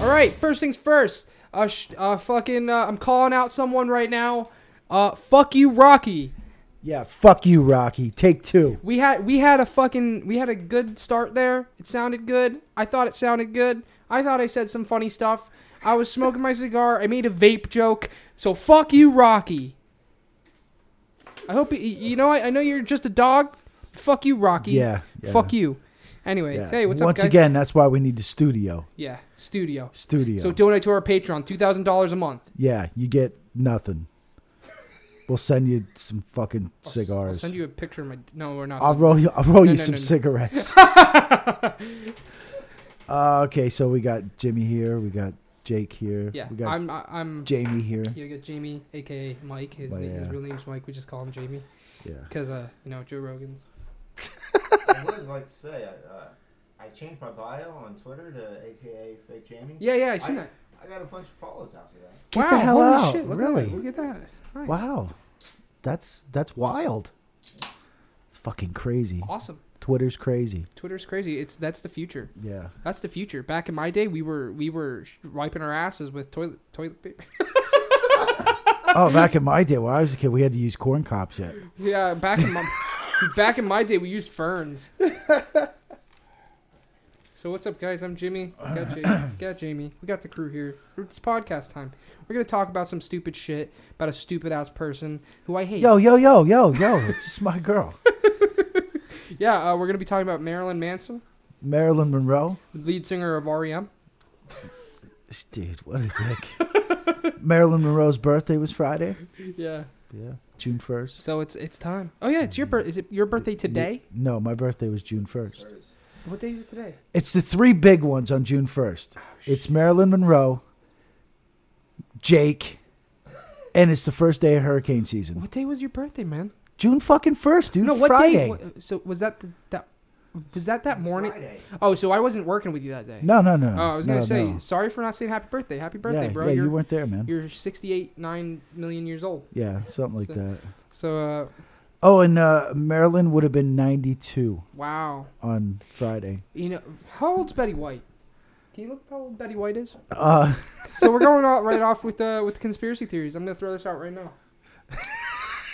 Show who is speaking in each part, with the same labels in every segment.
Speaker 1: All right, first things first. Uh, sh- uh fucking, uh, I'm calling out someone right now. Uh, fuck you, Rocky.
Speaker 2: Yeah, fuck you, Rocky. Take two.
Speaker 1: We had we had a fucking we had a good start there. It sounded good. I thought it sounded good. I thought I said some funny stuff. I was smoking my cigar. I made a vape joke. So fuck you, Rocky. I hope you, you know. I, I know you're just a dog. Fuck you, Rocky.
Speaker 2: Yeah, yeah.
Speaker 1: Fuck you. Anyway,
Speaker 2: Yeah.
Speaker 1: hey, what's
Speaker 2: Once
Speaker 1: up, guys?
Speaker 2: again, that's why we need the studio.
Speaker 1: yeah, studio.
Speaker 2: Studio.
Speaker 1: So donate to our Patreon, two thousand dollars a month.
Speaker 2: yeah, you get nothing. We'll send you some fucking
Speaker 1: I'll s-
Speaker 2: cigars.
Speaker 1: I'll send you a picture of my. No, we're not.
Speaker 2: I'll roll you. I'll roll
Speaker 1: No, no,
Speaker 2: you some
Speaker 1: no, no.
Speaker 2: cigarettes. uh, okay, so we got Jimmy here. We got Jake here.
Speaker 1: yeah,
Speaker 2: we got
Speaker 1: I'm. I- I'm.
Speaker 2: Jamie here.
Speaker 1: You got Jamie, aka Mike. His,
Speaker 2: Well,
Speaker 1: name, his
Speaker 2: yeah.
Speaker 1: real name's Mike. We just call him Jamie
Speaker 2: Yeah.
Speaker 1: because, uh, you know, Joe Rogan's.
Speaker 3: I would like to say I, uh, I changed my bio on Twitter to AKA Fake Jamie.
Speaker 1: Yeah, yeah, I seen that.
Speaker 3: I got a bunch of followers after that.
Speaker 2: Get
Speaker 1: wow,
Speaker 2: the hell
Speaker 1: holy
Speaker 2: out,
Speaker 1: Shit, look
Speaker 2: really.
Speaker 1: At that, look at that. Nice.
Speaker 2: Wow, that's that's wild. It's fucking crazy.
Speaker 1: Awesome.
Speaker 2: Twitter's crazy.
Speaker 1: Twitter's crazy. It's that's the future.
Speaker 2: Yeah.
Speaker 1: That's the future. Back in my day, we were we were sh- wiping our asses with toilet toilet paper.
Speaker 2: Oh, back in my day when I was a kid, we had to use corn cobs yet.
Speaker 1: yeah, back in my back in my day, we used ferns. so what's up, guys? I'm Jimmy. We got Jamie. We got Jamie. We got the crew here. It's podcast time. We're gonna talk about some stupid shit about a stupid ass person who I hate.
Speaker 2: Yo, yo, yo, yo, yo. It's just my girl,
Speaker 1: Yeah, uh, we're gonna be talking about Marilyn Manson,
Speaker 2: Marilyn Monroe.
Speaker 1: lead singer of E REM.
Speaker 2: This dude, what a dick. Marilyn Monroe's birthday was Friday.
Speaker 1: Yeah.
Speaker 2: Yeah. June first.
Speaker 1: So it's it's time. Oh yeah, it's your birth. Is it your birthday today?
Speaker 2: No, my birthday was June first.
Speaker 1: What day is it today?
Speaker 2: It's the three big ones on June first.
Speaker 1: Oh,
Speaker 2: It's Marilyn Monroe, Jake, and it's the first day of hurricane season.
Speaker 1: What day was your birthday, man?
Speaker 2: June fucking first, dude.
Speaker 1: No, what
Speaker 2: Friday.
Speaker 1: day? What, so was that the, that was that that morning?
Speaker 3: Friday.
Speaker 1: Oh, so I wasn't working with you that day.
Speaker 2: No, no, no.
Speaker 1: Oh, I was
Speaker 2: no,
Speaker 1: gonna say
Speaker 2: no.
Speaker 1: sorry for not saying happy birthday. Happy birthday,
Speaker 2: yeah,
Speaker 1: bro.
Speaker 2: Yeah,
Speaker 1: you're,
Speaker 2: you weren't there, man.
Speaker 1: you're 68, nine million years old.
Speaker 2: Yeah, something like
Speaker 1: So-
Speaker 2: that.
Speaker 1: So uh,
Speaker 2: Oh, and uh, Marilyn would have been 92
Speaker 1: wow.
Speaker 2: on Friday.
Speaker 1: You know how old's Betty White? Can you look up how old Betty White is?
Speaker 2: Uh,
Speaker 1: So we're going out right off with uh, with conspiracy theories. I'm gonna throw this out right now.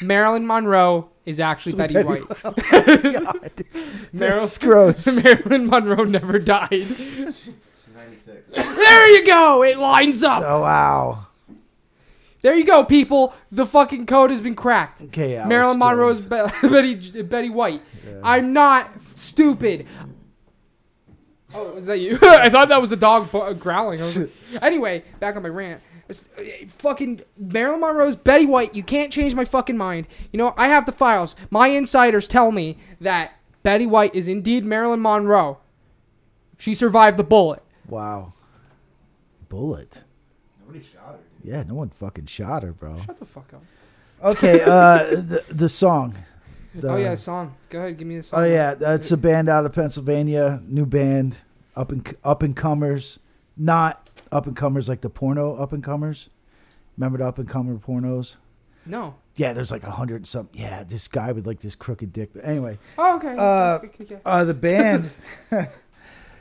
Speaker 1: Marilyn Monroe is actually
Speaker 2: So
Speaker 1: Betty,
Speaker 2: Betty Oh
Speaker 1: White.
Speaker 2: God,
Speaker 1: Marilyn,
Speaker 2: that's gross.
Speaker 1: Marilyn Monroe never died.
Speaker 3: She's 96.
Speaker 1: there you go. It lines up.
Speaker 2: Oh wow.
Speaker 1: There you go, people. The fucking code has been cracked.
Speaker 2: Okay, Alex
Speaker 1: Marilyn Monroe is
Speaker 2: Jones.
Speaker 1: Be- Betty Betty White.
Speaker 2: Yeah.
Speaker 1: I'm not stupid. Oh, is that you? I thought that was the dog bo- growling. I was like- anyway, back on my rant. It's- eh, fucking Marilyn Monroe's Betty White. You can't change my fucking mind. You know, I have the files. My insiders tell me that Betty White is indeed Marilyn Monroe. She survived the bullet.
Speaker 2: Wow. Bullet.
Speaker 3: Nobody shot her, dude.
Speaker 2: Yeah, no one fucking shot her, bro.
Speaker 1: Shut the fuck up.
Speaker 2: Okay, uh, the, the song. The-
Speaker 1: oh yeah, song. Go ahead, give me the song.
Speaker 2: Uh, Oh yeah, that's a band out of Pennsylvania, new band, up and up and comers, not up and comers like the porno up and comers. Remember the up and comer pornos?
Speaker 1: No.
Speaker 2: Yeah, there's like a hundred and something. Yeah, this guy with like this crooked dick. But anyway,
Speaker 1: Oh okay.
Speaker 2: Uh,
Speaker 1: Okay, okay, okay.
Speaker 2: uh, the band.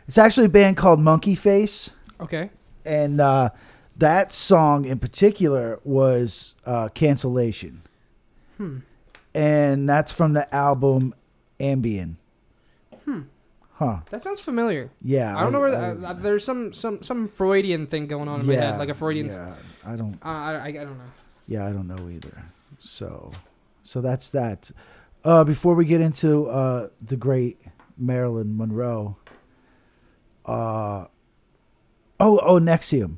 Speaker 2: it's actually a band called Monkey Face.
Speaker 1: okay.
Speaker 2: and uh, that song in particular was uh, cancellation
Speaker 1: Hmm.
Speaker 2: and that's from the album ambien hmm. huh
Speaker 1: That sounds familiar.
Speaker 2: yeah
Speaker 1: I don't know where the, uh, uh, there's some some some Freudian thing going on in my head, like a Freudian. s-
Speaker 2: yeah, i don't
Speaker 1: Uh, I, I I don't know.
Speaker 2: yeah i don't know either so so that's that uh, before we get into uh, the great marilyn monroe uh, oh oh nexium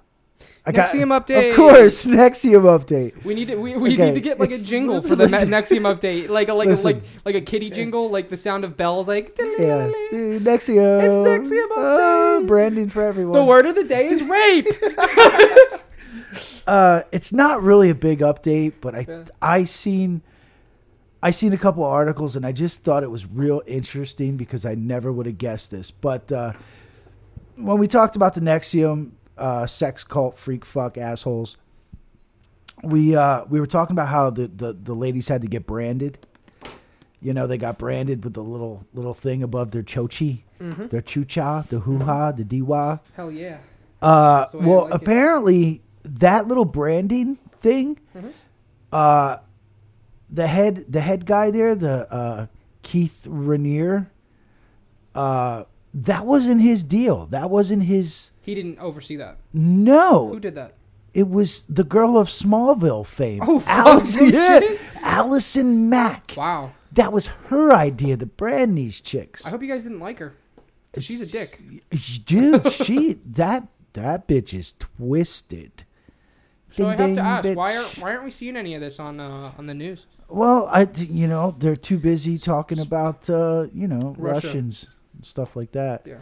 Speaker 2: I
Speaker 1: Nexium update.
Speaker 2: Of course, Nexium update.
Speaker 1: We need to we, we
Speaker 2: Okay,
Speaker 1: need to get like a
Speaker 2: it's-
Speaker 1: jingle for the
Speaker 2: listen.
Speaker 1: ne- Nexium update, like a, like a,
Speaker 2: Listen.
Speaker 1: like like a kitty jingle, like the sound of bells, like.
Speaker 2: Yeah, dude, Nexium.
Speaker 1: It's Nexium
Speaker 2: Oh, branding for everyone.
Speaker 1: The word of the day is rape.
Speaker 2: Uh, it's not really a big update, but I
Speaker 1: Yeah.
Speaker 2: I seen I seen a couple articles and I just thought it was real interesting because I never would have guessed this. But uh, when we talked about the Nexium uh, sex cult freak fuck assholes, we uh, we were talking about how the, the the ladies had to get branded. You know, they got branded with the little little thing above their chochi, their chucha, the hoo ha, the diwa.
Speaker 1: Hell yeah.
Speaker 2: Uh,
Speaker 1: So I
Speaker 2: well,
Speaker 1: like it.
Speaker 2: apparently that little branding thing,
Speaker 1: Mm-hmm.
Speaker 2: uh, the head the head guy there, the uh, Keith Rainier, uh, that wasn't his deal. That wasn't his.
Speaker 1: He didn't oversee that.
Speaker 2: No,
Speaker 1: Who did that?
Speaker 2: it was the girl of Smallville fame.
Speaker 1: Oh, fuck,
Speaker 2: Allison,
Speaker 1: no
Speaker 2: yeah,
Speaker 1: shit.
Speaker 2: Allison Mack.
Speaker 1: Wow.
Speaker 2: That was her idea to brand these chicks.
Speaker 1: I hope you guys didn't like her. She's a dick.
Speaker 2: Dude, she that that bitch is twisted.
Speaker 1: So I
Speaker 2: Ding,
Speaker 1: have
Speaker 2: ding,
Speaker 1: to ask, why
Speaker 2: bitch.
Speaker 1: aren't why aren't we seeing any of this on uh, on the news?
Speaker 2: Well, I you know they're too busy talking about uh, you know
Speaker 1: Russia.
Speaker 2: Russians and stuff like that.
Speaker 1: Yeah.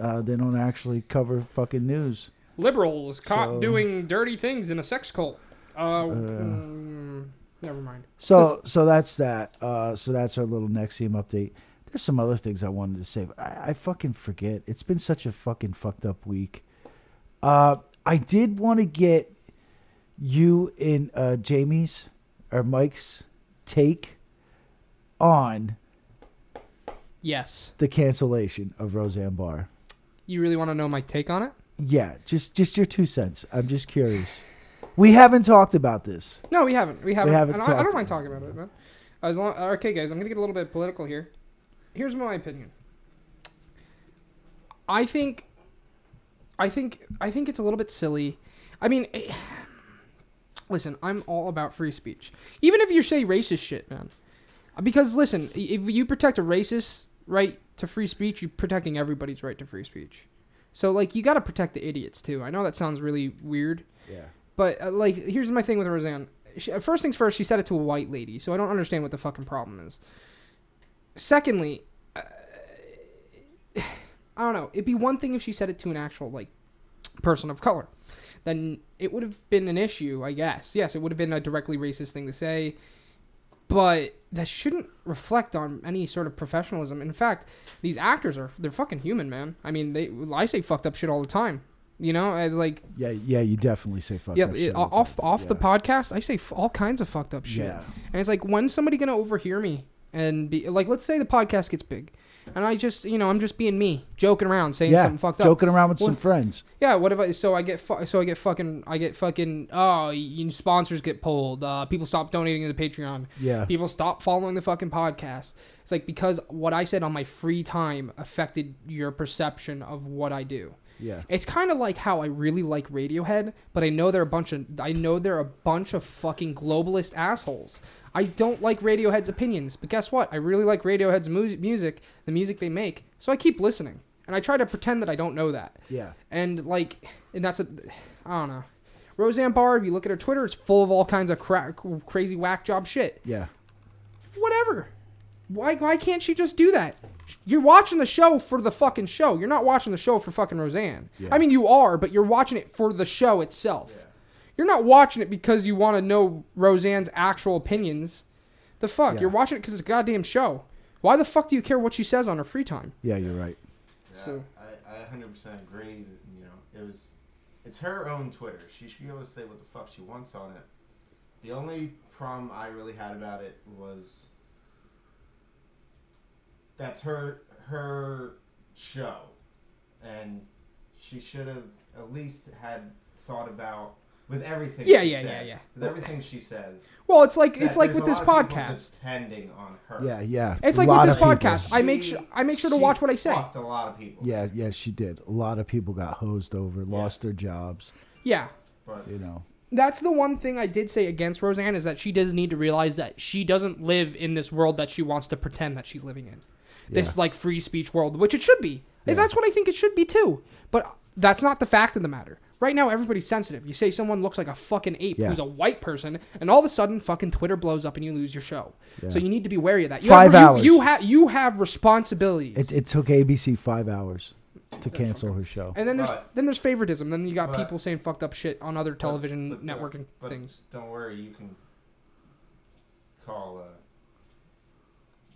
Speaker 2: Uh, they don't actually cover fucking news.
Speaker 1: Liberals caught
Speaker 2: So-
Speaker 1: doing dirty things in a sex cult. Uh, mm, never mind.
Speaker 2: So so that's that. Uh, so that's our little Nexium update. There's some other things I wanted to say, but I, I fucking forget. It's been such a fucking fucked up week. Uh, I did want to get you in uh, Jamie's or Mike's take on
Speaker 1: Yes.
Speaker 2: the cancellation of Roseanne Barr.
Speaker 1: You really want to know my take on it?
Speaker 2: Yeah, just just your two cents. I'm just curious. We haven't talked about this.
Speaker 1: No, we haven't. We haven't.
Speaker 2: haven't
Speaker 1: and I, I
Speaker 2: talked
Speaker 1: don't mind
Speaker 2: about
Speaker 1: talking about it, man. As long, okay, guys, I'm gonna get a little bit political here. Here's my opinion. I think, I think, I think it's a little bit silly. I mean, eh, listen, I'm all about free speech, even if you say racist shit, man. Because listen, i- if you protect a racist right to free speech, you're protecting everybody's right to free speech. So like, you got to protect the idiots too. I know that sounds really weird.
Speaker 2: Yeah.
Speaker 1: But uh, like, here's my thing with Roseanne. She, uh, first things first, she said it to a white lady, so I don't understand what the fucking problem is. Secondly, uh, I don't know. It'd be one thing if she said it to an actual like person of color, then it would have been an issue, I guess. Yes, it would have been a directly racist thing to say, but that shouldn't reflect on any sort of professionalism. In fact, these actors are they're fucking human, man. I mean, they I say fucked up shit all the time. You know, I, like
Speaker 2: Yeah, yeah, you definitely say fuck
Speaker 1: yeah,
Speaker 2: up
Speaker 1: it-
Speaker 2: shit all the
Speaker 1: off
Speaker 2: time.
Speaker 1: off the
Speaker 2: Yeah.
Speaker 1: podcast, I say f- all kinds of fucked up shit.
Speaker 2: Yeah.
Speaker 1: And it's like, when's somebody gonna overhear me and be like, let's say the podcast gets big, and I just, you know, I'm just being me, joking around, saying something fucked up.
Speaker 2: Joking around with some
Speaker 1: What-
Speaker 2: friends.
Speaker 1: Yeah, what if I so I get fu- so I get fucking I get fucking oh you, sponsors get pulled, uh, people stop donating to the Patreon,
Speaker 2: Yeah.
Speaker 1: people stop following the fucking podcast. It's like because what I said on my free time affected your perception of what I do.
Speaker 2: Yeah.
Speaker 1: It's kind of like how I really like Radiohead, but I know they're a bunch of I know they're a bunch of fucking globalist assholes. I don't like Radiohead's opinions, but guess what? I really like Radiohead's mu- music, the music they make, so I keep listening. And I try to pretend that I don't know that.
Speaker 2: Yeah.
Speaker 1: And like, and that's a, I don't know. Roseanne Barr, if you look at her Twitter, it's full of all kinds of cra- crazy whack job shit.
Speaker 2: Yeah.
Speaker 1: Whatever. Why, why can't she just do that? You're watching the show for the fucking show. You're not watching the show for fucking Roseanne.
Speaker 2: Yeah.
Speaker 1: I mean, you are, but you're watching it for the show itself. You're not watching it because you want to know Roseanne's actual opinions. The fuck?
Speaker 2: Yeah.
Speaker 1: You're watching it because it's a goddamn show. Why the fuck do you care what she says on her free time?
Speaker 2: Yeah, you're right.
Speaker 3: Yeah,
Speaker 1: So-
Speaker 3: I, I 100% agree. That, you know, it was, it's her own Twitter. She should be able to say what the fuck she wants on it. The only problem I really had about it was that's her her show, and she should have at least had thought about with everything.
Speaker 1: Yeah,
Speaker 3: she
Speaker 1: yeah,
Speaker 3: says,
Speaker 1: yeah, yeah.
Speaker 3: With everything she says,
Speaker 1: Well, it's like it's
Speaker 3: that
Speaker 1: like
Speaker 3: there's
Speaker 1: with
Speaker 3: a
Speaker 1: this
Speaker 3: lot of people
Speaker 1: podcast.
Speaker 3: depending on her.
Speaker 2: Yeah, yeah.
Speaker 1: It's like
Speaker 2: A
Speaker 1: with
Speaker 2: lot
Speaker 1: this
Speaker 2: of people.
Speaker 1: podcast. I make su- I make sure to
Speaker 3: she
Speaker 1: watch what I say.
Speaker 3: fucked a lot of people.
Speaker 2: Yeah, yeah, she did. A lot of people got hosed over, lost their jobs.
Speaker 1: Yeah.
Speaker 3: But
Speaker 2: You know.
Speaker 1: That's the one thing I did say against Roseanne is that she does need to realize that she doesn't live in this world that she wants to pretend that she's living in. This
Speaker 2: Yeah.
Speaker 1: like free speech world, which it should be. That's what I think it should be too. But that's not the fact of the matter. Right now everybody's sensitive. You say someone looks like a fucking ape
Speaker 2: Yeah.
Speaker 1: who's a white person and all of a sudden fucking Twitter blows up and you lose your show. So
Speaker 2: Yeah.
Speaker 1: you need to be wary of that. You
Speaker 2: Five
Speaker 1: have, you-
Speaker 2: hours.
Speaker 1: You, have you have responsibilities.
Speaker 2: It, it took ABC five hours to cancel her show.
Speaker 1: and then there's
Speaker 3: Right.
Speaker 1: then there's favoritism. Then you got
Speaker 3: Right.
Speaker 1: people saying fucked up shit on other television
Speaker 3: But- but don't-
Speaker 1: networking
Speaker 3: but
Speaker 1: things.
Speaker 3: Don't worry, you can call uh,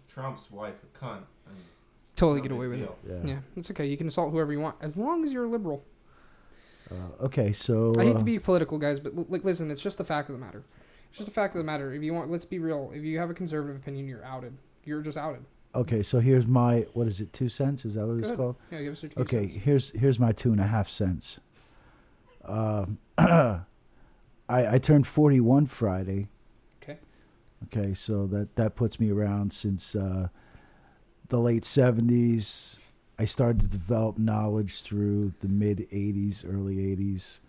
Speaker 3: Trump's wife a cunt. And it's
Speaker 1: Totally
Speaker 3: no
Speaker 1: get
Speaker 3: big
Speaker 1: away with it.
Speaker 3: deal.
Speaker 2: Yeah.
Speaker 1: Yeah, it's okay. You can assault whoever you want as long as you're a liberal.
Speaker 2: Uh, okay, so
Speaker 1: I hate
Speaker 2: uh,
Speaker 1: to be political, guys, but l- like, listen, it's just the fact of the matter. It's just the fact of the matter. If you want, let's be real. If you have a conservative opinion, you're outed. You're just outed.
Speaker 2: okay, so here's my what is it? Two cents? Is that what it's
Speaker 1: Good.
Speaker 2: called?
Speaker 1: Yeah, give us your two
Speaker 2: Okay,
Speaker 1: cents.
Speaker 2: here's here's my two and a half cents. Um, I I turned 41 Friday.
Speaker 1: Okay.
Speaker 2: Okay, so that that puts me around since uh, the late 70s. I started to develop knowledge through the mid 80s, early 80s.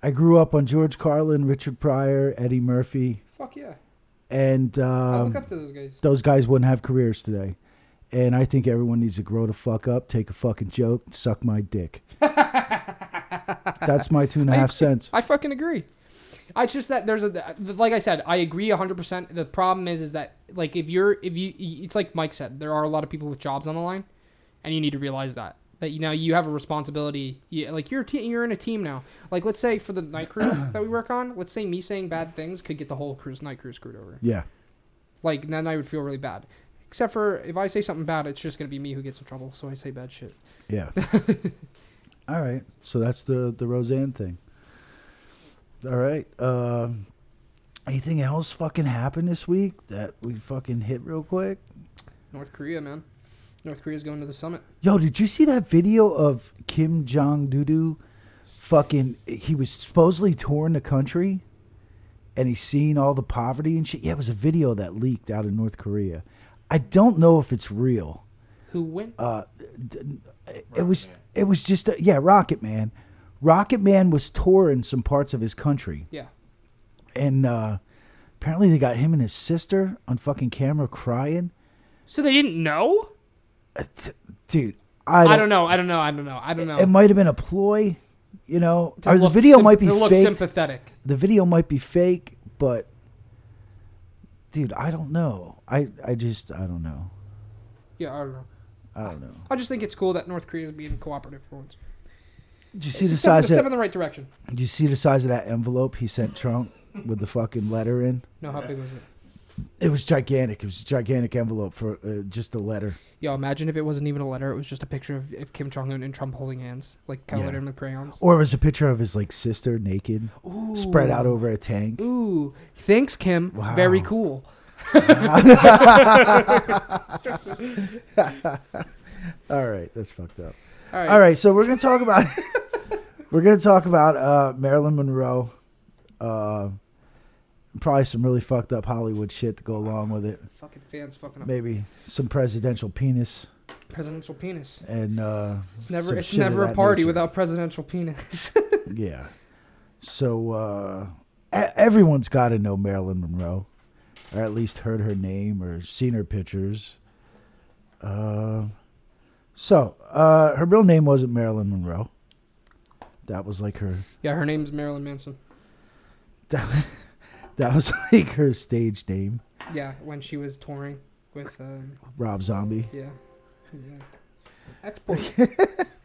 Speaker 2: I grew up on George Carlin, Richard Pryor, Eddie Murphy,
Speaker 1: Fuck yeah.
Speaker 2: and
Speaker 1: I
Speaker 2: um,
Speaker 1: look up to those guys.
Speaker 2: those guys wouldn't have careers today. And I think everyone needs to grow the fuck up, take a fucking joke, and suck my dick. That's my two and a
Speaker 1: I-
Speaker 2: half cents.
Speaker 1: I fucking agree. I it's just that there's a like I said, I agree 100%. The problem is is that like if you're if you it's like Mike said, there are a lot of people with jobs on the line and you need to realize that that you now you have a responsibility. You, like you're a te- you're in a team now. Like let's say for the night cruise that we work on, let's say me saying bad things could get the whole cruise night crew screwed over.
Speaker 2: Yeah.
Speaker 1: Like then I would feel really bad. Except for if I say something bad, it's just gonna be me who gets in trouble. So I say bad shit.
Speaker 2: Yeah. All right. So that's the the Roseanne thing. All right. Um anything else fucking happened this week that we fucking hit real quick?
Speaker 1: North Korea, man. North Korea's going to the summit.
Speaker 2: Yo, did you see that video of Kim Jong Doo? Fucking, he was supposedly touring the country, and he's seeing all the poverty and shit. Yeah, it was a video that leaked out of North Korea. I don't know if it's real.
Speaker 1: Who went?
Speaker 2: Uh, d- it was
Speaker 3: Rocket Man.
Speaker 2: it was just a, yeah, Rocket Man. Rocket Man was touring some parts of his country,
Speaker 1: Yeah.
Speaker 2: and uh, apparently they got him and his sister on fucking camera crying.
Speaker 1: So they didn't know.
Speaker 2: Uh, t- dude, I don't,
Speaker 1: I don't know. I don't know. I don't know. I don't know.
Speaker 2: It might have been a ploy, you know,
Speaker 1: To
Speaker 2: or the
Speaker 1: look
Speaker 2: video
Speaker 1: symp-
Speaker 2: might be
Speaker 1: to look
Speaker 2: fake.
Speaker 1: sympathetic.
Speaker 2: the video might be fake, but dude, I don't know. I I just I don't know.
Speaker 1: Yeah, I don't know.
Speaker 2: I don't know.
Speaker 1: I just think it's cool that North Korea is being cooperative for once.
Speaker 2: Did you see the
Speaker 1: It's a step,
Speaker 2: size
Speaker 1: a step
Speaker 2: of
Speaker 1: in the right direction.
Speaker 2: Did you see the size of that envelope he sent Trump with the fucking letter in?
Speaker 1: No, how big was it?
Speaker 2: It was gigantic. It was a gigantic envelope for uh, just the letter.
Speaker 1: Yo, imagine if it wasn't even a letter; it was just a picture of, of Kim Jong Un and Trump holding hands, like colored
Speaker 2: Yeah.
Speaker 1: in with crayons.
Speaker 2: Or it was a picture of his like sister naked, spread out over a tank.
Speaker 1: Ooh, thanks, Kim.
Speaker 2: Wow.
Speaker 1: Very cool.
Speaker 2: All right, that's fucked up.
Speaker 1: All right.
Speaker 2: All right, so we're gonna talk about we're gonna talk about uh, Marilyn Monroe, uh, probably some really fucked up Hollywood shit to go along with it.
Speaker 1: Fucking fans, fucking up.
Speaker 2: Maybe some presidential penis
Speaker 1: presidential penis.
Speaker 2: and uh,
Speaker 1: It's never,
Speaker 2: some
Speaker 1: it's
Speaker 2: shit of
Speaker 1: never a
Speaker 2: that
Speaker 1: party
Speaker 2: nature.
Speaker 1: without presidential penis.
Speaker 2: Yeah. So uh, e- everyone's got to know Marilyn Monroe, or at least heard her name or seen her pictures. Uh, so uh, her real name wasn't Marilyn Monroe. That was like her.
Speaker 1: yeah, her name's Marilyn Manson.
Speaker 2: That, that was like her stage name,
Speaker 1: Yeah, when she was touring with, um,
Speaker 2: Rob Zombie.
Speaker 1: yeah, yeah. Export.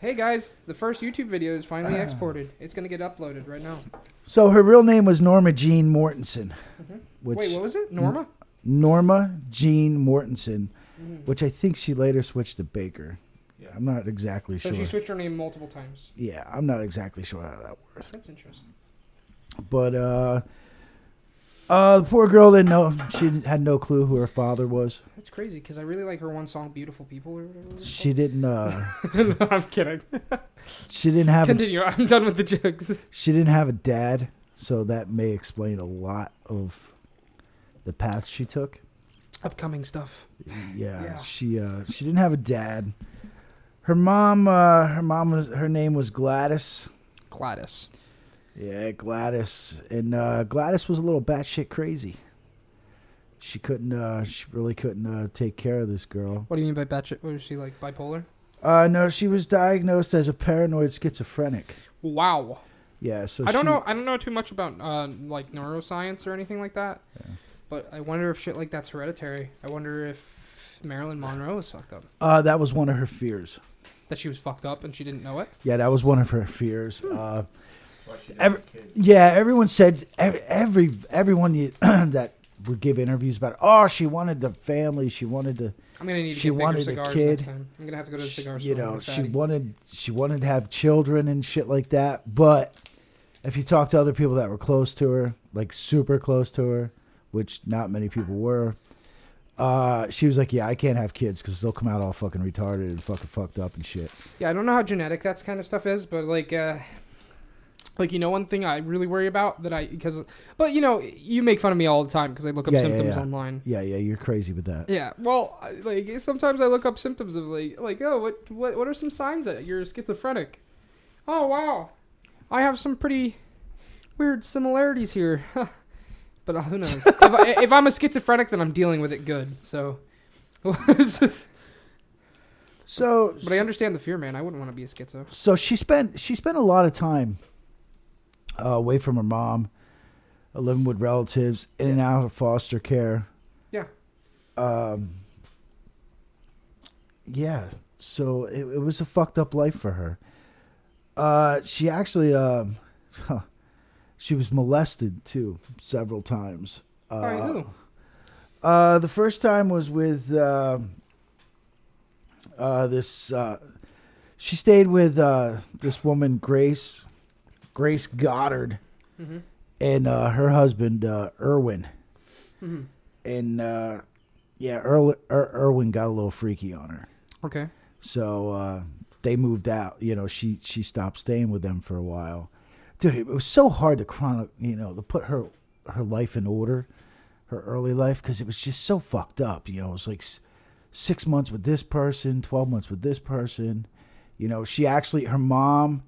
Speaker 1: hey guys, the first YouTube video is finally exported. It's gonna get uploaded right now.
Speaker 2: So her real name was Norma Jean Mortensen,
Speaker 1: Mm-hmm.
Speaker 2: which
Speaker 1: Wait, what was it? Norma?
Speaker 2: Norma Jean Mortensen,
Speaker 1: Mhm.
Speaker 2: which I think she later switched to Baker.
Speaker 3: Yeah.
Speaker 2: I'm not exactly
Speaker 1: So
Speaker 2: sure.
Speaker 1: she switched her name multiple times.
Speaker 2: yeah, I'm not exactly sure how that works.
Speaker 1: That's interesting.
Speaker 2: But uh, uh, the poor girl didn't know. She had no clue who her father was.
Speaker 1: That's crazy because I really like her one song, "Beautiful People" or whatever. it was
Speaker 2: She didn't. Uh,
Speaker 1: called. no, I'm kidding.
Speaker 2: she didn't have. A,
Speaker 1: Continue. I'm done with the jokes.
Speaker 2: she didn't have a dad, so that may explain a lot of the path she took.
Speaker 1: Upcoming stuff.
Speaker 2: Yeah,
Speaker 1: Yeah.
Speaker 2: she uh, she didn't have a dad. Her mom. Uh, her mom was. Her name was Gladys.
Speaker 1: Gladys.
Speaker 2: Yeah, Gladys, and uh, Gladys was a little batshit crazy. She couldn't. Uh, she really couldn't uh, take care of this girl.
Speaker 1: What do you mean by batshit? What is she like? Bipolar?
Speaker 2: Uh, no, she was diagnosed as a paranoid schizophrenic.
Speaker 1: Wow.
Speaker 2: Yeah, so
Speaker 1: I don't
Speaker 2: she-
Speaker 1: know. I don't know too much about uh, like neuroscience or anything like that. But I wonder if shit like that's hereditary. I wonder if Marilyn Monroe was fucked up.
Speaker 2: Uh, that was one of her fears.
Speaker 1: That she was fucked up and she didn't know it.
Speaker 2: Yeah, that was one of her fears. Uh,
Speaker 3: What she did
Speaker 2: Every-
Speaker 3: with kids.
Speaker 2: yeah, everyone said ev- every everyone you, that would give interviews about. Oh, she wanted the family. She wanted the
Speaker 1: I'm gonna need to
Speaker 2: She
Speaker 1: get bigger
Speaker 2: wanted a
Speaker 1: cigars
Speaker 2: kid.
Speaker 1: next time. I'm gonna have to go to the
Speaker 2: sh-
Speaker 1: cigar store.
Speaker 2: you
Speaker 1: and
Speaker 2: know
Speaker 1: get
Speaker 2: she
Speaker 1: fatty.
Speaker 2: wanted she wanted to have children and shit like that. But if you talk to other people that were close to her, like super close to her, which not many people were, uh, she was like, "Yeah, I can't have kids because they'll come out all fucking retarded and fucking fucked up and shit."
Speaker 1: Yeah, I don't know how genetic that kind of stuff is, but like, uh, Like you know, one thing I really worry about that I because, but you know, you make fun of me all the time because I look up
Speaker 2: Yeah, yeah,
Speaker 1: symptoms
Speaker 2: yeah.
Speaker 1: online.
Speaker 2: Yeah, yeah, you're crazy with that.
Speaker 1: Yeah, well, I- like sometimes I look up symptoms of like like oh what what what are some signs that you're schizophrenic? Oh wow, I have some pretty weird similarities here. but uh, who knows? if, I, if I'm a schizophrenic, then I'm dealing with it good. So, it's just-
Speaker 2: So,
Speaker 1: but I understand the fear, man. I wouldn't want to be a schizo.
Speaker 2: so she spent she spent a lot of time uh, away from her mom, uh, living with relatives, in and out of foster care.
Speaker 1: Yeah.
Speaker 2: Um. Yeah. So it, it was a fucked up life for her. Uh, she actually um, she was molested too several times. Uh,
Speaker 1: All right, who?
Speaker 2: Uh, the first time was with uh, uh, this. Uh, she stayed with uh, this woman, Grace, Grace Goddard,
Speaker 1: Mhm.
Speaker 2: and uh, her husband, uh, Irwin.
Speaker 1: Mhm.
Speaker 2: And uh, yeah, Earl, Ir- Irwin got a little freaky on her,
Speaker 1: Okay.
Speaker 2: so uh, they moved out. You know, she she stopped staying with them for a while. Dude, it was so hard to chronic, you know, to put her her life in order her early life because it was just so fucked up. You know, it was like s- six months with this person, 12 months with this person. You know, she actually, her mom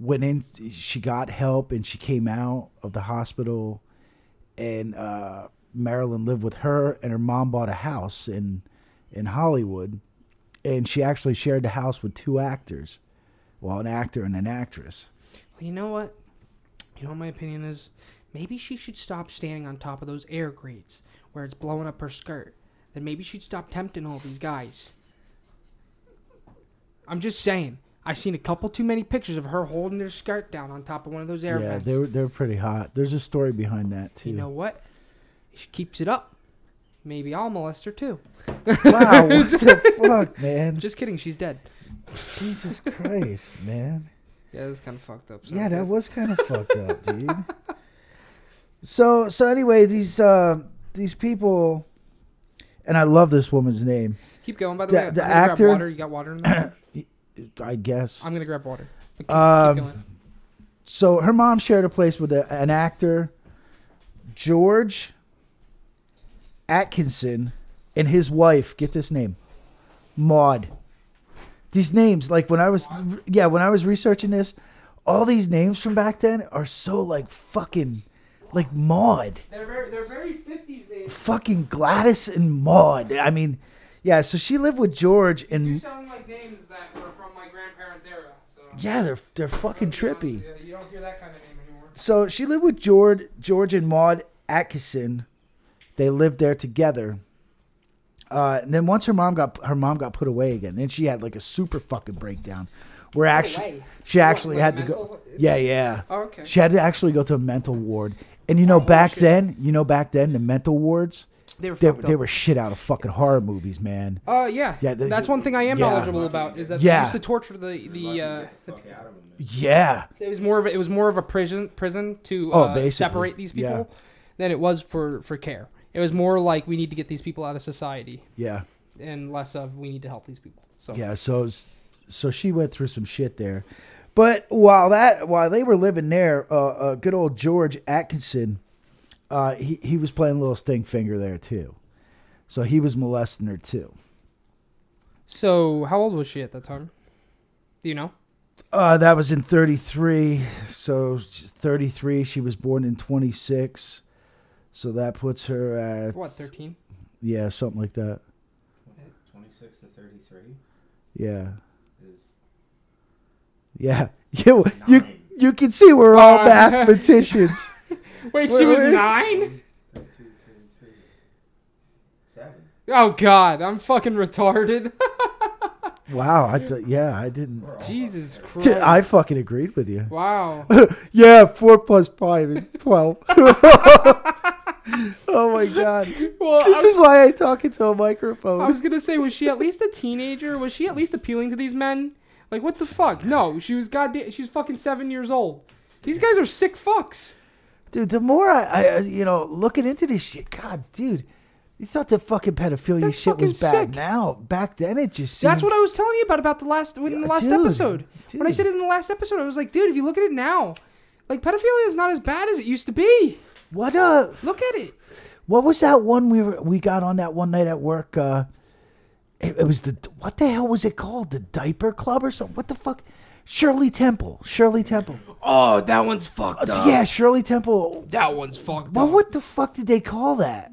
Speaker 2: went in, she got help and she came out of the hospital. And uh, Marilyn lived with her, and her mom bought a house in, in Hollywood. And she actually shared the house with two actors well, an actor and an actress.
Speaker 1: Well, you know what? You know what my opinion is? Maybe she should stop standing on top of those air grates where it's blowing up her skirt. Then maybe she'd stop tempting all these guys. I'm just saying. I seen a couple too many pictures of her holding their skirt down on top of one of those air
Speaker 2: yeah,
Speaker 1: vents.
Speaker 2: they were, they were pretty hot. There's a story behind that, too.
Speaker 1: you know what? If she keeps it up. Maybe I'll molest her too.
Speaker 2: wow, what the fuck, man?
Speaker 1: Just kidding, she's dead.
Speaker 2: Jesus Christ, man.
Speaker 1: Yeah, that's kind of fucked up. so
Speaker 2: Yeah,
Speaker 1: I
Speaker 2: that
Speaker 1: guess-
Speaker 2: was kind of fucked up, dude. So so anyway, these uh, these people, and I love this woman's name.
Speaker 1: Keep going. By the,
Speaker 2: the-
Speaker 1: way, I'm
Speaker 2: the
Speaker 1: gonna
Speaker 2: actor-
Speaker 1: Grab water. You got water in there?
Speaker 2: I guess.
Speaker 1: I'm gonna grab water. But keep,
Speaker 2: Um,
Speaker 1: keep going.
Speaker 2: So her mom shared a place with a, an actor, George Atkinson, and his wife. Get this name, Maud. These names, like when I was, yeah, when I was researching this, all these names from back then are so like fucking, like Maud.
Speaker 1: They're very, they're very 50s days.
Speaker 2: fucking Gladys and Maud. I mean, yeah. So she lived with George,
Speaker 1: You
Speaker 2: and
Speaker 1: sound like names that were from my grandparents' era. So
Speaker 2: Mm-hmm. yeah, they're they're fucking trippy.
Speaker 1: Yeah, you don't hear that kind of name anymore.
Speaker 2: So she lived with George, George and Maud Atkinson. They lived there together. Uh, and then once her mom got her mom got put away again, then she had like a super fucking breakdown. Where actually
Speaker 1: away?
Speaker 2: she actually
Speaker 1: like
Speaker 2: had to
Speaker 1: mental-
Speaker 2: go. Yeah, yeah.
Speaker 1: Oh, okay.
Speaker 2: She had to actually go to a mental ward. And you know back
Speaker 1: shit.
Speaker 2: then, you know back then the mental wards,
Speaker 1: They were.
Speaker 2: they,
Speaker 1: fucked
Speaker 2: they
Speaker 1: up.
Speaker 2: were shit out of fucking horror movies, man.
Speaker 1: Uh, yeah.
Speaker 2: Yeah, they-
Speaker 1: That's one thing I am
Speaker 2: yeah.
Speaker 1: knowledgeable about is that they
Speaker 2: Yeah.
Speaker 1: used to torture the the. Uh,
Speaker 3: fuck out of them.
Speaker 2: Yeah.
Speaker 1: it was more of a, it was more of a prison prison to
Speaker 2: Oh,
Speaker 1: uh,
Speaker 2: basically,
Speaker 1: separate these people
Speaker 2: yeah.
Speaker 1: than it was for for care. It was more like we need to get these people out of society
Speaker 2: Yeah,
Speaker 1: and less of we need to help these people. So
Speaker 2: yeah. So, so she went through some shit there, but while that while they were living there, uh, uh good old George Atkinson, uh, he he was playing little stink finger there too, so he was molesting her too.
Speaker 1: So how old was she at that time? Do you know?
Speaker 2: Uh, that was in thirty three, so thirty three. She was born in twenty six, so that puts her at
Speaker 1: What thirteen?
Speaker 2: yeah something like that.
Speaker 3: Twenty-six to thirty-three
Speaker 2: Yeah,
Speaker 3: is
Speaker 2: yeah. You you
Speaker 3: nine.
Speaker 2: you can see we're all
Speaker 1: Uh,
Speaker 2: mathematicians.
Speaker 1: Wait,
Speaker 2: Wait,
Speaker 1: she was
Speaker 2: wait.
Speaker 1: nine.
Speaker 3: 32, 33, seven.
Speaker 1: Oh God, I'm fucking retarded.
Speaker 2: Wow, I d- yeah, I didn't.
Speaker 3: We're all
Speaker 1: Jesus
Speaker 3: fucked
Speaker 1: Christ!
Speaker 2: Dude, I fucking agreed with you.
Speaker 1: wow.
Speaker 2: yeah, four plus five is twelve. oh my god,
Speaker 1: Well,
Speaker 2: this
Speaker 1: I,
Speaker 2: is why I talk into a
Speaker 1: I
Speaker 2: microphone.
Speaker 1: was gonna say, was she at least a teenager? Was she at least appealing to these men? Like, what the fuck? No, she was goddamn. She's fucking seven years old. These guys are sick fucks.
Speaker 2: Dude, the more I, I, uh, you know, looking into this shit, God, dude, you thought that fucking pedophilia
Speaker 1: That's
Speaker 2: shit was
Speaker 1: fucking sick.
Speaker 2: bad. Now, back then, it just seemed,
Speaker 1: That's what I was telling you about about the last in the
Speaker 2: Yeah,
Speaker 1: last
Speaker 2: dude,
Speaker 1: episode. When I
Speaker 2: dude.
Speaker 1: said it in the last episode, I was like, dude, if you look at it now, Like pedophilia is not as bad as it used to be.
Speaker 2: What uh
Speaker 1: Look at it.
Speaker 2: what was that one we were we got on that one night at work uh it, it was the what the hell was it called? The diaper club or something? What the fuck? Shirley Temple. Shirley Temple. Uh,
Speaker 1: Oh, that one's fucked
Speaker 2: yeah, Shirley Temple.
Speaker 1: That one's fucked
Speaker 2: Well,
Speaker 1: up.
Speaker 2: what the fuck did they call that?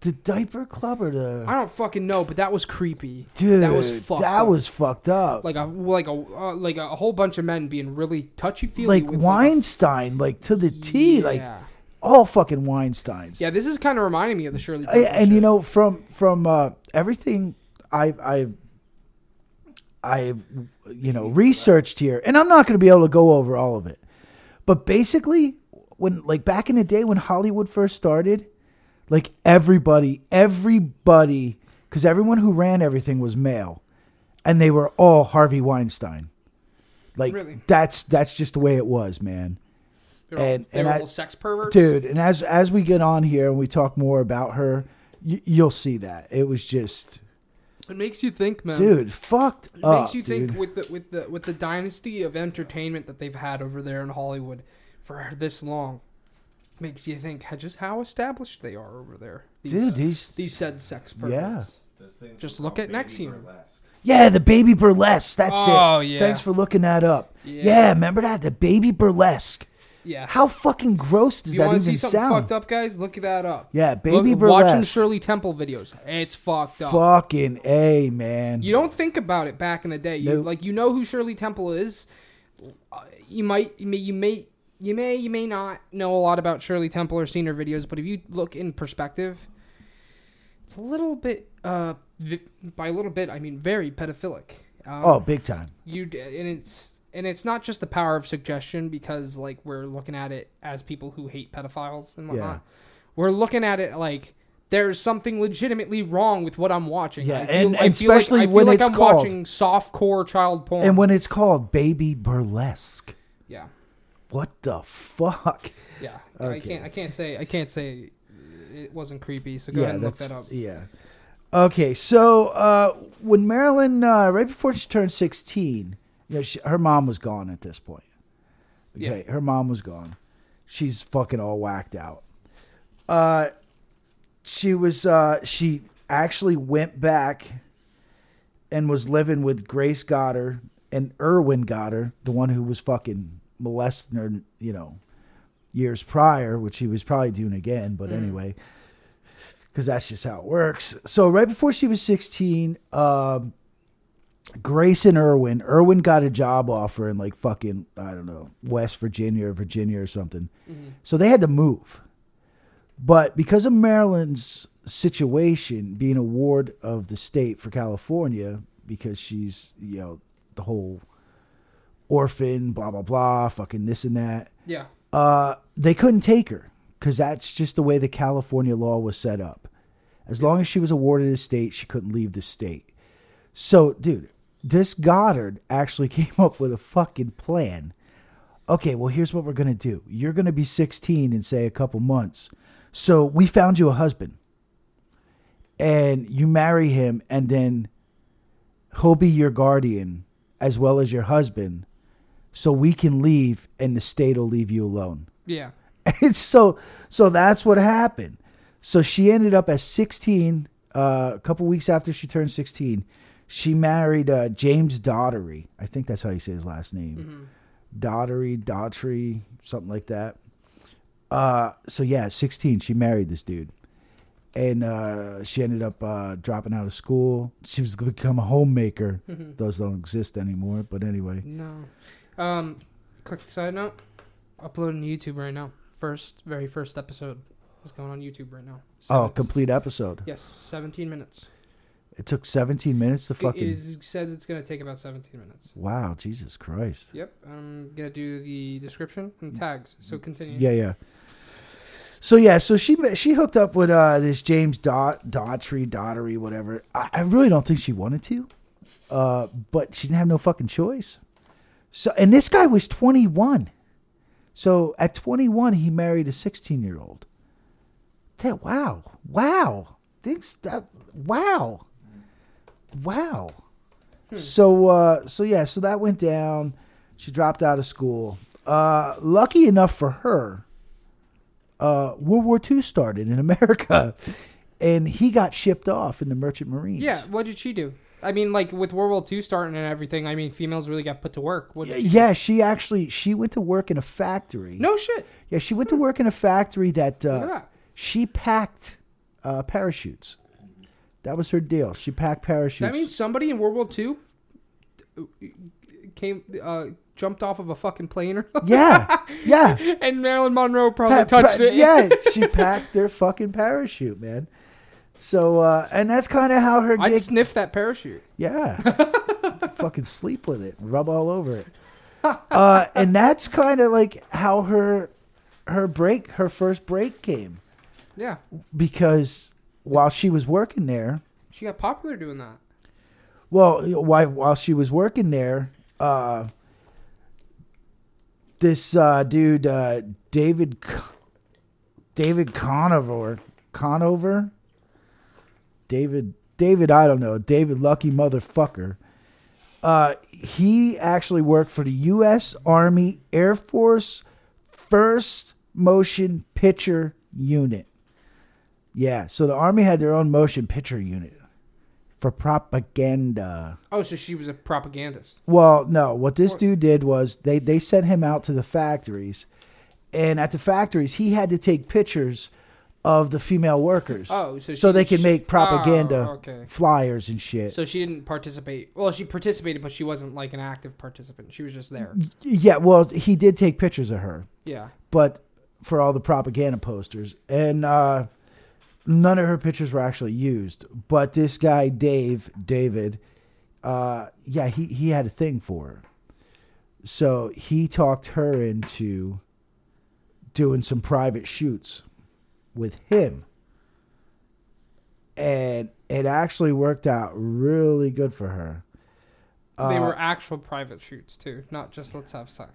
Speaker 2: The diaper club or the
Speaker 1: I don't fucking know, but that was creepy.
Speaker 2: dude?
Speaker 1: that was fucked.
Speaker 2: That
Speaker 1: up.
Speaker 2: was fucked up. Like,
Speaker 1: like a like a uh, like a whole bunch of men being really touchy feely.
Speaker 2: Weinstein, like to the T, like
Speaker 1: yeah.
Speaker 2: all fucking Weinsteins.
Speaker 1: yeah, this is kind of reminding me of the Shirley.
Speaker 2: I-
Speaker 1: Temple
Speaker 2: and
Speaker 1: shit.
Speaker 2: you know, from from uh, everything I've I've I've you know researched here, and I'm not going to be able to go over all of it, but basically, when like back in the day when Hollywood first started, like everybody, everybody, because everyone who ran everything was male, and they were all Harvey Weinstein. Like
Speaker 1: Really?
Speaker 2: that's that's just the way it was, man
Speaker 1: they're all,
Speaker 2: and-
Speaker 1: they're
Speaker 2: and I-
Speaker 1: all sex perverts.
Speaker 2: dude and as as we get on here and we talk more about her y- you'll see that it was just
Speaker 1: it makes you think, man.
Speaker 2: dude fucked
Speaker 1: Um, It
Speaker 2: up
Speaker 1: makes you
Speaker 2: dude.
Speaker 1: think with the with the with the dynasty of entertainment that they've had over there in Hollywood for this long. Makes you think how- just how established they are over there. These,
Speaker 2: dude these
Speaker 1: these said sex perverts.
Speaker 2: Yeah.
Speaker 3: Those things
Speaker 1: Just
Speaker 3: were
Speaker 1: look
Speaker 3: called
Speaker 1: at next
Speaker 3: baby
Speaker 1: year.
Speaker 3: burlesque.
Speaker 2: yeah the baby burlesque that's
Speaker 1: Oh,
Speaker 2: it
Speaker 1: yeah.
Speaker 2: thanks for looking that up
Speaker 1: Yeah.
Speaker 2: yeah. remember that the baby burlesque
Speaker 1: Yeah.
Speaker 2: how fucking gross does
Speaker 1: you
Speaker 2: that
Speaker 1: want
Speaker 2: even
Speaker 1: to see something
Speaker 2: sound
Speaker 1: fucked up, guys? Look that up.
Speaker 2: yeah baby
Speaker 1: Look- Watching
Speaker 2: burlesque
Speaker 1: Shirley Temple videos, it's fucked up.
Speaker 2: fucking a man
Speaker 1: You don't think about it back in the day. You
Speaker 2: Mm. Nope.
Speaker 1: like you know who Shirley Temple is. Uh, You might you may you may you may you may not know a lot about Shirley Temple or seen her videos, but if you look in perspective, it's a little bit uh vi- by a little bit I mean very pedophilic. Um,
Speaker 2: oh big time
Speaker 1: you d- and it's and it's not just the power of suggestion because like we're looking at it as people who hate pedophiles and whatnot.
Speaker 2: Yeah.
Speaker 1: We're looking at it like there's something legitimately wrong with what I'm watching. I
Speaker 2: Yeah, and-
Speaker 1: I
Speaker 2: and especially
Speaker 1: like, I feel
Speaker 2: when
Speaker 1: like
Speaker 2: it's
Speaker 1: I'm
Speaker 2: called-
Speaker 1: watching softcore child porn.
Speaker 2: and when it's called baby burlesque
Speaker 1: yeah,
Speaker 2: what the fuck
Speaker 1: yeah. I
Speaker 2: Okay.
Speaker 1: can't. I can't say. I can't say it wasn't creepy. So go ahead and look that up.
Speaker 2: Yeah. Okay, so uh, when Marilyn, uh, right before she turned 16, you know, she, her mom was gone at this point. Okay, her mom was gone. She's fucking all whacked out. Uh, she was, uh, she actually went back and was living with Grace Goddard and Irwin Goddard, the one who was fucking molesting her, you know, years prior, which he was probably doing again, but
Speaker 1: Mm-hmm.
Speaker 2: anyway because that's just how it works. So right before she was 16, um, Grace and Irwin, Irwin got a job offer in like fucking I don't know West Virginia or Virginia or something. So they had to move, but because of Maryland's situation being a ward of the state for California, because she's you know the whole orphan blah blah blah fucking this and that
Speaker 1: Yeah,
Speaker 2: uh, they couldn't take her because that's just the way the California law was set up. As long as she was awarded a state, she couldn't leave the state. So, dude, this Goddard actually came up with a fucking plan. Okay, well, here's what we're going to do you're going to be 16 in, say, a couple months. So, we found you a husband, and you marry him, and then he'll be your guardian as well as your husband. So, we can leave, and the state will leave you alone.
Speaker 1: yeah.
Speaker 2: And so so that's what happened. So she ended up at 16. Uh, a couple weeks after she turned 16, she married uh, James Daughtery. I think that's how you say his last
Speaker 1: Mm. Mm-hmm.
Speaker 2: name. Daughtery, Daughtry, something like that. Uh, so yeah, at 16, she married this dude. And uh, she ended up uh, dropping out of school. She was going to become a homemaker.
Speaker 1: Mm-hmm.
Speaker 2: Those don't exist anymore. But anyway,
Speaker 1: No. Um, quick side note. Uploading to YouTube right now. First, very first episode is going on YouTube right now.
Speaker 2: oh,
Speaker 1: Seven-
Speaker 2: complete episode.
Speaker 1: Yes, 17 minutes.
Speaker 2: It took 17 minutes to
Speaker 1: It
Speaker 2: fucking.
Speaker 1: is, it says it's going to take about 17 minutes.
Speaker 2: Wow, Jesus Christ.
Speaker 1: Yep, I'm going to do the description and tags. So continue.
Speaker 2: Mm. Yeah, yeah. So yeah, so she she hooked up with uh, this James Dot Daughtry, Daughtery, whatever. I, I really don't think she wanted to, uh, but she didn't have no fucking choice. So and this guy was twenty one. So at twenty one, he married a sixteen year old. That wow, wow, things that wow, wow. So uh, so yeah, so that went down. She dropped out of school. Uh, lucky enough for her, uh, World War II started in America, and he got shipped off in the Merchant Marines.
Speaker 1: Yeah, what did she do? I mean, like with World War II starting and everything, I mean, females really got put to work. What
Speaker 2: Y-
Speaker 1: did she-
Speaker 2: Yeah, she actually she went to work in a factory.
Speaker 1: No shit.
Speaker 2: Yeah, she went to work in a factory that
Speaker 1: Look at
Speaker 2: uh,
Speaker 1: that.
Speaker 2: she packed uh, parachutes. That was her deal. She packed parachutes.
Speaker 1: That means somebody in World War II came, uh, jumped off of a fucking plane or
Speaker 2: yeah, yeah.
Speaker 1: and Marilyn Monroe probably
Speaker 2: Pa-
Speaker 1: touched
Speaker 2: pa-
Speaker 1: it.
Speaker 2: Yeah, she packed their fucking parachute, man. So, uh, and that's kind of how her
Speaker 1: I'd
Speaker 2: gig.
Speaker 1: sniff that parachute.
Speaker 2: Yeah. Fucking sleep with it, rub all over it. Uh, and that's kind of like how her her break, her first break came
Speaker 1: Yeah,
Speaker 2: because while she was working there,
Speaker 1: she got popular doing that.
Speaker 2: well, why while she was working there, uh, this uh, dude uh, David C- David Conover Conover David David I don't know David Lucky motherfucker. Uh, he actually worked for the U.S. Army Air Force First Motion Picture Unit. Yeah, so the Army had their own motion picture unit for propaganda.
Speaker 1: Oh, so she was a propagandist.
Speaker 2: Well, no. What this
Speaker 1: Or-
Speaker 2: dude did was they they sent him out to the factories, and at the factories he had to take pictures of the female workers.
Speaker 1: Oh, so she
Speaker 2: they
Speaker 1: did
Speaker 2: could
Speaker 1: sh-
Speaker 2: make propaganda
Speaker 1: Oh, okay.
Speaker 2: flyers and shit.
Speaker 1: So she didn't participate. Well, she participated, but she wasn't like an active participant. She was just there.
Speaker 2: yeah, well, he did take pictures of her,
Speaker 1: Yeah.
Speaker 2: but for all the propaganda posters and uh, none of her pictures were actually used. But this guy Dave David, uh, yeah, he he had a thing for her, so he talked her into doing some private shoots with him, and it actually worked out really good for her.
Speaker 1: they
Speaker 2: Uh,
Speaker 1: were actual private shoots too, not just let's have sex.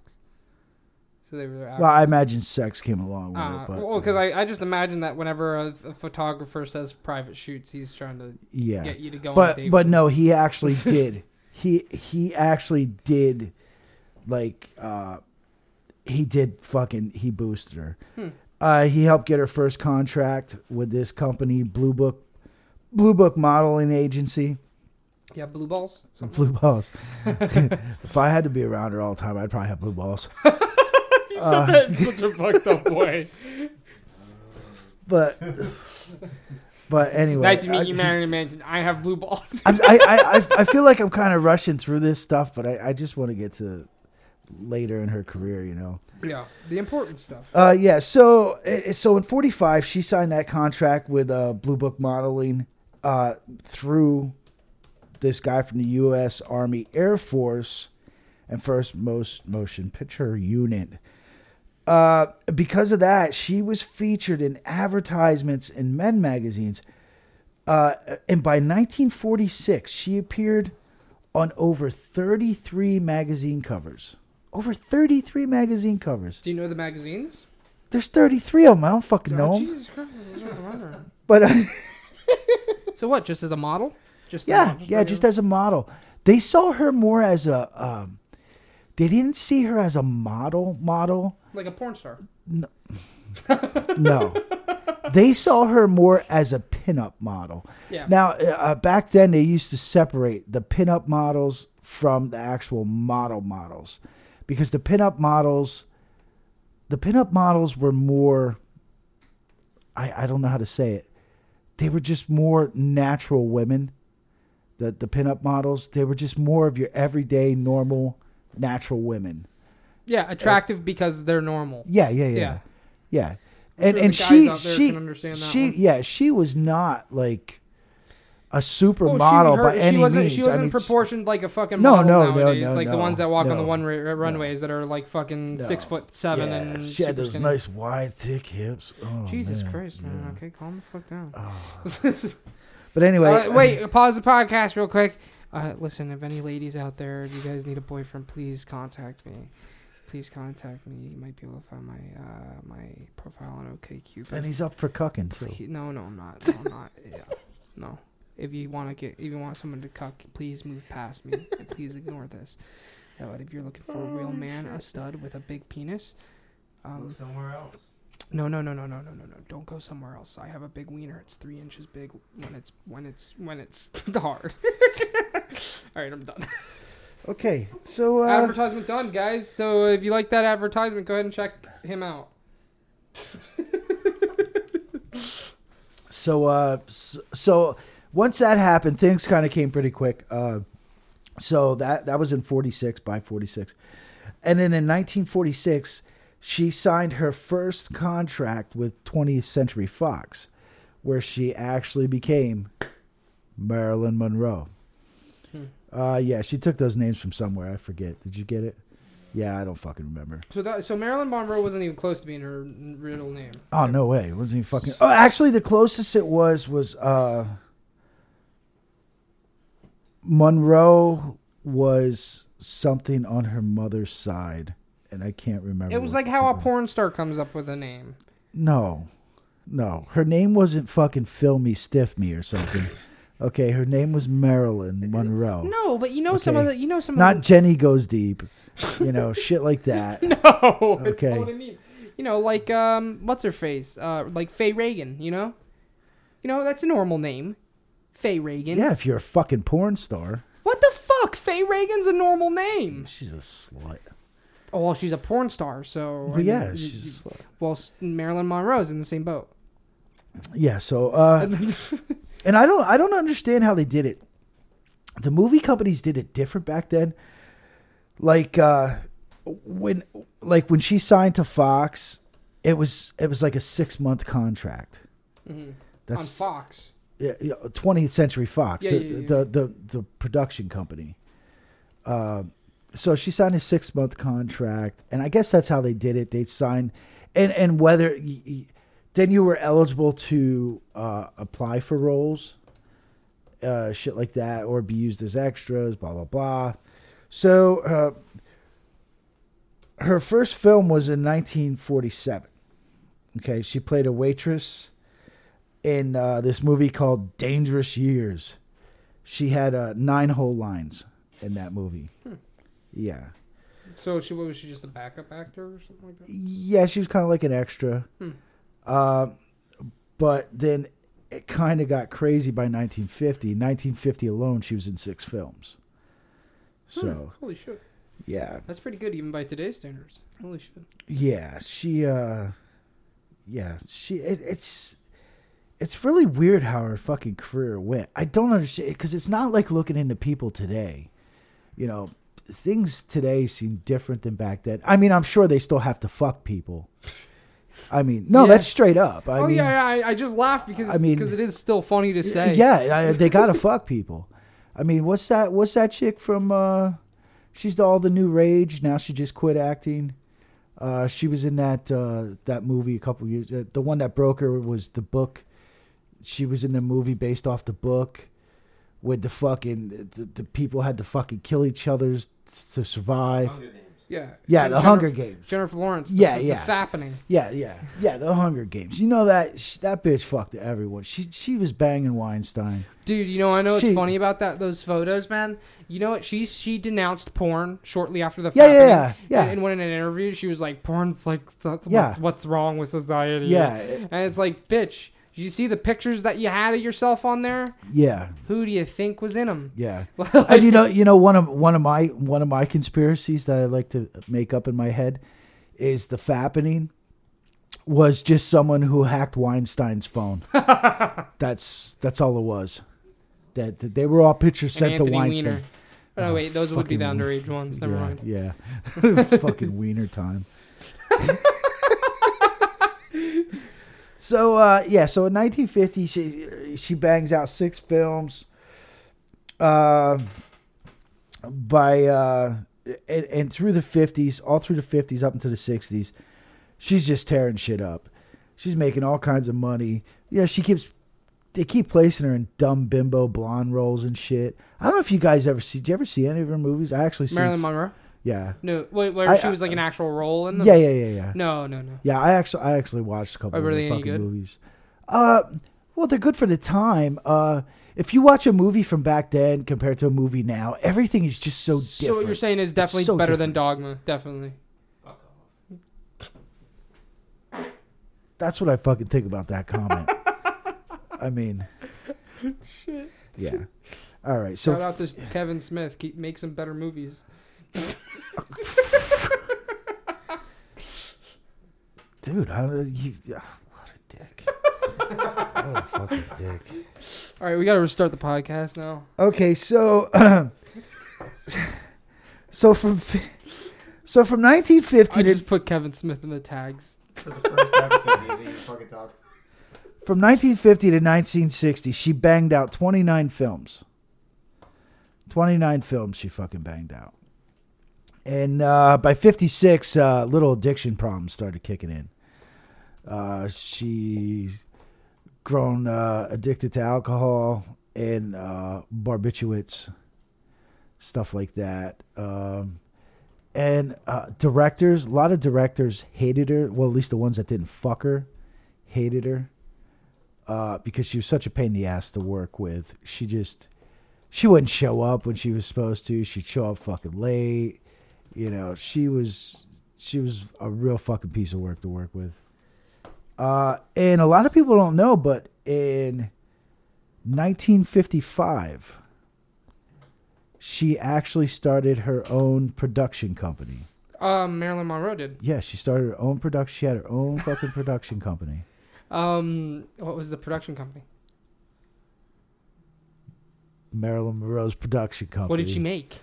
Speaker 1: So they were.
Speaker 2: Well,
Speaker 1: Actual,
Speaker 2: I imagine sex came along with
Speaker 1: uh,
Speaker 2: it, but
Speaker 1: well, because I, I just imagine that whenever a, a photographer says private shoots, he's trying to
Speaker 2: yeah,
Speaker 1: get you to go on a
Speaker 2: but
Speaker 1: date.
Speaker 2: but no, he actually did. He he actually did, like uh, he did fucking he boosted her.
Speaker 1: Hmm.
Speaker 2: Uh, he helped get her first contract with this company, Blue Book, Blue Book Modeling Agency,
Speaker 1: with. yeah, blue balls.
Speaker 2: Blue Balls. if I had to be around her all the time, I'd probably have blue balls.
Speaker 1: He said that in such a fucked up way.
Speaker 2: But but anyway,
Speaker 1: nice to
Speaker 2: I-
Speaker 1: meet you, Marilyn Manson. I have blue balls.
Speaker 2: I, I, I, I feel like I'm kind of rushing through this stuff, but I, I just want to get to later in her career, you know.
Speaker 1: yeah, the important stuff.
Speaker 2: Uh, yeah. So, eh, so in '45, she signed that contract with uh, Blue Book Modeling uh, through this guy from the U.S. Army Air Force and First Most Motion Picture Unit. Uh, because of that, she was featured in advertisements in men magazines. Uh, and by 1946, she appeared on over 33 magazine covers. Over 33 magazine covers.
Speaker 1: Do you know the magazines?
Speaker 2: There's 33 of them. I don't fucking know
Speaker 1: Oh,
Speaker 2: 'em.
Speaker 1: Jesus Christ, that's just a matter.
Speaker 2: But uh,
Speaker 1: so what? Just as a model? Just
Speaker 2: yeah, yeah,
Speaker 1: regular-
Speaker 2: just as a model. They saw her more as a. Um, they didn't see her as a model. Model.
Speaker 1: like a porn star.
Speaker 2: No, they saw her more as a pinup model.
Speaker 1: Yeah.
Speaker 2: Now, uh, back then, they used to separate the pinup models from the actual model models, because the pinup models, the pinup models were more. I I don't know how to say it. They were just more natural women. The the pinup models they were just more of your everyday normal natural women.
Speaker 1: yeah, attractive because they're normal.
Speaker 2: Yeah, yeah, yeah, yeah.
Speaker 1: Yeah. I'm
Speaker 2: And
Speaker 1: sure the guys
Speaker 2: and she
Speaker 1: out there
Speaker 2: she
Speaker 1: can understand that
Speaker 2: she
Speaker 1: one.
Speaker 2: yeah she was not like a supermodel
Speaker 1: her-
Speaker 2: by any
Speaker 1: Oh, she wasn't,
Speaker 2: means.
Speaker 1: She
Speaker 2: I
Speaker 1: wasn't
Speaker 2: mean,
Speaker 1: proportioned like a fucking
Speaker 2: No,
Speaker 1: model
Speaker 2: no, no,
Speaker 1: nowadays.
Speaker 2: no,
Speaker 1: like
Speaker 2: no,
Speaker 1: the ones that walk on the
Speaker 2: no,
Speaker 1: one ra- runways that are like fucking six
Speaker 2: No.
Speaker 1: foot seven and
Speaker 2: she had
Speaker 1: super
Speaker 2: those
Speaker 1: skinny.
Speaker 2: nice wide thick hips. Oh,
Speaker 1: Jesus
Speaker 2: man.
Speaker 1: Christ, man. Okay, calm the fuck down.
Speaker 2: But anyway,
Speaker 1: Uh, wait, pause the podcast real quick. Uh, listen, if any ladies out there, if you guys need a boyfriend, please contact me. Please contact me. You might be able to find my uh, my profile on OKCupid.
Speaker 2: and he's up for cucking too.
Speaker 1: Please- No, no, I'm not. No, I'm not. Yeah, no. If you want to get, if you want someone to cuck, please move past me. And please ignore this. Oh, and if you're looking for a real man, a stud with a big penis, um,
Speaker 3: Look somewhere else.
Speaker 1: no, no, no, no, no, no, no, no. Don't go somewhere else. I have a big wiener. It's three inches big when it's when it's when it's hard. All right, I'm done.
Speaker 2: Okay, so uh,
Speaker 1: advertisement done, guys. So if you like that advertisement, go ahead and check him out.
Speaker 2: so uh, s- so once that happened, things kind of came pretty quick. Uh, so that that was in '46 by '46, and then in 1946, she signed her first contract with 20th Century Fox, where she actually became Marilyn Monroe. Uh, yeah, she took those names from somewhere. I forget. Did you get it? Yeah, I don't fucking remember.
Speaker 1: So that so Marilyn Monroe wasn't even close to being her n- real name.
Speaker 2: Oh no way! It wasn't even fucking. Oh, actually, the closest it was was uh, Monroe was something on her mother's side, and I can't remember.
Speaker 1: It was
Speaker 2: what
Speaker 1: like
Speaker 2: the
Speaker 1: how a
Speaker 2: fuck-
Speaker 1: porn star comes up with a name.
Speaker 2: No, no, her name wasn't fucking Phil Me Stiff Me or something. okay, her name was Marilyn Monroe.
Speaker 1: No, but you know some of
Speaker 2: Oh. Okay.
Speaker 1: the you know some
Speaker 2: Not
Speaker 1: of
Speaker 2: Jenny Goes Deep, you know, shit like that.
Speaker 1: the, no. It's
Speaker 2: Okay.
Speaker 1: not what I mean. You know, like um, what's her face? Uh, like Faye Reagan. You know, you know that's a normal name, Faye Reagan.
Speaker 2: Yeah, if you're a fucking porn star,
Speaker 1: What the fuck? Faye Reagan's a normal name.
Speaker 2: she's a slut.
Speaker 1: Oh well, she's a porn star, so I
Speaker 2: But
Speaker 1: mean,
Speaker 2: yeah,
Speaker 1: you-
Speaker 2: she's a
Speaker 1: you-
Speaker 2: slut.
Speaker 1: well s- Marilyn Monroe's in the same boat. Mm-hmm.
Speaker 2: Yeah, so uh and I don't I don't understand how they did it. The movie companies did it different back then. Like uh when like when she signed to Fox, it was it was like a 6-month contract.
Speaker 1: on
Speaker 2: That's
Speaker 1: Fox.
Speaker 2: yeah, yeah, 20th Century Fox,
Speaker 1: Yeah,
Speaker 2: the,
Speaker 1: yeah, yeah,
Speaker 2: the, the the production company. Uh, so she signed a six month contract, and I guess that's how they did it. They'd sign, and and whether y- y- then you were eligible to uh, apply for roles, uh, shit like that, or be used as extras, blah blah blah. So uh, her first film was in 1947. Okay, she played a waitress in uh, this movie called Dangerous Years. She had uh, nine whole lines in that movie. Yeah.
Speaker 1: So she what was she just a backup actor or something like that?
Speaker 2: Yeah, she was kind of like an extra.
Speaker 1: Hmm.
Speaker 2: Uh, but then it kind of got crazy by 1950. 1950 alone, she was in six films.
Speaker 1: Hmm.
Speaker 2: So,
Speaker 1: Holy shit,
Speaker 2: yeah.
Speaker 1: that's pretty good even by today's standards. Holy shit.
Speaker 2: Yeah, she uh yeah, she it, it's it's really weird how her fucking career went. I don't understand cuz it's not like looking into people today. You know, things today seem different than back then. I mean, I'm sure they still have to fuck people. I mean, no,
Speaker 1: Yeah.
Speaker 2: that's straight up. I
Speaker 1: oh
Speaker 2: mean,
Speaker 1: yeah, yeah, I, I just laughed because
Speaker 2: I
Speaker 1: I
Speaker 2: mean-
Speaker 1: because it is still funny to say.
Speaker 2: yeah, I, they gotta fuck people. I mean, what's that? What's that chick from? Uh, she's all the new rage now. She just quit acting. Uh, she was in that uh, that movie a couple years. Uh, the one that broke her was the book. She was in the movie based off the book, with the fucking the, the people had to fucking kill each other to survive.
Speaker 3: Hunger Games.
Speaker 1: yeah,
Speaker 2: Yeah,
Speaker 1: Jen-
Speaker 2: the
Speaker 1: Jennifer-
Speaker 2: Hunger Games.
Speaker 1: Jennifer Lawrence. The,
Speaker 2: Yeah,
Speaker 1: the
Speaker 2: yeah.
Speaker 1: Fappening.
Speaker 2: Yeah, yeah, yeah. The Hunger Games. You know that sh- that bitch fucked everyone. She she was banging Weinstein.
Speaker 1: Dude, you know I know what's
Speaker 2: She-
Speaker 1: funny about that those photos, man. You know what? She she denounced porn shortly after the
Speaker 2: Yeah, yeah,
Speaker 1: Fappening.
Speaker 2: yeah, yeah.
Speaker 1: And, and when in an interview, she was like, "Porn's like th- what's,
Speaker 2: Yeah.
Speaker 1: what's wrong with society?"
Speaker 2: Yeah.
Speaker 1: And it's like, bitch, did you see the pictures that you had of yourself on there?
Speaker 2: Yeah,
Speaker 1: Who do you think was in them?
Speaker 2: yeah.
Speaker 1: Well,
Speaker 2: and you know, you know, one of one of my one of my conspiracies that I like to make up in my head is the fappening was just someone who hacked Weinstein's phone. that's that's all it was. That, that they were all pictures sent
Speaker 1: Anthony
Speaker 2: to Weinstein.
Speaker 1: Weiner. Oh, no, wait, those would be the
Speaker 2: fucking-
Speaker 1: underage ones. Never
Speaker 2: yeah,
Speaker 1: mind.
Speaker 2: Yeah. Fucking wiener time. so uh, yeah, so in 1950 she she bangs out six films. Uh, by uh, and, and through the 50s, all through the 50s up into the 60s, she's just tearing shit up. She's making all kinds of money. You know, she keeps they keep placing her in dumb bimbo blonde roles and shit. I don't know if you guys ever see. Did you ever see any of her movies? I actually seen
Speaker 1: Marilyn Monroe.
Speaker 2: yeah.
Speaker 1: No, wait, where
Speaker 2: I- uh,
Speaker 1: she was like an actual role in them.
Speaker 2: Yeah, yeah, yeah, yeah.
Speaker 1: No, no, no.
Speaker 2: Yeah, I actually I actually watched a couple
Speaker 1: Are
Speaker 2: of
Speaker 1: really
Speaker 2: the
Speaker 1: any
Speaker 2: fucking
Speaker 1: good?
Speaker 2: movies. Uh well they're good for the time. Uh if you watch a movie from back then compared to a movie now, everything is just so different.
Speaker 1: So what you're saying is definitely
Speaker 2: so
Speaker 1: better than Dogma, definitely.
Speaker 3: Fuck off.
Speaker 2: That's what I fucking think about that comment. I mean,
Speaker 1: Shit.
Speaker 2: yeah. All right, so
Speaker 1: Shout out to Kevin Smith. Keep make some better movies.
Speaker 2: dude, I don't, you, ah, what a dick. what a fucking dick.
Speaker 1: All right, we gotta restart the podcast now.
Speaker 2: Okay, so so from fi- so from 1950
Speaker 1: I
Speaker 2: to,
Speaker 1: just put Kevin Smith in the tags.
Speaker 3: For the first episode, you think you fucking talk.
Speaker 2: from 1950 to 1960, she banged out 29 films. 29 films she fucking banged out. And uh, by 56, uh, little addiction problems started kicking in. Uh, she grown uh, addicted to alcohol and uh, barbiturates, stuff like that. Um, and uh, directors, a lot of directors hated her. Well, at least the ones that didn't fuck her hated her uh, because she was such a pain in the ass to work with. She just she wouldn't show up when she was supposed to. She'd show up fucking late. You know, she was she was a real fucking piece of work to work with. Uh, and a lot of people don't know, but in 1955, she actually started her own production company.
Speaker 1: Um, Marilyn Monroe did.
Speaker 2: Yeah, she started her own production. She had her own fucking production company.
Speaker 1: Um, what was the production company?
Speaker 2: Marilyn Monroe's production company.
Speaker 1: What did she make?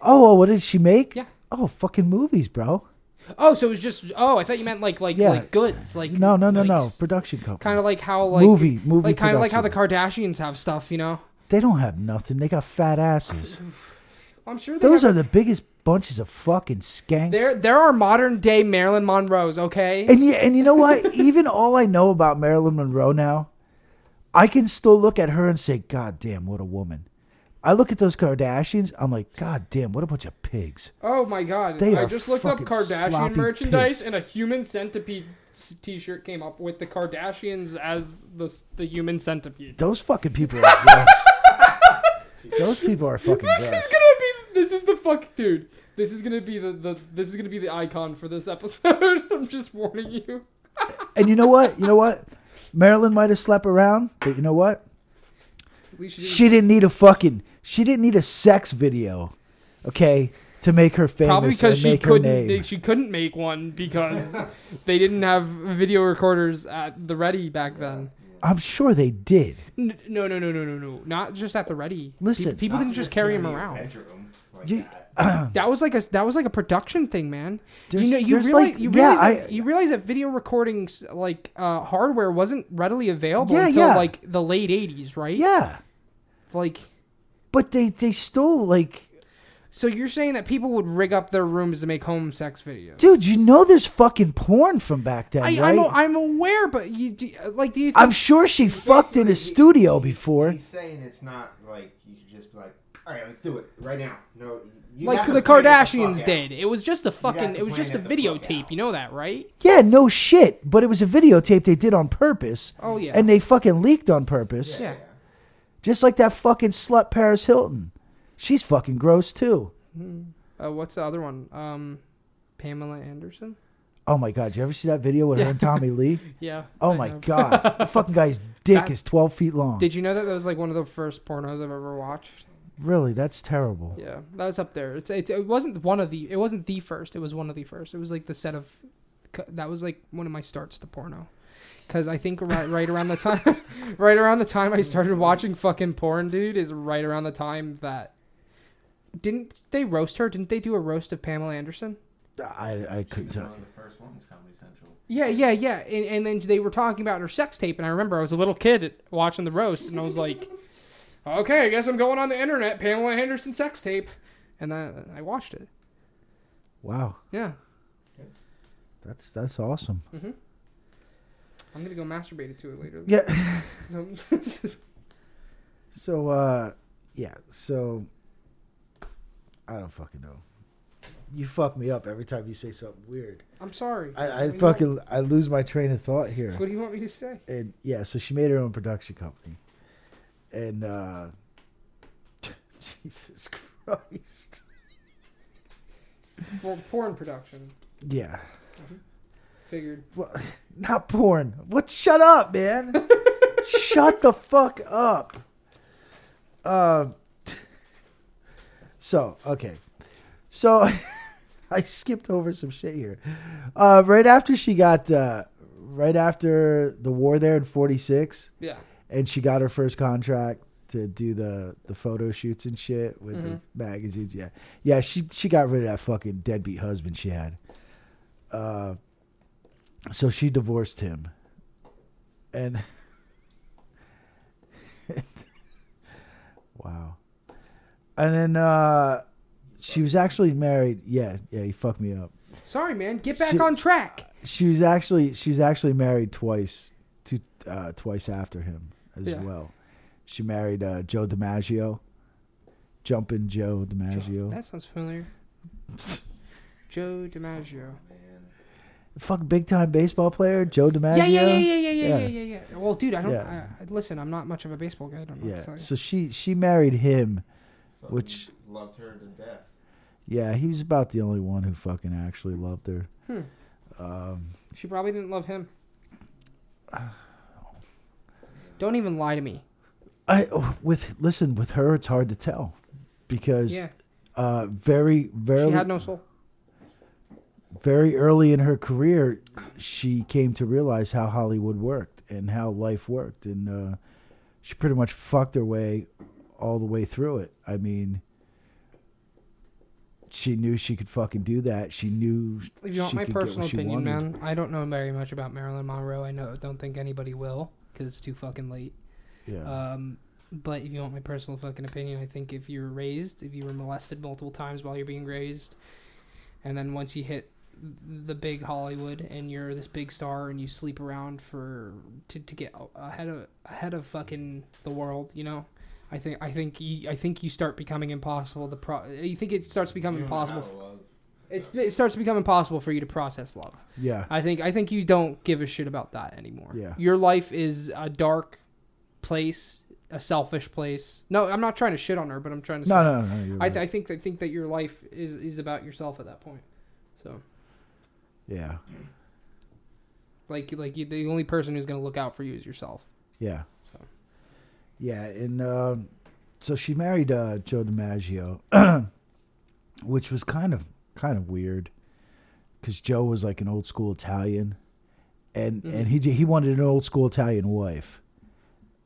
Speaker 2: Oh, well, what did she make?
Speaker 1: Yeah.
Speaker 2: Oh, fucking movies, bro.
Speaker 1: Oh, so it was just. Oh, I thought you meant like like
Speaker 2: Yeah.
Speaker 1: like goods. Like
Speaker 2: no, no, no,
Speaker 1: like,
Speaker 2: no. Production company.
Speaker 1: Kind of like how like
Speaker 2: movie, movie.
Speaker 1: like kind of like how the
Speaker 2: production.
Speaker 1: Kardashians have stuff, you know.
Speaker 2: They don't have nothing. They got fat asses.
Speaker 1: I'm sure they
Speaker 2: Those
Speaker 1: have-
Speaker 2: are the biggest bunches of fucking skanks.
Speaker 1: There, there are modern day Marilyn Monroes. Okay.
Speaker 2: and yeah, and you know what? Even all I know about Marilyn Monroe now, I can still look at her and say, "God damn, what a woman." I look at those Kardashians. I'm like, God damn, what a bunch of pigs.
Speaker 1: oh my God!
Speaker 2: They
Speaker 1: I
Speaker 2: are
Speaker 1: just looked up
Speaker 2: fucking
Speaker 1: Kardashian
Speaker 2: sloppy
Speaker 1: merchandise,
Speaker 2: pigs.
Speaker 1: and a human centipede s- T-shirt came up with the Kardashians as the s- the human centipede.
Speaker 2: Those fucking people are gross. those people are fucking
Speaker 1: This
Speaker 2: gross.
Speaker 1: is gonna be. This is the fuck, dude. This is gonna be the, the this is gonna be the icon for this episode. I'm just warning you.
Speaker 2: And you know what? You know what? Marilyn might have slept around, but you know what?
Speaker 1: We should.
Speaker 2: She didn't need a fucking. She didn't need a sex video, okay, to make her famous
Speaker 1: Probably because
Speaker 2: and
Speaker 1: she
Speaker 2: make her
Speaker 1: couldn't. they-
Speaker 2: name.
Speaker 1: She couldn't make one because they didn't have video recorders at the ready back then.
Speaker 2: I'm sure they did.
Speaker 1: N- No, no, no, no, no, no. Not just at the ready.
Speaker 2: Listen.
Speaker 1: Pe- people
Speaker 3: Not
Speaker 1: didn't
Speaker 3: to
Speaker 1: just carry
Speaker 3: in
Speaker 1: him
Speaker 3: your
Speaker 1: around.
Speaker 3: Bedroom like
Speaker 2: You-
Speaker 3: that.
Speaker 1: That was like a that was like a production thing, man.
Speaker 2: There's-
Speaker 1: you know, you
Speaker 2: there's
Speaker 1: realize,
Speaker 2: like-
Speaker 1: you,
Speaker 2: yeah,
Speaker 1: realize that,
Speaker 2: I-
Speaker 1: you realize that video recordings like uh, hardware wasn't readily available
Speaker 2: Yeah,
Speaker 1: until
Speaker 2: yeah.
Speaker 1: like the late '80s, right?
Speaker 2: Yeah,
Speaker 1: Like,
Speaker 2: but they they still like,
Speaker 1: so you're saying that people would rig up their rooms to make home sex videos?
Speaker 2: dude. You know, there's fucking porn from back then,
Speaker 1: I, I'm,
Speaker 2: right?
Speaker 1: I'm aware, but you do, like, do you think
Speaker 2: I'm sure she fucked in a
Speaker 3: Basically, he-
Speaker 2: studio
Speaker 3: he's-
Speaker 2: before.
Speaker 3: He's saying it's not like you could just be like, all right, let's do it right now. No, you
Speaker 1: like
Speaker 3: have to
Speaker 1: the
Speaker 3: plan it
Speaker 1: Kardashians
Speaker 3: fuck out.
Speaker 1: did? It was just a fucking,
Speaker 3: to
Speaker 1: it was
Speaker 3: plan
Speaker 1: just
Speaker 3: it
Speaker 1: a
Speaker 3: the fuck
Speaker 1: videotape.
Speaker 3: out.
Speaker 1: You know that, right?
Speaker 2: Yeah, no shit. But it was a videotape they did on purpose.
Speaker 1: Oh, yeah.
Speaker 2: And they fucking leaked on purpose.
Speaker 1: Yeah.
Speaker 2: Just like that fucking slut Paris Hilton. She's fucking gross too.
Speaker 1: Uh, what's the other one? Um, Pamela Anderson.
Speaker 2: Oh my god, you ever see that video with her and Tommy Lee?
Speaker 1: Yeah.
Speaker 2: Oh
Speaker 1: I
Speaker 2: my
Speaker 1: know.
Speaker 2: god, the fucking guy's dick
Speaker 1: That-
Speaker 2: is twelve feet long.
Speaker 1: Did you know that that was like one of the first pornos I've ever watched?
Speaker 2: really, that's terrible.
Speaker 1: Yeah, that was up there. It's, it's it wasn't one of the it wasn't the first. It was one of the first. It was like the set of that was like one of my starts to porno. Cause I think right right around the time, right around the time I started watching fucking porn, dude, is right around the time that didn't they roast her? Didn't they do a roast of Pamela Anderson?
Speaker 2: I I
Speaker 3: She
Speaker 2: couldn't
Speaker 3: was
Speaker 2: tell.
Speaker 3: one of the first ones, Comedy Central.
Speaker 1: Yeah, yeah, yeah. And, and then they were talking about her sex tape, and I remember I was a little kid watching the roast, and I was like, "Okay, I guess I'm going on the internet, Pamela Anderson sex tape," and I, I watched it.
Speaker 2: Wow,
Speaker 1: Yeah,
Speaker 2: that's that's awesome.
Speaker 1: I'm gonna go masturbate to it later.
Speaker 2: Yeah.
Speaker 1: So-
Speaker 2: So uh, yeah. So I don't fucking know. You fuck me up every time you say something weird.
Speaker 1: I'm sorry.
Speaker 2: I, I
Speaker 1: You know,
Speaker 2: fucking I lose my train of thought here.
Speaker 1: What do you want me to say?
Speaker 2: and yeah, so she made her own production company, and uh, Jesus Christ.
Speaker 1: Well, porn production.
Speaker 2: Yeah.
Speaker 1: Figured.
Speaker 2: Well, not porn. What? Shut up, man. Shut the fuck up. Uh, so, okay. So, I skipped over some shit here. Uh, right after she got, uh, right after the war there in 46,
Speaker 1: Yeah.
Speaker 2: and she got her first contract to do the the photo shoots and shit with
Speaker 1: Mhm.
Speaker 2: the magazines. Yeah, yeah. She she got rid of that fucking deadbeat husband she had. Uh, so she divorced him, and wow. And then uh, she was actually married. Yeah, yeah. He fucked me up.
Speaker 1: Sorry, man. Get back
Speaker 2: Shit.
Speaker 1: on track.
Speaker 2: She was actually she was actually married twice to uh, twice after him as
Speaker 1: Yeah.
Speaker 2: well. She married uh, Joe DiMaggio, Jumpin' Joe DiMaggio.
Speaker 1: That sounds familiar. Joe DiMaggio.
Speaker 3: Man.
Speaker 2: Fuck big time baseball player Joe DiMaggio.
Speaker 1: Yeah, yeah, yeah, yeah, yeah, yeah,
Speaker 2: Yeah.
Speaker 1: yeah, yeah, yeah. Well, dude, I don't.
Speaker 2: Yeah.
Speaker 1: I, I- listen, I'm not much of a baseball guy. I don't know
Speaker 2: Yeah,
Speaker 1: what to tell you.
Speaker 2: So she she married him.
Speaker 3: Fucking
Speaker 2: Which-
Speaker 3: loved her to death.
Speaker 2: Yeah, he was about the only one who fucking actually loved her.
Speaker 1: Hmm.
Speaker 2: Um,
Speaker 1: She probably didn't love him. Don't even lie to me.
Speaker 2: I with listen with her it's hard to tell because
Speaker 1: Yeah.
Speaker 2: uh, very very
Speaker 1: She had no soul.
Speaker 2: very early in her career, she came to realize how Hollywood worked and how life worked, and uh, she pretty much fucked her way all the way through it. I mean, she knew she could fucking do that. She knew
Speaker 1: If you want
Speaker 2: she
Speaker 1: my
Speaker 2: could get what
Speaker 1: personal
Speaker 2: she
Speaker 1: opinion,
Speaker 2: wanted.
Speaker 1: man, I don't know very much about Marilyn Monroe. I know, don't think anybody will because it's too fucking late.
Speaker 2: Yeah,
Speaker 1: Um, but if you want my personal fucking opinion, I think if you were raised, if you were molested multiple times while you're being raised, and then once you hit the big Hollywood and you're this big star and you sleep around for to, to get ahead of ahead of fucking the world, you know. I think I think you I think you start becoming impossible. The pro you think it starts becoming
Speaker 3: You don't know how
Speaker 1: impossible.
Speaker 3: to love.
Speaker 1: It's, it starts to become impossible for you to process love.
Speaker 2: yeah,
Speaker 1: I think I think you don't give a shit about that anymore.
Speaker 2: Yeah.
Speaker 1: Your life is a dark place, a selfish place. No, I'm not trying to shit on her, but I'm trying to
Speaker 2: no,
Speaker 1: say
Speaker 2: no, no. You're
Speaker 1: I,
Speaker 2: right.
Speaker 1: th- I think I think that your life is is about yourself at that point. So,
Speaker 2: yeah,
Speaker 1: like like you, the only person who's going to look out for you is yourself.
Speaker 2: yeah,
Speaker 1: So,
Speaker 2: yeah. And um, so she married uh, Joe DiMaggio, which was kind of kind of weird because Joe was like an old school Italian, and
Speaker 1: Mm-hmm.
Speaker 2: and he j- he wanted an old school Italian wife,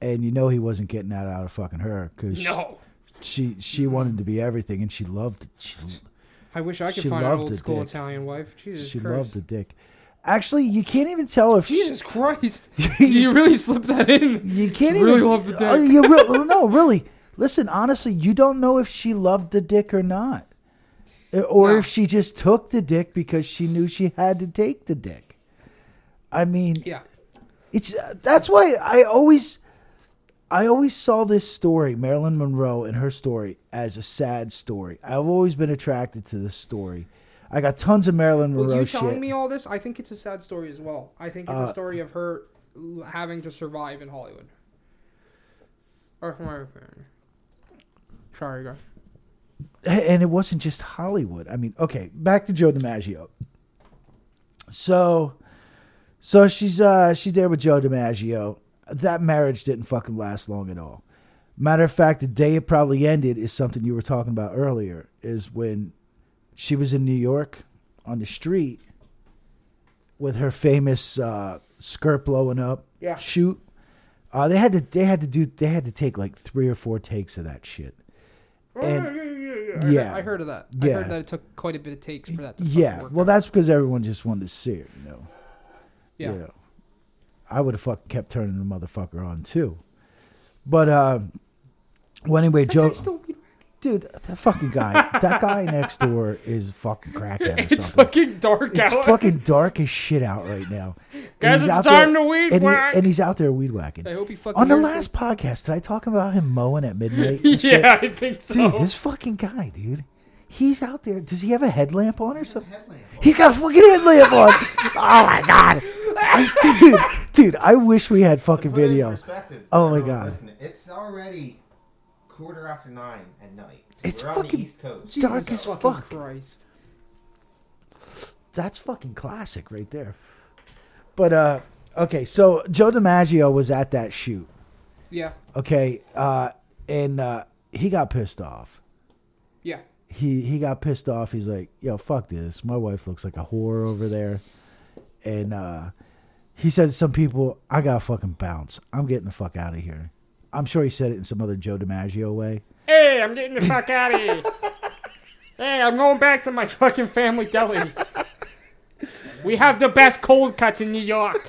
Speaker 2: and you know he wasn't getting that out of fucking her because
Speaker 1: no. Mm-hmm.
Speaker 2: she she wanted to be everything, and she loved she
Speaker 1: I wish I could
Speaker 2: She
Speaker 1: find an
Speaker 2: loved
Speaker 1: old
Speaker 2: a
Speaker 1: school
Speaker 2: dick.
Speaker 1: Italian wife. Jesus
Speaker 2: she
Speaker 1: Christ.
Speaker 2: loved the dick. Actually, you can't even tell if she-
Speaker 1: Jesus Christ. you really slipped that in.
Speaker 2: You can't
Speaker 1: Really
Speaker 2: even
Speaker 1: love the
Speaker 2: Oh,
Speaker 1: dick.
Speaker 2: you real- no, really. Listen, honestly, you don't know if she loved the dick or not, Uh, or
Speaker 1: No.
Speaker 2: if she just took the dick because she knew she had to take the dick. I mean,
Speaker 1: Yeah.
Speaker 2: it's uh, that's why I always, I always saw this story, Marilyn Monroe and her story, as a sad story. I've always been attracted to this story. I got tons of Marilyn Monroe
Speaker 1: Well, you
Speaker 2: shit.
Speaker 1: telling me all this, I think it's a sad story as well. I think it's
Speaker 2: Uh,
Speaker 1: a story of her l- having to survive in Hollywood. Or my opinion. Sorry, guys.
Speaker 2: and it wasn't just Hollywood. I mean, okay, back to Joe DiMaggio. So, so she's uh she's there with Joe DiMaggio. That marriage didn't fucking last long at all. Matter of fact, the day it probably ended is something you were talking about earlier. Is when she was in New York on the street with her famous uh, skirt blowing up
Speaker 1: Yeah.
Speaker 2: shoot. Uh, they had to they had to do they had to take like three or four takes of that shit. And-
Speaker 1: Oh, yeah, yeah, yeah, yeah. I heard-
Speaker 2: yeah.
Speaker 1: I heard of that. I
Speaker 2: Yeah.
Speaker 1: heard that it took quite a bit of takes for that to fucking
Speaker 2: Yeah,
Speaker 1: work
Speaker 2: well,
Speaker 1: out.
Speaker 2: that's because everyone just wanted to see it, you know.
Speaker 1: yeah.
Speaker 2: You know. I would have fucking kept turning the motherfucker on too. But um, well, anyway,
Speaker 1: That
Speaker 2: Joe,
Speaker 1: guy's still weed-
Speaker 2: dude, that fucking guy, that guy next door is fucking crackhead or
Speaker 1: it's
Speaker 2: something.
Speaker 1: fucking dark
Speaker 2: it's
Speaker 1: out.
Speaker 2: fucking dark as shit out right now. And
Speaker 1: Guys,
Speaker 2: he's
Speaker 1: it's
Speaker 2: out
Speaker 1: time to weed
Speaker 2: and he-
Speaker 1: whack.
Speaker 2: and he's out there weed whacking.
Speaker 1: I hope he fucking
Speaker 2: On the
Speaker 1: learns
Speaker 2: last podcast, did I talk about him mowing at midnight?
Speaker 1: from-
Speaker 2: and shit?
Speaker 1: Yeah, I think so.
Speaker 2: dude, this fucking guy, dude. He's out there. Does he have a headlamp on or something?
Speaker 3: Headlamp.
Speaker 2: He's got a fucking headlamp on. oh my god, I, dude, Dude, I wish we had
Speaker 3: To
Speaker 2: fucking
Speaker 3: put it in
Speaker 2: video.
Speaker 3: Perspective. for
Speaker 2: Oh my
Speaker 3: everyone
Speaker 2: God.
Speaker 3: listening, it's already quarter after nine at night.
Speaker 2: It's
Speaker 3: We're on
Speaker 2: fucking-
Speaker 3: the East Coast.
Speaker 1: Jesus
Speaker 2: Dark as
Speaker 1: fucking
Speaker 2: fuck.
Speaker 1: Christ.
Speaker 2: That's fucking classic right there. But uh okay, so Joe DiMaggio was at that shoot.
Speaker 1: Yeah.
Speaker 2: Okay, uh and uh he got pissed off.
Speaker 1: Yeah.
Speaker 2: he he got pissed off. He's like, "Yo, fuck this. My wife looks like a whore over there." And uh he said to some people, "I got to fucking bounce. I'm getting the fuck out of here." I'm sure he said it in some other Joe DiMaggio way.
Speaker 1: Hey, I'm getting the fuck out of here. hey, I'm going back to my fucking family deli. We have the best cold cuts in New York.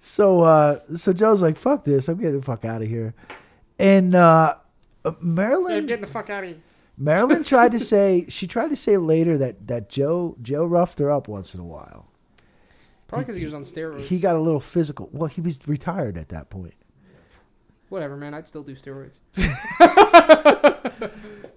Speaker 2: So uh so Joe's like, "Fuck this. I'm getting the fuck out of here." And uh Marilyn
Speaker 1: the fuck out of here.
Speaker 2: Marilyn tried to say she tried to say later that that Joe Joe roughed her up once in a while.
Speaker 1: Probably because he was on steroids.
Speaker 2: He got a little physical. Well, he was retired at that point.
Speaker 1: Whatever, man. I'd still do steroids.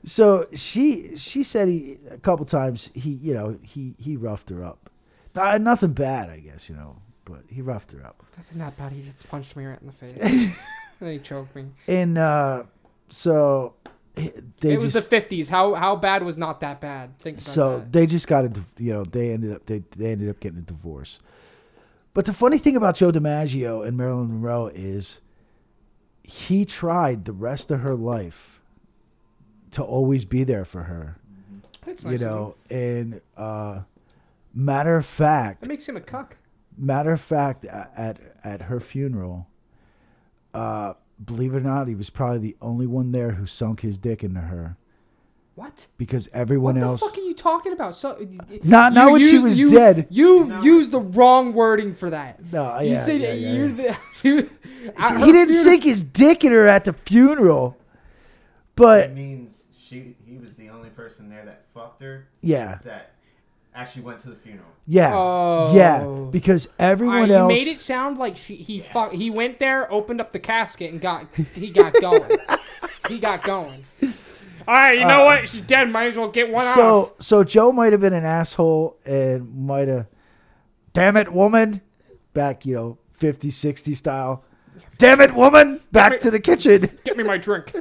Speaker 2: So she she said he a couple times he you know he he roughed her up, Not- nothing bad I guess you know, but he roughed her up,
Speaker 1: Nothing that bad. He just punched me right in the face. and then he choked me.
Speaker 2: and uh, so he- they
Speaker 1: it was
Speaker 2: just
Speaker 1: the 50s. How how bad was not that bad? Think about
Speaker 2: so
Speaker 1: that.
Speaker 2: they just got a div- you know they ended up they they ended up getting a divorce, but the funny thing about Joe DiMaggio and Marilyn Monroe is he tried the rest of her life to always be there for her,
Speaker 1: That's
Speaker 2: you
Speaker 1: nice of him.
Speaker 2: know, and uh, matter of fact.
Speaker 1: That makes him a cuck.
Speaker 2: Matter of fact, a- at at her funeral, uh, believe it or not, he was probably the only one there who sunk his dick into her
Speaker 1: What?
Speaker 2: because
Speaker 1: What
Speaker 2: everyone
Speaker 1: the
Speaker 2: else.
Speaker 1: fuck are you talking about? So
Speaker 2: Not- not
Speaker 1: you
Speaker 2: when she
Speaker 1: used-
Speaker 2: was
Speaker 1: you-
Speaker 2: dead.
Speaker 1: You
Speaker 3: No.
Speaker 1: used the wrong wording for that.
Speaker 2: No,
Speaker 1: You
Speaker 2: yeah,
Speaker 1: said
Speaker 2: yeah, yeah,
Speaker 1: you're
Speaker 2: yeah.
Speaker 1: the. You, at
Speaker 2: So
Speaker 1: her
Speaker 2: he didn't
Speaker 1: funeral-
Speaker 2: sink his dick in her at the funeral, but
Speaker 3: It means she he was the only person there that fucked her
Speaker 2: yeah,
Speaker 3: that actually went to the funeral.
Speaker 2: yeah,
Speaker 1: Oh.
Speaker 2: yeah, because everyone
Speaker 1: Alright,
Speaker 2: else.
Speaker 1: He made it sound like she he fuck, he went there, opened up the casket, and got he got going. he got going. All right, you know what? She's dead. Might as well get one
Speaker 2: so so Joe might have been an asshole and might have, damn it, woman, back you know 50, 60 style. Damn it, woman! Back to the kitchen.
Speaker 1: Get me my drink.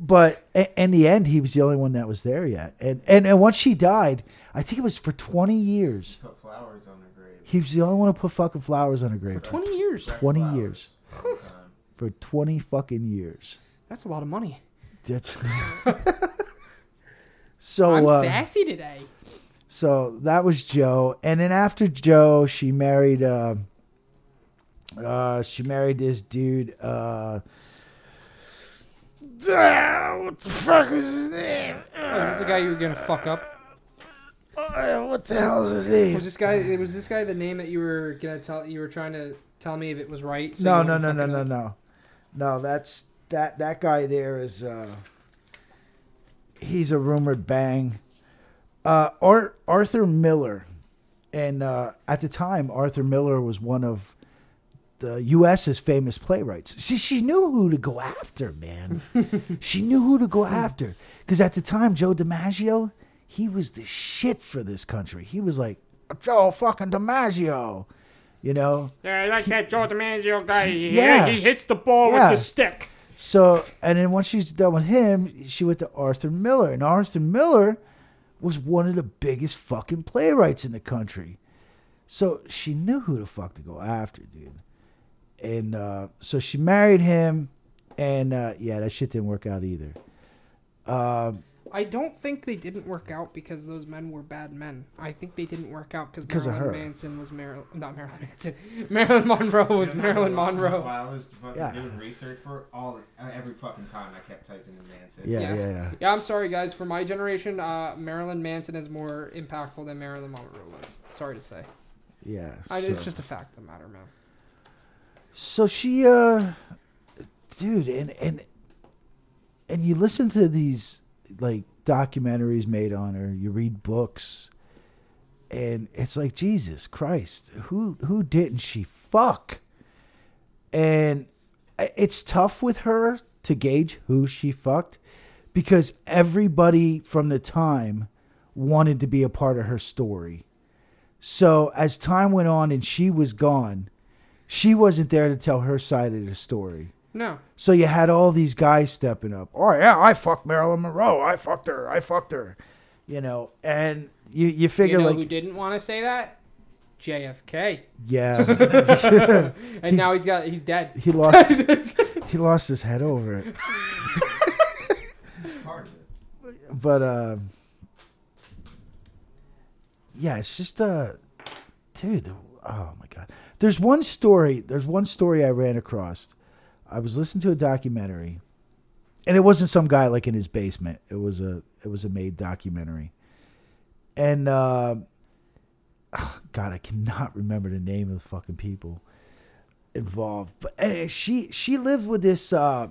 Speaker 2: but a- in the end, he was the only one that was there yet. And, and and once she died, I think it was for twenty years.
Speaker 3: Put flowers on her grave.
Speaker 2: He was the only one to put fucking flowers on her grave.
Speaker 1: Twenty years.
Speaker 2: 20
Speaker 3: Flowers
Speaker 2: years.
Speaker 3: at the time.
Speaker 2: For twenty fucking years.
Speaker 1: That's a lot of money.
Speaker 2: That's- so
Speaker 1: I'm
Speaker 2: uh,
Speaker 1: sassy today.
Speaker 2: so that was Joe. And then after Joe, she married. Uh, uh, she married this dude. Uh, ah, what the fuck was his name?
Speaker 1: Was this the guy you were gonna fuck up?
Speaker 2: Ah, what the hell is his name?
Speaker 1: Was this guy? Was this guy the name that you were gonna tell? You were trying to tell me if it was right. so
Speaker 2: no,
Speaker 1: you
Speaker 2: no,
Speaker 1: wouldn't
Speaker 2: no, no,
Speaker 1: fucking
Speaker 2: no,
Speaker 1: up?
Speaker 2: no, no. That's that that guy there is. uh He's a rumored bang. Uh, Ar- Arthur Miller, and uh, at the time, Arthur Miller was one of the U.S.'s famous playwrights. See, she knew who to go after, man. she knew who to go after because at the time, Joe DiMaggio, he was the shit for this country. He was like Joe fucking DiMaggio, you know.
Speaker 4: Yeah, I like that Joe DiMaggio guy.
Speaker 2: Yeah.
Speaker 4: Yeah, he hits the ball
Speaker 2: Yeah.
Speaker 4: with the stick.
Speaker 2: So, and then once she's done with him, she went to Arthur Miller. And Arthur Miller was one of the biggest fucking playwrights in the country. So she knew who the fuck to go after, dude. And uh, so she married him. And uh, yeah, that shit didn't work out either. Um,
Speaker 1: I don't think they didn't work out because those men were bad men. I think they didn't work out because
Speaker 2: 'Cause of
Speaker 1: Marilyn
Speaker 2: her.
Speaker 1: Manson was Marilyn, not Marilyn Manson. Marilyn Monroe was
Speaker 3: Yeah,
Speaker 1: Marilyn
Speaker 3: no, no, no.
Speaker 1: Monroe.
Speaker 3: While I was fucking
Speaker 2: Yeah.
Speaker 3: doing research for all every fucking time I kept typing in Manson.
Speaker 2: yeah, yeah,
Speaker 1: Yeah.
Speaker 2: yeah.
Speaker 1: Yeah, I'm sorry guys. For my generation, uh, Marilyn Manson is more impactful than Marilyn Monroe was. Sorry to say,
Speaker 2: Yeah.
Speaker 1: I,
Speaker 2: so-
Speaker 1: it's just a fact of the matter, man.
Speaker 2: So she, uh, dude, and and and you listen to these like documentaries made on her. You read books, and it's like Jesus Christ, who who didn't she fuck? And i- it's tough with her to gauge who she fucked because everybody from the time wanted to be a part of her story. So as time went on and she was gone, she wasn't there to tell her side of the story.
Speaker 1: No.
Speaker 2: So you had all these guys stepping up. Oh yeah, I fucked Marilyn Monroe. I fucked her. I fucked her. You know, and you you
Speaker 1: You
Speaker 2: figure
Speaker 1: know
Speaker 2: like
Speaker 1: who didn't want to say that? JFK.
Speaker 2: yeah,
Speaker 1: And now he's got he's dead.
Speaker 2: he lost he lost his head over it.
Speaker 3: Part of it.
Speaker 2: But uh, yeah, it's just uh, dude. Oh my god. There's one story. There's one story I ran across. I was listening to a documentary, and it wasn't some guy like in his basement. It was a it was a made documentary, and uh, oh, God, I cannot remember the name of the fucking people involved. But anyway, she she lived with this uh,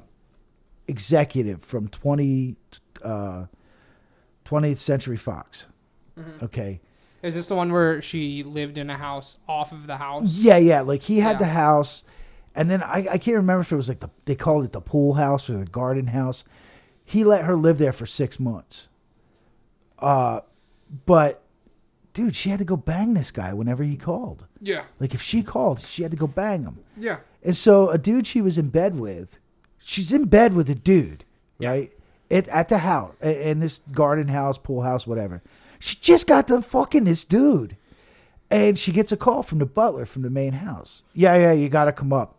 Speaker 2: executive from twenty uh, 20th Century Fox. Okay.
Speaker 1: Is this the one where she lived in a house off of the house?
Speaker 2: Yeah, yeah. Like he had
Speaker 1: Yeah.
Speaker 2: the house, and then I, I can't remember if it was like the they called it the pool house or the garden house. He let her live there for six months. Uh, but dude, she had to go bang this guy whenever he called.
Speaker 1: Yeah.
Speaker 2: Like if she called, she had to go bang him.
Speaker 1: Yeah.
Speaker 2: And so a dude she was in bed with, she's in bed with a dude,
Speaker 1: Yeah.
Speaker 2: right? It at the house a- in this garden house, pool house, whatever. She just got done fucking this dude, and she gets a call from the butler from the main house. Yeah, yeah, you got to come up.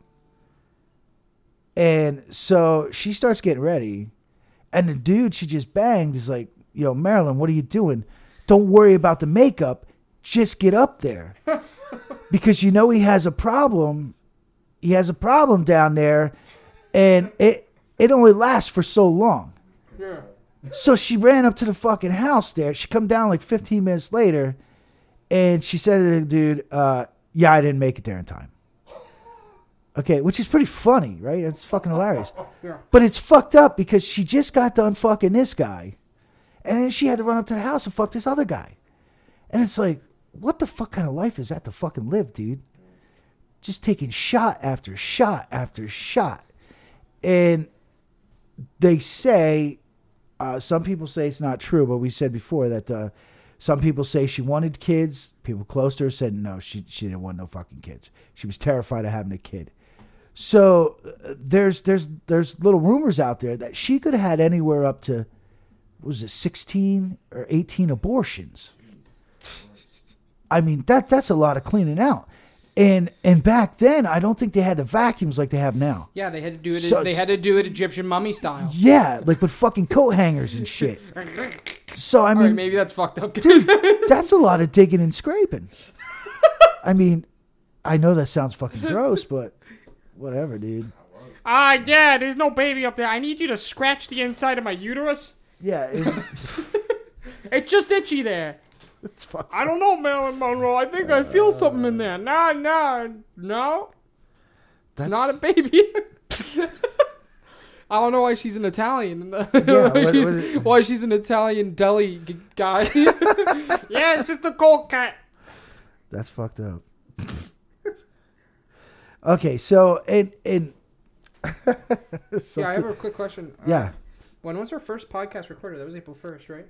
Speaker 2: And so she starts getting ready, and the dude she just banged is like, "Yo, Marilyn, what are you doing? Don't worry about the makeup. Just get up there." because you know he has a problem. He has a problem down there, and it it only lasts for so long.
Speaker 1: Yeah.
Speaker 2: So she ran up to the fucking house there. She come down like 15 minutes later, and she said to the dude, uh, "Yeah, I didn't make it there in time." Okay, which is pretty funny, right? It's fucking hilarious.
Speaker 1: Yeah.
Speaker 2: But it's fucked up because she just got done fucking this guy, and then she had to run up to the house and fuck this other guy. And it's like, what the fuck kind of life is that to fucking live, dude? Just taking shot after shot after shot. And they say, uh, some people say it's not true, but we said before that uh, some people say she wanted kids. People close to her said no, she, she didn't want no fucking kids. She was terrified of having a kid. So uh, there's there's there's little rumors out there that she could have had anywhere up to what was it 16 or 18 abortions. I mean that that's a lot of cleaning out. And and back then I don't think they had the vacuums like they have now.
Speaker 1: Yeah, they had to do it
Speaker 2: So-
Speaker 1: they had to do it Egyptian mummy style.
Speaker 2: Yeah, like with fucking coat hangers and shit. So I
Speaker 1: All right,
Speaker 2: mean
Speaker 1: maybe that's fucked up.
Speaker 2: that's a lot of digging and scraping. I mean, I know that sounds fucking gross, but whatever, dude.
Speaker 4: Ah, yeah, there's no baby up there. I need you to scratch the inside of my uterus.
Speaker 2: Yeah, it-
Speaker 4: It's just itchy there.
Speaker 2: it's fucking.
Speaker 4: I don't know, Marilyn Monroe. I think I feel something in there. Nah, nah, no.
Speaker 2: That's
Speaker 1: Not a baby. I don't know why she's an Italian. why,
Speaker 2: what-
Speaker 1: she's,
Speaker 2: what-
Speaker 1: why she's an Italian deli g- guy.
Speaker 4: Yeah, it's just a cold cat.
Speaker 2: That's fucked up. okay, so and and
Speaker 1: yeah, I have
Speaker 2: Something-
Speaker 1: a quick question. Uh,
Speaker 2: yeah,
Speaker 1: When was our first podcast recorded? That was April 1st, right?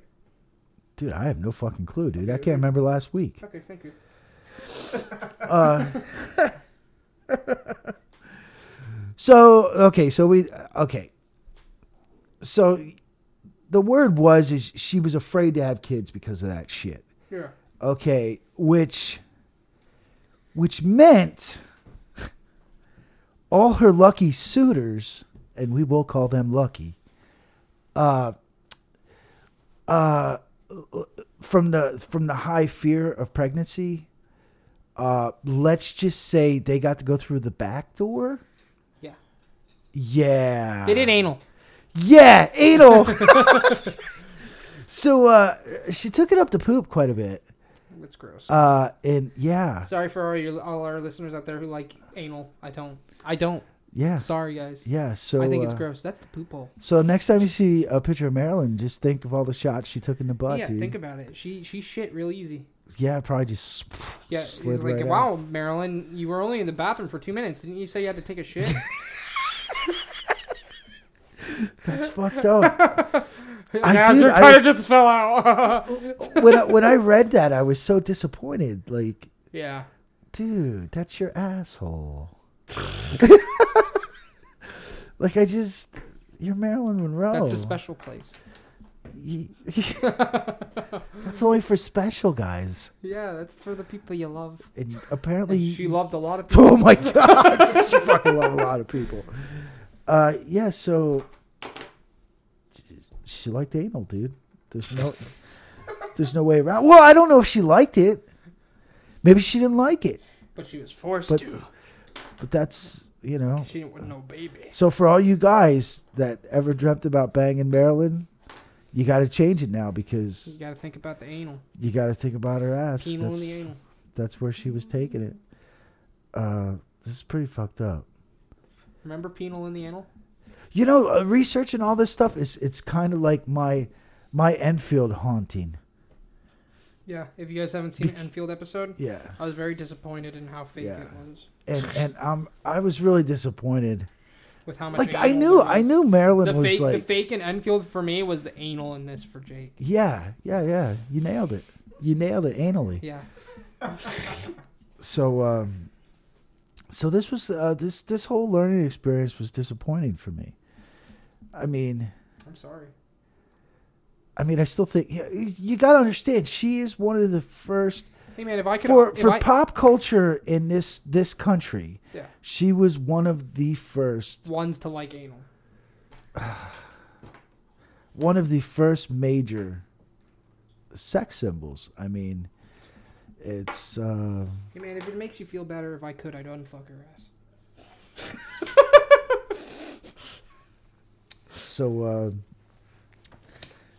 Speaker 2: dude, I have no fucking clue, dude. I
Speaker 1: Okay.
Speaker 2: can't remember last week.
Speaker 1: Okay, thank you.
Speaker 2: Uh, so okay, so we okay. So the word was is she was afraid to have kids because of that shit.
Speaker 1: Yeah.
Speaker 2: okay which which meant all her lucky suitors and we will call them lucky uh uh from the from the high fear of pregnancy uh let's just say they got to go through the back door
Speaker 1: Yeah.
Speaker 2: yeah
Speaker 1: They did anal.
Speaker 2: yeah, anal. so uh, she took it up to poop quite a bit.
Speaker 1: That's gross.
Speaker 2: Uh, and yeah,
Speaker 1: Sorry for all, your, all our listeners out there who like anal. I don't. I don't.
Speaker 2: yeah,
Speaker 1: Sorry, guys.
Speaker 2: yeah. So
Speaker 1: I think it's
Speaker 2: uh,
Speaker 1: gross. That's the poop hole.
Speaker 2: So next time you see a picture of Marilyn, just think of all the shots she took in the butt,
Speaker 1: yeah,
Speaker 2: Ah, dude.
Speaker 1: think about it. She she shit real easy.
Speaker 2: yeah, probably just pff,
Speaker 1: Yeah, it's
Speaker 2: slid
Speaker 1: like
Speaker 2: right out.
Speaker 1: wow, Marilyn, you were only in the bathroom for two minutes. Didn't you say you had to take a shit?
Speaker 2: That's fucked up. I
Speaker 4: Nah,
Speaker 2: did,
Speaker 4: your
Speaker 2: I
Speaker 4: tire
Speaker 2: was-
Speaker 4: just fell out.
Speaker 2: when I, when I read that, I was so disappointed. Like,
Speaker 1: Yeah.
Speaker 2: dude, that's your asshole. like I just, you're Marilyn Monroe.
Speaker 1: That's a special place.
Speaker 2: You- that's only for special guys.
Speaker 1: Yeah, that's for the people you love.
Speaker 2: And apparently,
Speaker 1: And she loved a lot of people.
Speaker 2: oh my god, she fucking love a lot of people. Uh, yeah. So she liked anal, dude. There's no, there's no way around. Well, I don't know if she liked it. Maybe she didn't like it.
Speaker 1: But she was forced
Speaker 2: But-
Speaker 1: to.
Speaker 2: But that's you know.
Speaker 1: She didn't want no baby.
Speaker 2: So for all you guys that ever dreamt about banging Marilyn, you got to change it now
Speaker 1: You
Speaker 2: because
Speaker 1: gotta think about the anal.
Speaker 2: you got to think about her ass.
Speaker 1: Penal and the
Speaker 2: That's-
Speaker 1: anal.
Speaker 2: that's where she was taking it. Uh, this is pretty fucked up.
Speaker 1: Remember penal and the anal?
Speaker 2: You know, uh, researching all this stuff is it's kind of like my my Enfield haunting.
Speaker 1: Yeah, if you guys haven't seen an Enfield episode,
Speaker 2: Yeah,
Speaker 1: I was very disappointed in how fake
Speaker 2: Yeah.
Speaker 1: it was.
Speaker 2: and and um, I was really disappointed.
Speaker 1: With how much
Speaker 2: Like
Speaker 1: anal
Speaker 2: I knew,
Speaker 1: there
Speaker 2: I
Speaker 1: was.
Speaker 2: knew Marilyn
Speaker 1: The
Speaker 2: was
Speaker 1: fake,
Speaker 2: like,
Speaker 1: the fake in Enfield for me was the anal in this for Jake.
Speaker 2: yeah, yeah, yeah. You nailed it. You nailed it anally.
Speaker 1: Yeah,
Speaker 2: So um, so this was uh, this this whole learning experience was disappointing for me. I mean.
Speaker 1: I'm sorry.
Speaker 2: I mean, I still think yeah, you, you got to understand. She is one of the first
Speaker 1: Hey man, if I could,
Speaker 2: for
Speaker 1: if
Speaker 2: for
Speaker 1: I,
Speaker 2: pop culture in this this country.
Speaker 1: Yeah.
Speaker 2: She was one of the first,
Speaker 1: ones to like anal.
Speaker 2: one of the first major sex symbols. I mean, it's uh,
Speaker 1: Hey man, if it makes you feel better, if I could, I'd unfuck her ass.
Speaker 2: so uh,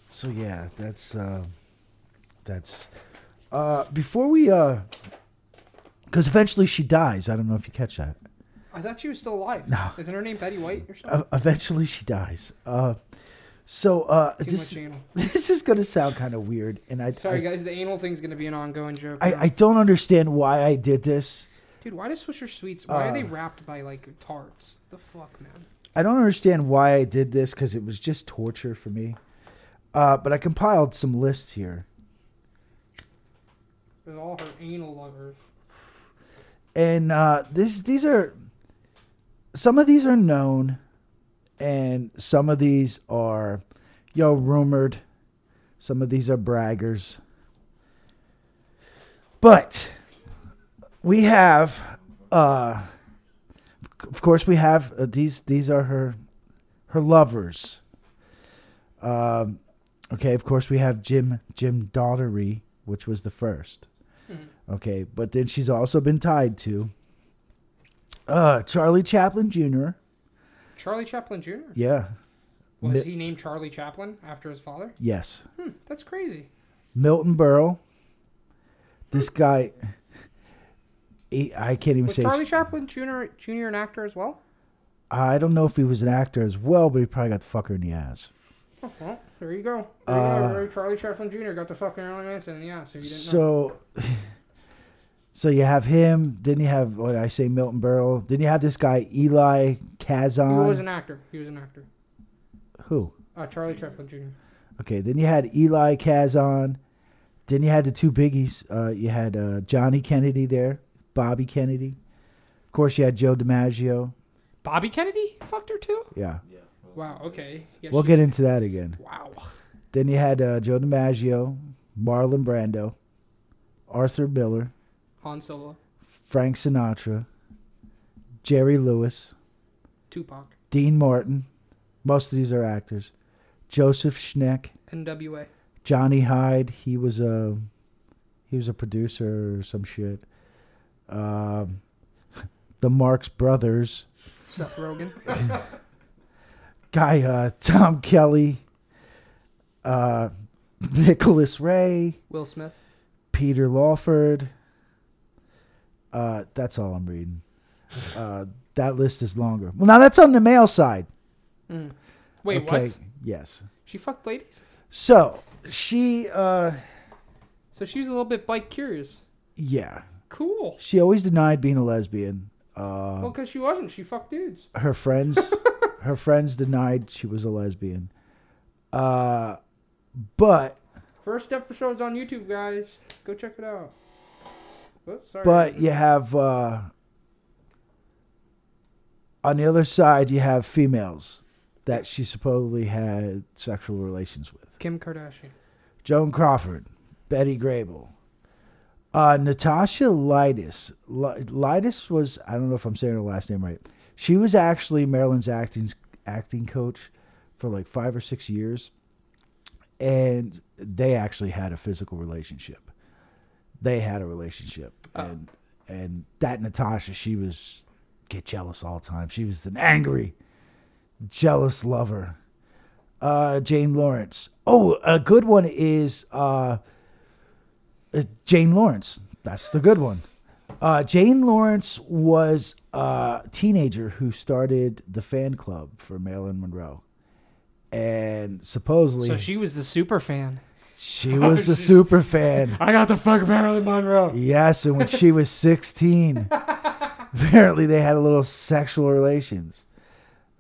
Speaker 2: so yeah. That's uh, that's uh, before we uh, because eventually she dies. I don't know if you catch that.
Speaker 1: I thought she was still alive.
Speaker 2: No.
Speaker 1: Isn't her name Betty White or something?
Speaker 2: Uh, eventually she dies. Uh, so uh,
Speaker 1: Too
Speaker 2: this
Speaker 1: much anal.
Speaker 2: this is gonna sound kind of weird, and I
Speaker 1: Sorry
Speaker 2: I,
Speaker 1: guys, the anal thing's gonna be an ongoing joke.
Speaker 2: I,
Speaker 1: now.
Speaker 2: I don't understand why I did this.
Speaker 1: Dude, why does Swisher Sweets? Why
Speaker 2: Uh,
Speaker 1: are they wrapped by like tarts? The fuck, man.
Speaker 2: I don't understand why I did this because it was just torture for me. Uh, but I compiled some lists here,
Speaker 1: With all her anal lovers.
Speaker 2: and uh, this these are some of these are known, and some of these are yo rumored. Some of these are braggers, but we have, uh, of course, we have uh, these. These are her, her lovers. Um, okay, of course, we have Jim Jim Daughtery, which was the 1st
Speaker 1: Mhm.
Speaker 2: Okay, but then she's also been tied to uh, Charlie Chaplin Jr.
Speaker 1: Charlie Chaplin Jr.
Speaker 2: Yeah.
Speaker 1: Was
Speaker 2: Mi-
Speaker 1: he named Charlie Chaplin after his father?
Speaker 2: Yes.
Speaker 1: Hmm, that's crazy.
Speaker 2: Milton Berle. This guy, he, I can't even
Speaker 1: Was
Speaker 2: say. his-
Speaker 1: Charlie Chaplin Jr. Jr. an actor as well?
Speaker 2: I don't know if he was an actor as well, but he probably got the fucker in the ass.
Speaker 1: Oh, well, there you go. There you
Speaker 2: Uh,
Speaker 1: go. everybody. Charlie Chaplin Jr. got the fucking Marilyn Manson in the ass. If you didn't know.
Speaker 2: So, so you have him. Then you have what did I say, Milton Berle. Then you have this guy Eli
Speaker 1: He was
Speaker 2: Kazan.
Speaker 1: an actor. He was an actor.
Speaker 2: Who?
Speaker 1: Uh, Charlie Chaplin Jr.
Speaker 2: Okay. Then you had Eli Kazan. Then you had the two biggies. Uh, you had uh, Johnny Kennedy there, Bobby Kennedy. Of course, you had Joe DiMaggio.
Speaker 1: Bobby Kennedy fucked her too.
Speaker 2: Yeah,
Speaker 3: Yeah. well,
Speaker 1: Wow. Okay. Yeah,
Speaker 2: we'll
Speaker 1: she-
Speaker 2: get into that again.
Speaker 1: Wow.
Speaker 2: Then you had uh, Joe DiMaggio, Marlon Brando, Arthur Miller,
Speaker 1: Han Solo,
Speaker 2: Frank Sinatra, Jerry Lewis,
Speaker 1: Tupac,
Speaker 2: Dean Martin. Most of these are actors. Joseph Schneck,
Speaker 1: N.W.A.
Speaker 2: Johnny Hyde. He was a he was a producer or some shit. Um, the Marx Brothers.
Speaker 1: Seth Rogen.
Speaker 2: Guy uh, Tom Kelly. Uh, Nicholas Ray.
Speaker 1: Will Smith.
Speaker 2: Peter Lawford. Uh, that's all I'm reading. Uh, that list is longer. Well, now that's on the male side.
Speaker 1: Mm. Wait, what?
Speaker 2: Yes.
Speaker 1: She fucked ladies?
Speaker 2: So she, uh,
Speaker 1: So she was a little bit bike curious.
Speaker 2: yeah,
Speaker 1: Cool.
Speaker 2: she always denied being a lesbian. Uh,
Speaker 1: Well, because she wasn't. She fucked dudes.
Speaker 2: Her friends, her friends denied she was a lesbian. Uh, but
Speaker 1: First episode's on YouTube, guys. Go check it out. Whoops, sorry.
Speaker 2: but you have uh, on the other side you have females that she supposedly had sexual relations with.
Speaker 1: Kim Kardashian.
Speaker 2: Joan Crawford, Betty Grable, uh, Natasha Lytis. Ly- Lytis was I don't know if I'm saying her last name right. She was actually Maryland's acting acting coach for like five or six years, and they actually had a physical relationship. They had a relationship, and and that Natasha, she was get jealous all the time. She was an angry, jealous lover uh, Jane Lawrence. Oh, a good one is uh, uh, Jane Lawrence. That's the good one. Uh, Jane Lawrence was a teenager who started the fan club for Marilyn Monroe, and supposedly
Speaker 1: So
Speaker 2: she,
Speaker 1: she was the super fan. Oh,
Speaker 2: was the super fan.
Speaker 4: I got the fuck Marilyn Monroe.
Speaker 2: Yes, and when she was 16, apparently they had a little sexual relations.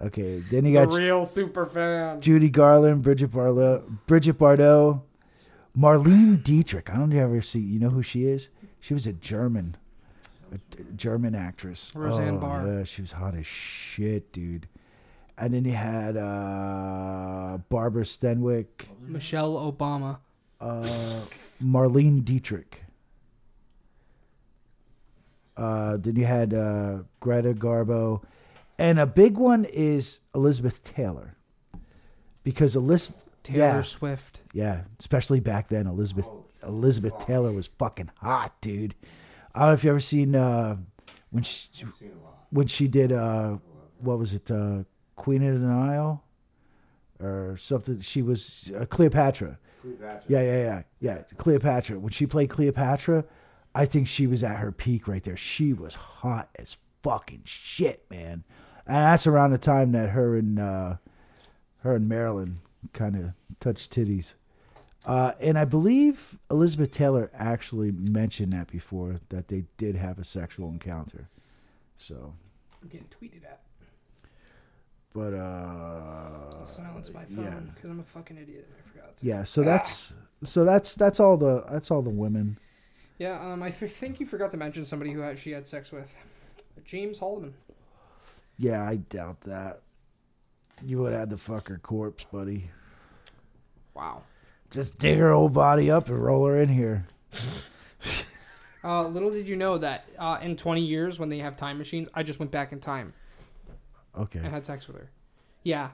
Speaker 2: Okay, then you
Speaker 4: The
Speaker 2: got
Speaker 4: real super fan.
Speaker 2: Judy Garland, Bridget Bardot, Bridget Bardot, Marlene Dietrich. I don't ever see. You know who she is? She was a German, a d- German actress. Oh,
Speaker 1: Roseanne Barr.
Speaker 2: Yeah, she was hot as shit, dude. And then you had uh, Barbara Stenwick,
Speaker 1: Michelle Obama.
Speaker 2: uh, Marlene Dietrich. Uh, then you had uh, Greta Garbo, and a big one is Elizabeth Taylor, because Elizabeth
Speaker 1: Taylor
Speaker 2: yeah.
Speaker 1: Swift.
Speaker 2: Yeah, especially back then, Elizabeth
Speaker 3: Oh,
Speaker 2: Elizabeth Taylor was fucking hot, dude. I don't know if you ever seen uh, when she
Speaker 3: I've seen a lot.
Speaker 2: when she did uh, what was it, uh, Queen of the Nile, or something. She was uh, Cleopatra.
Speaker 3: Cleopatra.
Speaker 2: Yeah, yeah, yeah, yeah. Cleopatra. When she played Cleopatra, I think she was at her peak right there. She was hot as fucking shit, man. And that's around the time that her and uh, her and Marilyn kind of touched titties. Uh, and I believe Elizabeth Taylor actually mentioned that before that they did have a sexual encounter. So,
Speaker 1: I'm getting tweeted at.
Speaker 2: but uh,
Speaker 1: Silence my
Speaker 2: yeah.
Speaker 1: phone because I'm a fucking idiot. and I forgot. To.
Speaker 2: yeah. So that's so that's that's all the that's all the women.
Speaker 1: Yeah. Um. I f- think you forgot to mention somebody who had, she had sex with. James Haldeman.
Speaker 2: Yeah, I doubt that. You would have had to fuck her corpse, buddy.
Speaker 1: Wow.
Speaker 2: Just dig her old body up and roll her in here.
Speaker 1: Uh, little did you know that uh, in 20 years, when they have time machines, I just went back in time and
Speaker 2: Okay.
Speaker 1: had sex with her. Yeah.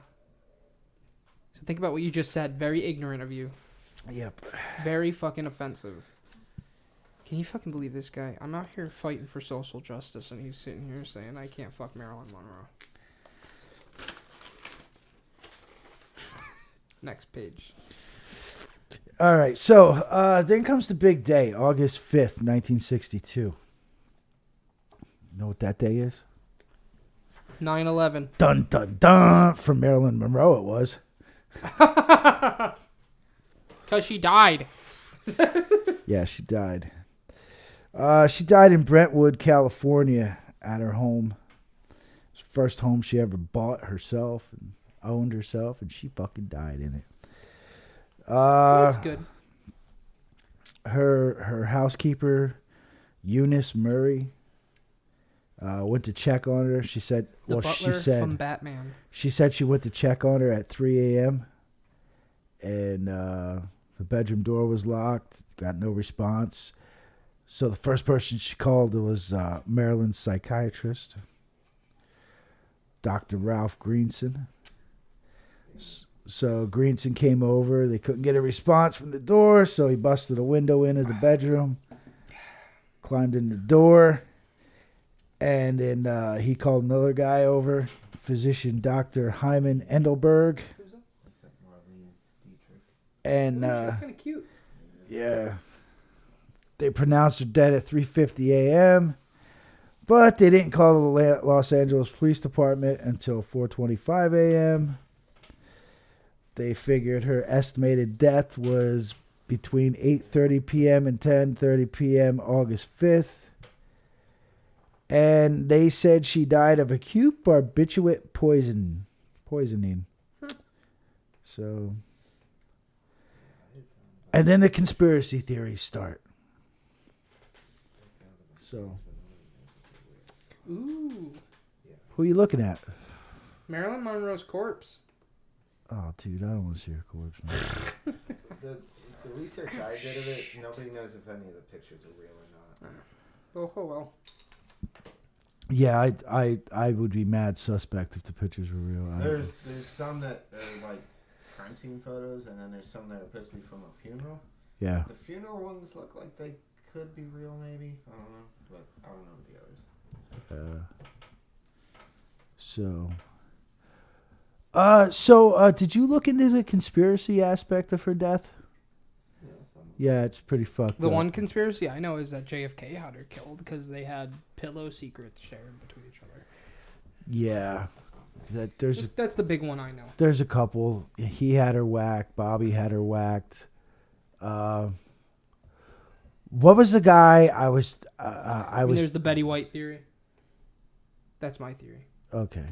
Speaker 1: So think about what you just said. Very ignorant of you.
Speaker 2: Yep.
Speaker 1: Very fucking offensive. Can you fucking believe this guy? I'm out here fighting for social justice, and he's sitting here saying I can't fuck Marilyn Monroe. Next page.
Speaker 2: All right. So uh, then comes the big day, August 5th, 1962. You know what that day is?
Speaker 1: 9/11.
Speaker 2: Dun, dun, dun. From Marilyn Monroe, it was.
Speaker 1: Cause she died.
Speaker 2: Yeah, she died. Uh, she died in Brentwood, California, at her home. It's the first home she ever bought herself and owned herself, and she fucking died in it.
Speaker 1: Well,
Speaker 2: Uh,
Speaker 1: that's good.
Speaker 2: her her housekeeper, Eunice Murray, uh, went to check on her. She said,
Speaker 1: The
Speaker 2: "Well,
Speaker 1: butler
Speaker 2: she said
Speaker 1: from Batman.
Speaker 2: she said she went to check on her at 3 a.m. and uh, the bedroom door was locked. Got no response. So the first person she called was uh, Maryland's psychiatrist, Dr. Ralph Greenson. S- So Greenson came over. They couldn't get a response from the door, so he busted a window into the bedroom, climbed in the door, and then uh, he called another guy over physician Dr. Hyman Endelberg.
Speaker 3: That's like Marlene Dietrich.
Speaker 2: And uh,
Speaker 1: That's kind of cute.
Speaker 2: yeah, they pronounced her dead at 3:50 a.m. But they didn't call the La- Los Angeles Police Department until 4:25 a.m. They figured her estimated death was between 8:30 p.m. and 10:30 p.m. August 5th. And they said she died of acute barbiturate poison poisoning. So And then the conspiracy theories start. So,
Speaker 1: Ooh,
Speaker 2: who are you looking at?
Speaker 1: Marilyn Monroe's corpse.
Speaker 2: Oh, dude, I don't want to see your corpse. man.
Speaker 3: The, the research I did of it, nobody knows if any of the pictures are real or not.
Speaker 1: Oh, oh well.
Speaker 2: yeah, I, I, I would be mad suspect if the pictures were real. I-
Speaker 3: There's there's some that are like crime scene photos, and then there's some that are supposed to be from a funeral.
Speaker 2: yeah,
Speaker 3: The funeral ones look like they could be real, maybe. I don't know, but I don't know with the others.
Speaker 2: Uh, so, uh, so uh, did you look into the conspiracy aspect of her death?
Speaker 3: Yeah, some.
Speaker 2: Yeah, it's pretty fucked.
Speaker 1: The
Speaker 2: up.
Speaker 1: one conspiracy I know is that JFK had her killed because they had pillow secrets shared between each other.
Speaker 2: Yeah, that there's a,
Speaker 1: That's the big one I know.
Speaker 2: there's a couple. He had her whacked. Bobby had her whacked. Uh, what was the guy? I was. Uh, uh, I
Speaker 1: I mean,
Speaker 2: was
Speaker 1: there's the Betty White theory. That's my theory.
Speaker 2: okay.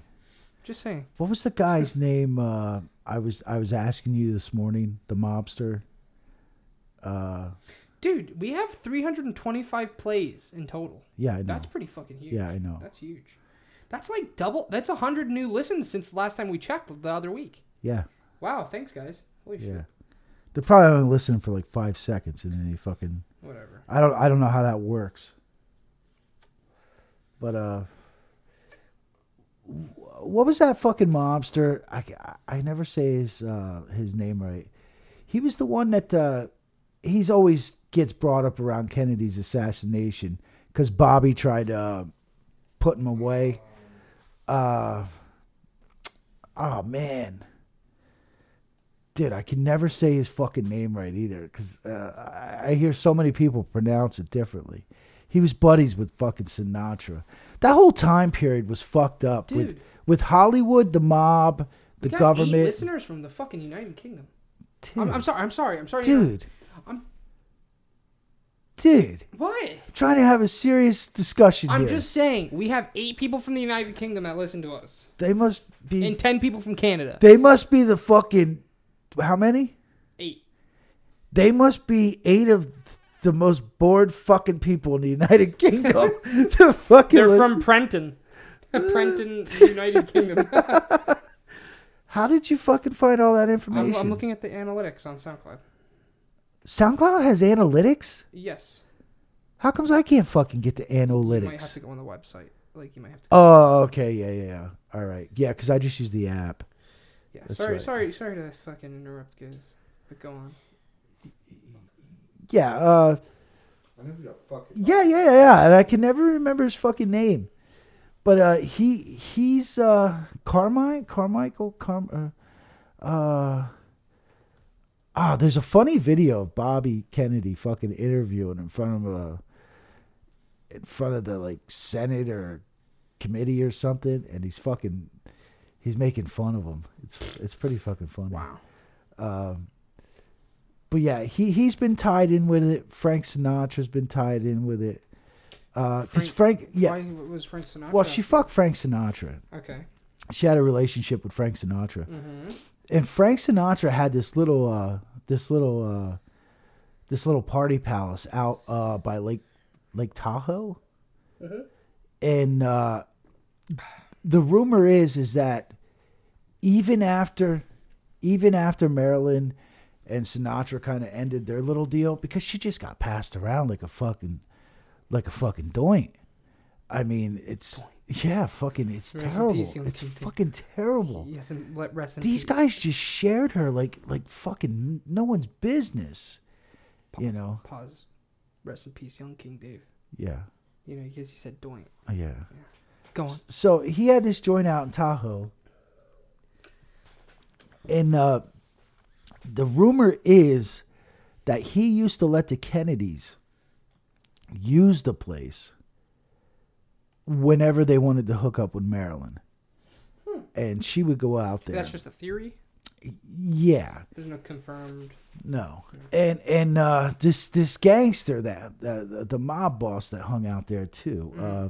Speaker 1: Just saying.
Speaker 2: What was the guy's name? Uh, I was I was asking you this morning. The mobster. Uh,
Speaker 1: Dude, we have 325 plays in total.
Speaker 2: yeah, I know.
Speaker 1: That's pretty fucking huge.
Speaker 2: yeah, I know.
Speaker 1: That's huge. That's like double. That's 100 new listens since last time we checked the other week.
Speaker 2: Yeah,
Speaker 1: Wow, thanks, guys. Holy
Speaker 2: yeah.
Speaker 1: shit.
Speaker 2: They're probably only listening for like five seconds, and then they fucking.
Speaker 1: Whatever.
Speaker 2: I don't. I don't know how that works. But uh, wh- what was that fucking mobster? I ca- I never say his uh his name right. He was the one that uh, he's always gets brought up around Kennedy's assassination because Bobby tried to uh, put him away. Uh, oh man. Dude, I can never say his fucking name right either because uh, I I hear so many people pronounce it differently. He was buddies with fucking Sinatra. That whole time period was fucked up with
Speaker 1: Dude.
Speaker 2: with Hollywood, the mob, the
Speaker 1: We got Eight
Speaker 2: government.
Speaker 1: listeners from the fucking United Kingdom.
Speaker 2: Dude,
Speaker 1: I'm, I'm sorry. I'm sorry. I'm sorry. to interrupt.
Speaker 2: dude,
Speaker 1: I'm-
Speaker 2: dude,
Speaker 1: What?
Speaker 2: I'm trying to have a serious discussion
Speaker 1: I'm
Speaker 2: here.
Speaker 1: just saying, we have eight people from the United Kingdom that listen to us,
Speaker 2: they must be.
Speaker 1: and ten people from Canada.
Speaker 2: they must be the fucking. How many?
Speaker 1: Eight.
Speaker 2: They must be eight of the most bored fucking people in the United Kingdom. to fucking
Speaker 1: They're from
Speaker 2: listen-
Speaker 1: Prenton. Prenton, United Kingdom.
Speaker 2: How did you fucking find all that
Speaker 1: I'm,
Speaker 2: information?
Speaker 1: I'm looking at the analytics on SoundCloud.
Speaker 2: SoundCloud has analytics.
Speaker 1: Yes,
Speaker 2: How comes I can't fucking get the
Speaker 1: you might have
Speaker 2: analytics?
Speaker 1: to go on the website. Like you might have to.
Speaker 2: Oh, okay, yeah, yeah, yeah. All right, yeah, because I just use the app.
Speaker 1: Yeah.
Speaker 2: that's
Speaker 1: Sorry,
Speaker 2: right.
Speaker 1: sorry, sorry to fucking interrupt, guys. But go on.
Speaker 2: Yeah, uh,
Speaker 3: I know who the fuck. you're
Speaker 2: Yeah,
Speaker 3: talking
Speaker 2: yeah, yeah. And I can never remember his fucking name. But uh, he he's uh, Carmine Carmichael Carm. Uh, uh, ah, there's a funny video of Bobby Kennedy fucking interviewing in front of a in front of the like Senate or committee or something, and he's fucking he's making fun of him. It's it's pretty fucking funny.
Speaker 1: Wow.
Speaker 2: Um, but yeah, he he's been tied in with it. Frank Sinatra's been tied in with it. Because Frank, yeah,
Speaker 1: Why was Frank Sinatra?
Speaker 2: well, she fucked Frank Sinatra.
Speaker 1: Okay.
Speaker 2: She had a relationship with Frank Sinatra,
Speaker 1: Mm-hmm.
Speaker 2: and Frank Sinatra had this little, uh, this little, uh, this little party palace out uh, by Lake Lake Tahoe,
Speaker 1: Mhm.
Speaker 2: and uh, the rumor is is that even after even after Marilyn and Sinatra kind of ended their little deal because she just got passed around like a fucking like a fucking doink. I mean, it's yeah, fucking it's
Speaker 1: Rest in
Speaker 2: terrible.
Speaker 1: peace, young
Speaker 2: it's
Speaker 1: Tito.
Speaker 2: fucking terrible.
Speaker 1: Yes, and let rest in
Speaker 2: These
Speaker 1: peace.
Speaker 2: guys just shared her like like fucking no one's business. you
Speaker 1: Pause,
Speaker 2: know.
Speaker 1: Pause. Rest in peace, young King Dave.
Speaker 2: Yeah.
Speaker 1: You know, because you said doink.
Speaker 2: Yeah.
Speaker 1: Go on.
Speaker 2: So he had this joint out in Tahoe. And uh the rumor is that he used to let the Kennedys use the place whenever they wanted to hook up with Marilyn. And she would go out there.
Speaker 1: That's just a theory.
Speaker 2: yeah.
Speaker 1: There's no confirmed.
Speaker 2: No, and and uh, this this gangster that uh, the- the mob boss that hung out there too.
Speaker 3: Mm-hmm.
Speaker 2: Uh,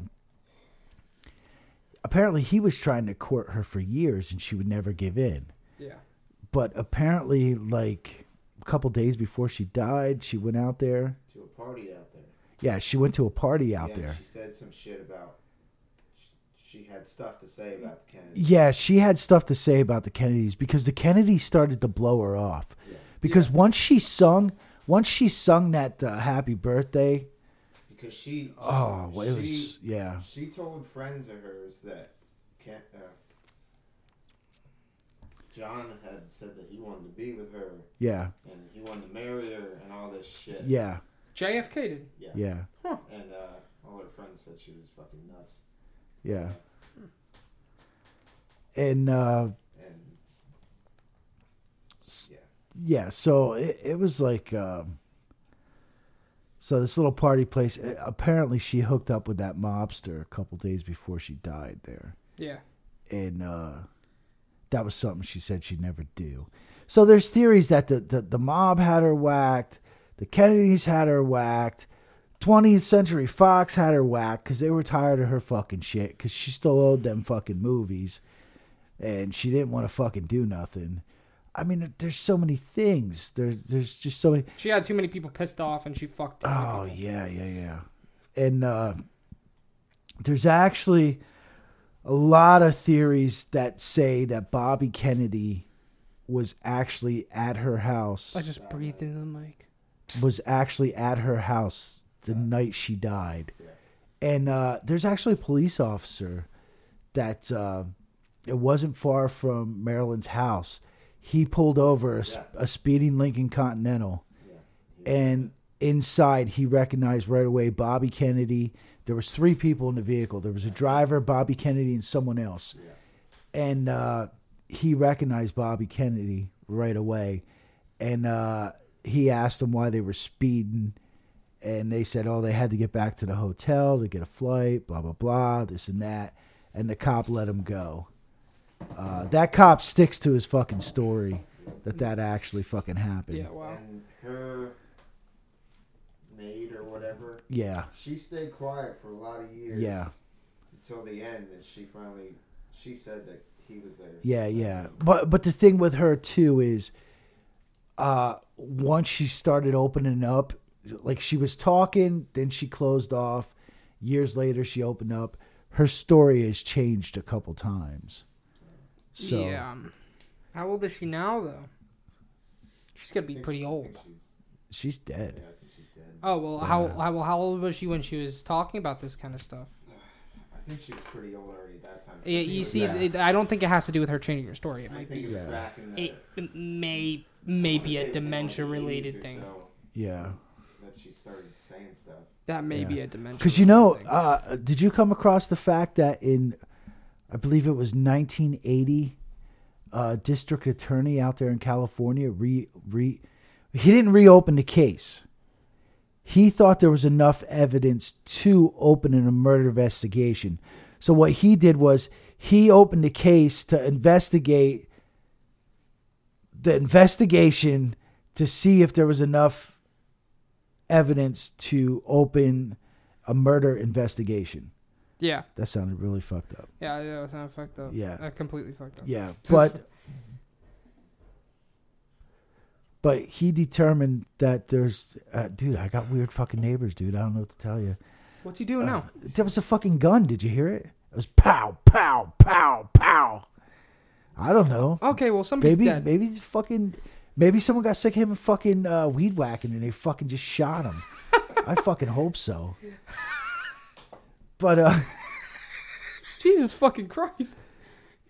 Speaker 2: apparently, he was trying to court her for years, and she would never give in.
Speaker 1: Yeah.
Speaker 2: But apparently, like couple days before she died, she went out there.
Speaker 3: to a party out there.
Speaker 2: Yeah, she went to a party out
Speaker 3: yeah,
Speaker 2: there.
Speaker 3: She said some shit about. sh- She had stuff to say about the Kennedy.
Speaker 2: Yeah, she had stuff to say about the Kennedys because the Kennedys started to blow her off.
Speaker 3: Yeah.
Speaker 2: Because once she sung, once she sung that uh, "Happy Birthday,"
Speaker 3: Because she.
Speaker 2: oh, well, it
Speaker 3: she,
Speaker 2: was uh, yeah.
Speaker 3: She told friends of hers that Ken, uh, John had said that he wanted to be with her
Speaker 2: Yeah,
Speaker 3: and he wanted to marry her and all this shit.
Speaker 2: yeah,
Speaker 1: JFK did.
Speaker 3: Yeah.
Speaker 2: yeah,
Speaker 3: And uh, all her friends said she was fucking nuts.
Speaker 2: yeah. And uh,
Speaker 3: And yeah,
Speaker 2: yeah, so it, it was like, um, so this little party place. a- Apparently, she hooked up with that mobster a couple days before she died there.
Speaker 1: Yeah.
Speaker 2: and uh, that was something she said she'd never do. So there's theories that the, the, the mob had her whacked, the Kennedys had her whacked, 20th Century Fox had her whacked because they were tired of her fucking shit because she still owed them fucking movies and she didn't want to fucking do nothing. I mean, there's so many things. There's there's just so many.
Speaker 1: She had too many people pissed off and she fucked. too many
Speaker 2: Oh
Speaker 1: people.
Speaker 2: yeah, yeah, yeah. And uh, there's actually a lot of theories that say that Bobby Kennedy was actually at her house.
Speaker 1: I just breathed into the mic.
Speaker 2: Was actually at her house the night she died.
Speaker 3: Yeah.
Speaker 2: And uh, there's actually a police officer that uh, it wasn't far from Marilyn's house. He pulled over a, s- a speeding Lincoln Continental
Speaker 3: yeah.
Speaker 2: and inside he recognized right away bobby kennedy there was three people in the vehicle there was a driver bobby kennedy and someone else and uh, he recognized bobby kennedy right away and uh, he asked them why they were speeding and they said oh they had to get back to the hotel to get a flight blah blah blah this and that and the cop let him go uh, that cop sticks to his fucking story that that actually fucking happened
Speaker 1: Yeah. Wow.
Speaker 3: And her maid or whatever,
Speaker 2: yeah
Speaker 3: she stayed quiet for a lot of years.
Speaker 2: yeah.
Speaker 3: Until the end, and she finally, she said that he was there.
Speaker 2: Yeah, yeah. But but the thing with her too is uh once she started opening up, like she was talking, then she closed off. Years later she opened up. Her story has changed a couple times. So
Speaker 1: Yeah. um, How old is she now though? She's gotta
Speaker 3: I
Speaker 1: be
Speaker 3: think-
Speaker 1: pretty
Speaker 3: I
Speaker 1: old.
Speaker 3: think she's-
Speaker 2: she's
Speaker 3: Yeah,
Speaker 2: dead.
Speaker 3: I think she's dead.
Speaker 1: Oh well, how how well, how old was she when she was talking about this kind of stuff?
Speaker 3: I think she was pretty old already at that time.
Speaker 1: Yeah,
Speaker 3: She
Speaker 1: you
Speaker 3: was
Speaker 1: see,
Speaker 3: back-
Speaker 1: it, I don't think it has to do with her changing her story. It
Speaker 3: I
Speaker 1: might
Speaker 3: think
Speaker 1: be
Speaker 3: it was
Speaker 2: Yeah.
Speaker 3: back in the.
Speaker 1: it
Speaker 3: I
Speaker 1: may may
Speaker 3: wanna
Speaker 1: be
Speaker 3: say
Speaker 1: a
Speaker 3: it was in, like, the
Speaker 1: dementia
Speaker 3: 80s
Speaker 1: related
Speaker 3: or
Speaker 1: thing.
Speaker 3: so
Speaker 2: Yeah.
Speaker 3: that she started saying stuff.
Speaker 1: That may
Speaker 2: Yeah.
Speaker 1: be a dementia.
Speaker 2: Cuz you know,
Speaker 1: related thing.
Speaker 2: uh did you come across the fact that in I believe it was 1980 uh district attorney out there in California re re he didn't reopen the case. he thought there was enough evidence to open a murder investigation. So what he did was he opened a case to investigate the investigation to see if there was enough evidence to open a murder investigation.
Speaker 1: yeah,
Speaker 2: That sounded really fucked up.
Speaker 1: yeah, yeah. That sounded fucked up.
Speaker 2: Yeah.
Speaker 1: that completely fucked up.
Speaker 2: Yeah,
Speaker 1: Just-
Speaker 2: but but he determined that there's uh, dude, I got weird fucking neighbors, dude. I don't know what to tell you.
Speaker 1: What's he doing now?
Speaker 2: That was a fucking gun. Did you hear it? It was pow, pow, pow, pow. I don't know.
Speaker 1: Okay, well somebody's
Speaker 2: Maybe,
Speaker 1: Oh, dead.
Speaker 2: maybe it's fucking, maybe someone got sick of him fucking uh, weed whacking and they fucking just shot him. I fucking hope so. But uh,
Speaker 1: Jesus fucking Christ!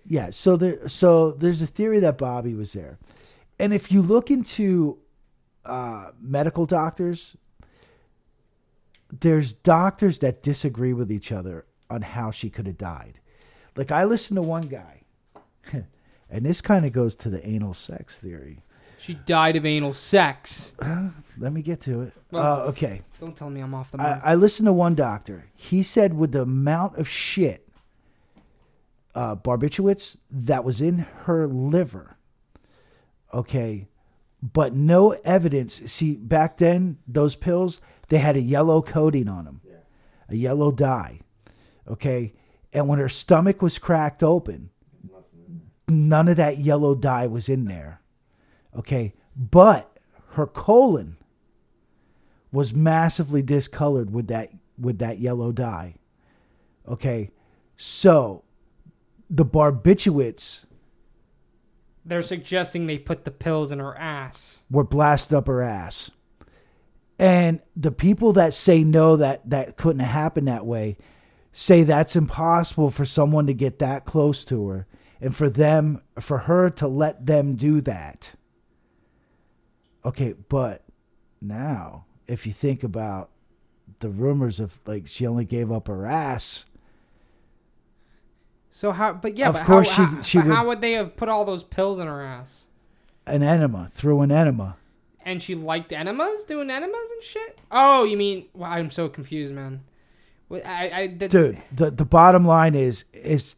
Speaker 2: yeah, so there, so there's a theory that Bobby was there, and if you look into uh, medical doctors, there's doctors that disagree with each other on how she could have died. Like I listened to one guy, and this kind of goes to the anal sex theory.
Speaker 1: She died of anal sex.
Speaker 2: Let me get to it.
Speaker 1: Well-
Speaker 2: uh, okay,
Speaker 1: Don't tell me I'm off the mic.
Speaker 2: I, I listened to one doctor. He said with the amount of shit, uh, barbiturates that was in her liver. Okay, but no evidence. See, back then those pills they had a yellow coating on them,
Speaker 3: Yeah.
Speaker 2: a yellow dye. Okay, and when her stomach was cracked open,
Speaker 3: Nothing.
Speaker 2: none of that yellow dye was in there. Okay, but her colon was massively discolored with that with that yellow dye. Okay. So the barbiturates
Speaker 1: They're suggesting they put the pills in her ass.
Speaker 2: were blasted up her ass. And the people that say no that that couldn't happen that way say that's impossible for someone to get that close to her and for them for her to let them do that. Okay, but now if you think about the rumors of like she only gave up her ass
Speaker 1: So how? But yeah,
Speaker 2: Of
Speaker 1: but
Speaker 2: course
Speaker 1: how,
Speaker 2: she-
Speaker 1: how-
Speaker 2: she
Speaker 1: but
Speaker 2: would-
Speaker 1: how would they have put all those pills in her ass?
Speaker 2: an enema through an enema.
Speaker 1: And she liked enemas, doing enemas and shit. Oh, you mean? Wow, I'm so confused, man. Wait, I, I, that,
Speaker 2: dude the, the bottom line is is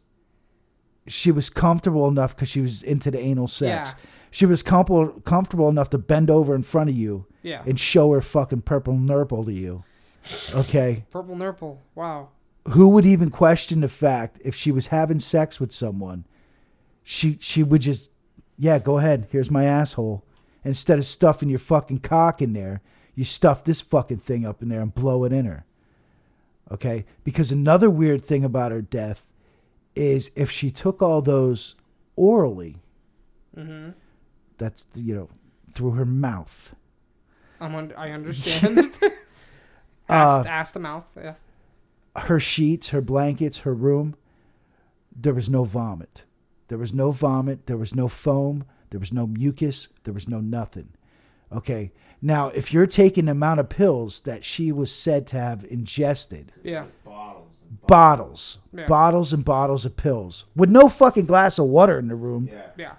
Speaker 2: she was comfortable enough because she was into the anal sex
Speaker 1: Yeah.
Speaker 2: she was comfortable comfortable enough to bend over in front of you
Speaker 1: yeah,
Speaker 2: and show her fucking purple nurple to you okay
Speaker 1: purple nurple. Wow.
Speaker 2: who would even question the fact if she was having sex with someone she she would just yeah go ahead here's my asshole instead of stuffing your fucking cock in there you stuff this fucking thing up in there and blow it in her okay because another weird thing about her death is if she took all those orally
Speaker 1: Mm-hmm.
Speaker 2: that's you know through her mouth
Speaker 1: I'm un- I understand.
Speaker 2: Uh,
Speaker 1: ass, ass to mouth. Yeah.
Speaker 2: her sheets, her blankets, her room, there was no vomit. There was no vomit. There was no foam. There was no mucus. There was no nothing. Okay. Now, if you're taking the amount of pills that she was said to have ingested,
Speaker 1: Yeah.
Speaker 3: Bottles. And
Speaker 2: bottles,
Speaker 1: Yeah.
Speaker 2: bottles and bottles of pills, with no fucking glass of water in the room,
Speaker 3: Yeah.
Speaker 1: Yeah.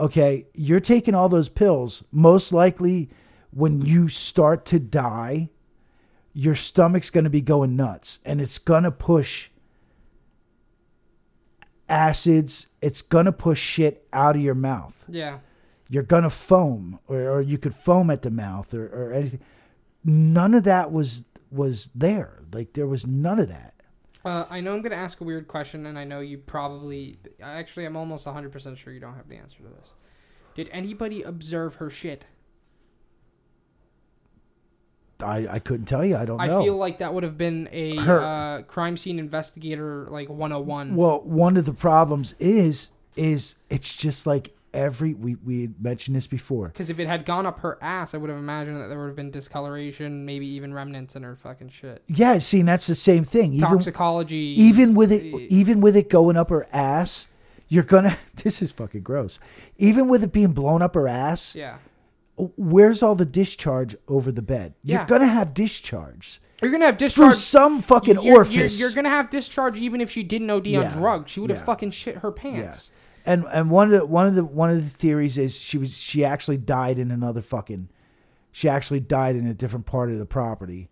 Speaker 2: okay, you're taking all those pills. Most likely, when you start to die, your stomach's going to be going nuts and it's going to push acids, it's going to push shit out of your mouth.
Speaker 1: Yeah.
Speaker 2: You're going to foam or, or you could foam at the mouth or, or anything. None of that was was there. Like there was none of that.
Speaker 1: Uh, I know I'm going to ask a weird question, and I know you probably. Actually, I'm almost 100% sure you don't have the answer to this. Did anybody observe her shit?
Speaker 2: I, I couldn't tell you. I don't
Speaker 1: I
Speaker 2: know.
Speaker 1: feel like that would have been a
Speaker 2: Her-
Speaker 1: uh, crime scene investigator, like 101.
Speaker 2: Well, one of the problems is is it's just like every we we had mentioned this before.
Speaker 1: Because if it had gone up her ass, I would have imagined that there would have been discoloration, maybe even remnants in her fucking shit.
Speaker 2: Yeah, see, and that's the same thing. Even
Speaker 1: Toxicology.
Speaker 2: even with it even with it going up her ass, you're gonna. This is fucking gross. Even with it being blown up her ass,
Speaker 1: Yeah.
Speaker 2: where's all the discharge over the bed? You're
Speaker 1: Yeah.
Speaker 2: gonna have discharge
Speaker 1: You're going to have
Speaker 2: through
Speaker 1: discharge.
Speaker 2: some fucking
Speaker 1: you're, you're-
Speaker 2: orifice.
Speaker 1: You're, gonna have discharge even if she didn't OD on
Speaker 2: Yeah.
Speaker 1: drugs. She would have
Speaker 2: Yeah.
Speaker 1: fucking shit her
Speaker 2: Yeah.
Speaker 1: pants.
Speaker 2: And and one of the one of the one of the theories is she was she actually died in another fucking she actually died in a different part of the property.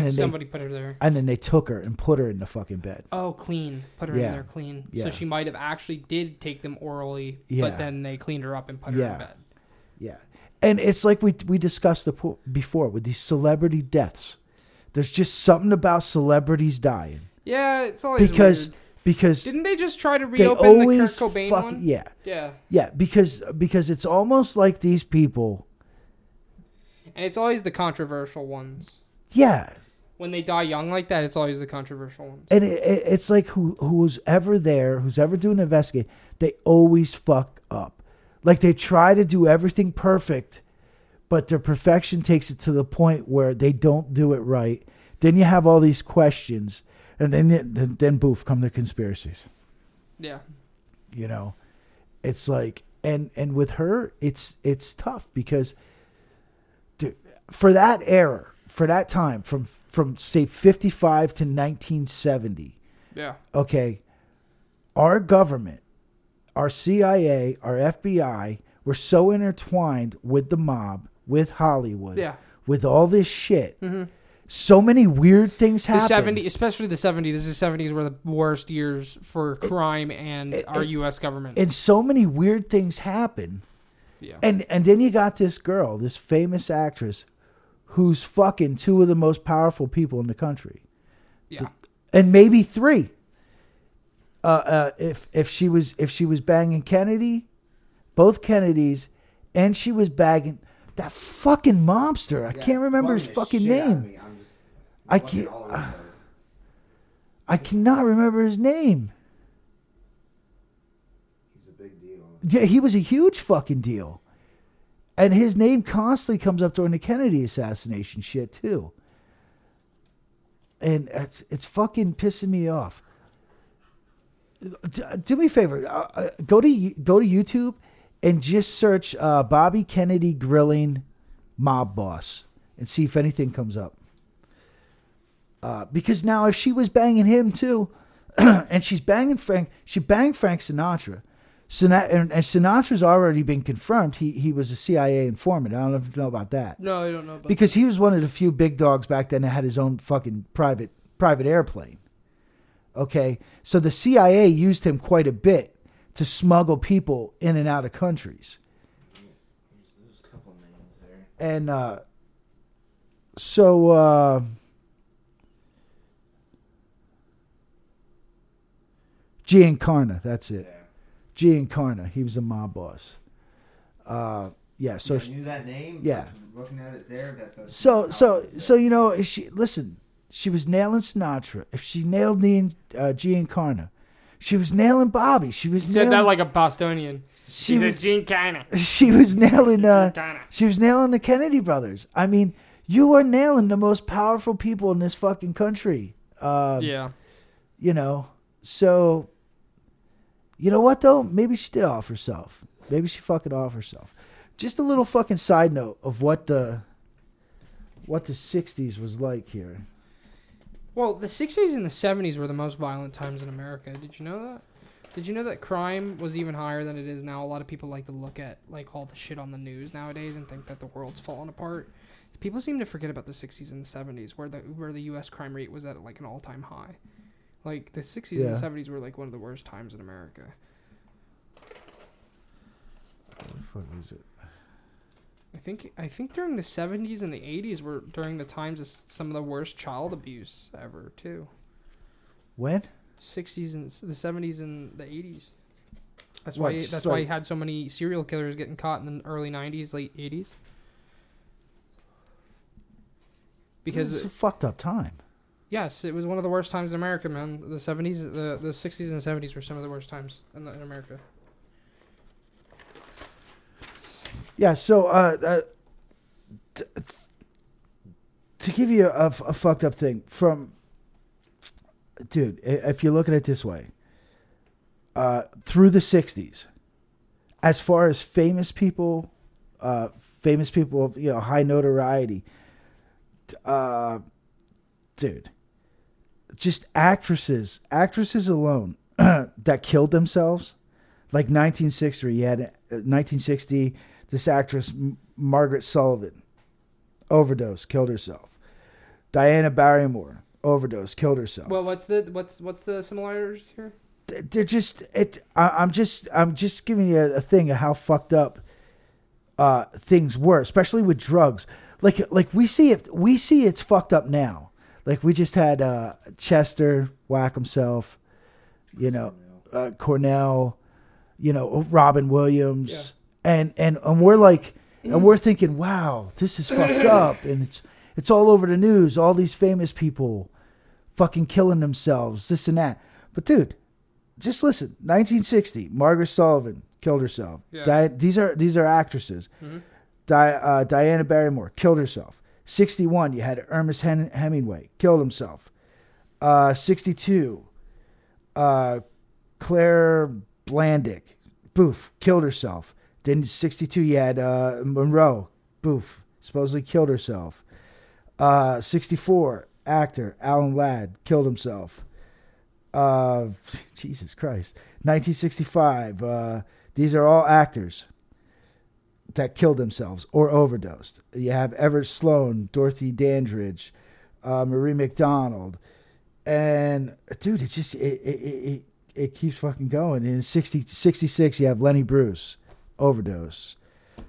Speaker 1: And
Speaker 2: then they
Speaker 1: somebody put her there.
Speaker 2: and then they took her and put her in the fucking bed.
Speaker 1: Oh, clean. Put her
Speaker 2: Yeah.
Speaker 1: in there clean.
Speaker 2: Yeah.
Speaker 1: So she might have actually did take them orally,
Speaker 2: Yeah.
Speaker 1: but then they cleaned her up and put her
Speaker 2: Yeah.
Speaker 1: in bed.
Speaker 2: Yeah, and it's like we we discussed the po- before with these celebrity deaths. There's just something about celebrities dying
Speaker 1: Yeah, it's always
Speaker 2: because
Speaker 1: weird.
Speaker 2: because
Speaker 1: didn't they just try to
Speaker 2: they
Speaker 1: reopen the Kurt
Speaker 2: always
Speaker 1: Cobain
Speaker 2: fuck
Speaker 1: one?
Speaker 2: yeah
Speaker 1: Yeah,
Speaker 2: yeah because because it's almost like these people
Speaker 1: and it's always the controversial ones.
Speaker 2: yeah
Speaker 1: When they die young like that, it's always the controversial ones.
Speaker 2: and it, it, it's like who who's ever there, who's ever doing the investigate, they always fuck up. Like they try to do everything perfect, but their perfection takes it to the point where they don't do it right. Then you have all these questions, and then then, then boof come the conspiracies.
Speaker 1: Yeah,
Speaker 2: You know, it's like and and with her, it's it's tough because dude, for that era, for that time, from from say fifty five to nineteen seventy
Speaker 1: yeah,
Speaker 2: okay, our government, our CIA, our FBI were so intertwined with the mob, with Hollywood,
Speaker 1: yeah. Mm-hmm.
Speaker 2: with all this shit. So many weird things
Speaker 1: The
Speaker 2: happened.
Speaker 1: seventy, especially the seventy. This is seventies were the worst years for crime and
Speaker 2: it-
Speaker 1: our
Speaker 2: it-
Speaker 1: U.S. government.
Speaker 2: and so many weird things happen.
Speaker 1: yeah,
Speaker 2: And and then you got this girl, this famous actress who's fucking two of the most powerful people in the country.
Speaker 1: yeah.
Speaker 2: and maybe three. Uh, uh, if if she was if she was banging Kennedy, both Kennedys, and she was bagging That fucking mobster. I
Speaker 3: Yeah,
Speaker 2: can't remember his
Speaker 3: bugging the
Speaker 2: fucking
Speaker 3: shit out of
Speaker 2: name.
Speaker 3: me. I'm just
Speaker 2: I
Speaker 3: fucking
Speaker 2: can't-
Speaker 3: all over the place.
Speaker 2: I cannot remember his name.
Speaker 3: He's a big deal.
Speaker 2: Yeah, he was a huge fucking deal. And his name constantly comes up during the Kennedy assassination shit too. And it's it's fucking pissing me off. D- Do me a favor, uh, uh, go to you- go to YouTube and just search uh, Bobby Kennedy grilling mob boss and see if anything comes up. Uh, because now if she was banging him too, and she's banging Frank, she banged Frank Sinatra. Sina- and, and Sinatra's already been confirmed. He he was a CIA informant. I don't know if you know about that
Speaker 1: No, I don't know about
Speaker 2: because he was one of the few big dogs back then that had his own fucking private private airplane. Okay, so the CIA used him quite a bit to smuggle people in and out of countries,
Speaker 3: There's, there's a couple names there.
Speaker 2: and uh, so uh, Giancarna, that's it.
Speaker 3: Yeah.
Speaker 2: Giancarna, he was a mob boss. Uh, yeah, so
Speaker 3: I knew that name. but
Speaker 2: yeah.
Speaker 3: Looking at it there, that does.
Speaker 2: So so so you know if she listen. She was nailing Sinatra. If she nailed Ian, uh, Giancarlo, she was nailing Bobby. She was
Speaker 4: He said that
Speaker 2: nailing-
Speaker 4: like a Bostonian.
Speaker 2: she
Speaker 4: She's a
Speaker 2: was,
Speaker 4: Gene Kinda.
Speaker 2: she was nailing uh,
Speaker 4: Kinda.
Speaker 2: she was nailing the Kennedy brothers. I mean, you are nailing the most powerful people in this fucking country. Um,
Speaker 4: Yeah.
Speaker 2: You know, so you know what though? Maybe she did off herself. Maybe she fucking off herself. Just a little fucking side note of what the what the '60s was like here.
Speaker 1: Well, the 60s and the 70s were the most violent times in America. Did you know that? Did you know that crime was even higher than it is now? A lot of people like to look at like all the shit on the news nowadays and think that the world's falling apart. People seem to forget about the 60s and 70s where the where the US crime rate was at like an all-time high. Like the 60s
Speaker 2: Yeah.
Speaker 1: and 70s were like one of the worst times in America.
Speaker 2: What the fuck was it?
Speaker 1: I think I think during the 70s and the 80s were during the times of s- some of the worst child abuse ever too.
Speaker 2: When?
Speaker 1: 60s and s- the 70s and the 80s. That's
Speaker 2: What,
Speaker 1: why
Speaker 2: just
Speaker 1: that's
Speaker 2: like-
Speaker 1: why you had so many serial killers getting caught in the early 90s, late 80s.
Speaker 2: it's
Speaker 1: Because
Speaker 2: a fucked up time.
Speaker 1: yes, it was one of the worst times in America, man. The 70s, the, the 60s and 70s were some of the worst times in, the, in America.
Speaker 2: Yeah. So, uh, uh t- t- to give you a, a fucked up thing from, dude, i- if you look at it this way, uh, through the '60s, as far as famous people, uh, famous people, of, you know, high notoriety, t- uh, dude, just actresses, actresses alone that killed themselves. like 1960 you had uh, 1960 this actress M- margaret sullivan overdose killed herself diana barrymore overdose killed herself
Speaker 1: Well, what's the what's what's the similarities here?
Speaker 2: Th- they're just it I, i'm just i'm just giving you a, a thing of how fucked up uh things were especially with drugs like like we see it we see it's fucked up now like we just had uh chester whack himself you know uh, Cornell, you know, Robin Williams, and, and and we're like, and we're thinking, wow, this is fucked up, and it's it's all over the news, all these famous people, fucking killing themselves, this and that. But dude, just listen, 1960, Margaret Sullivan killed herself.
Speaker 1: Yeah.
Speaker 2: Di- these are these are actresses.
Speaker 1: Mhm.
Speaker 2: Di- uh, Diana Barrymore killed herself. 61, you had Ernest Hen- Hemingway killed himself. Uh, 62, uh, Claire Blandick, boof, killed herself. Then 62, you had uh, Monroe, boof, supposedly killed herself. Uh, 64, actor Alan Ladd killed himself. Uh, Jesus Christ. 1965, uh, these are all actors that killed themselves or overdosed. You have Everett Sloan, Dorothy Dandridge, uh, Marie McDonald, and dude, it's just it it, it, it it keeps fucking going. And in 60, 66, you have Lenny Bruce, overdose.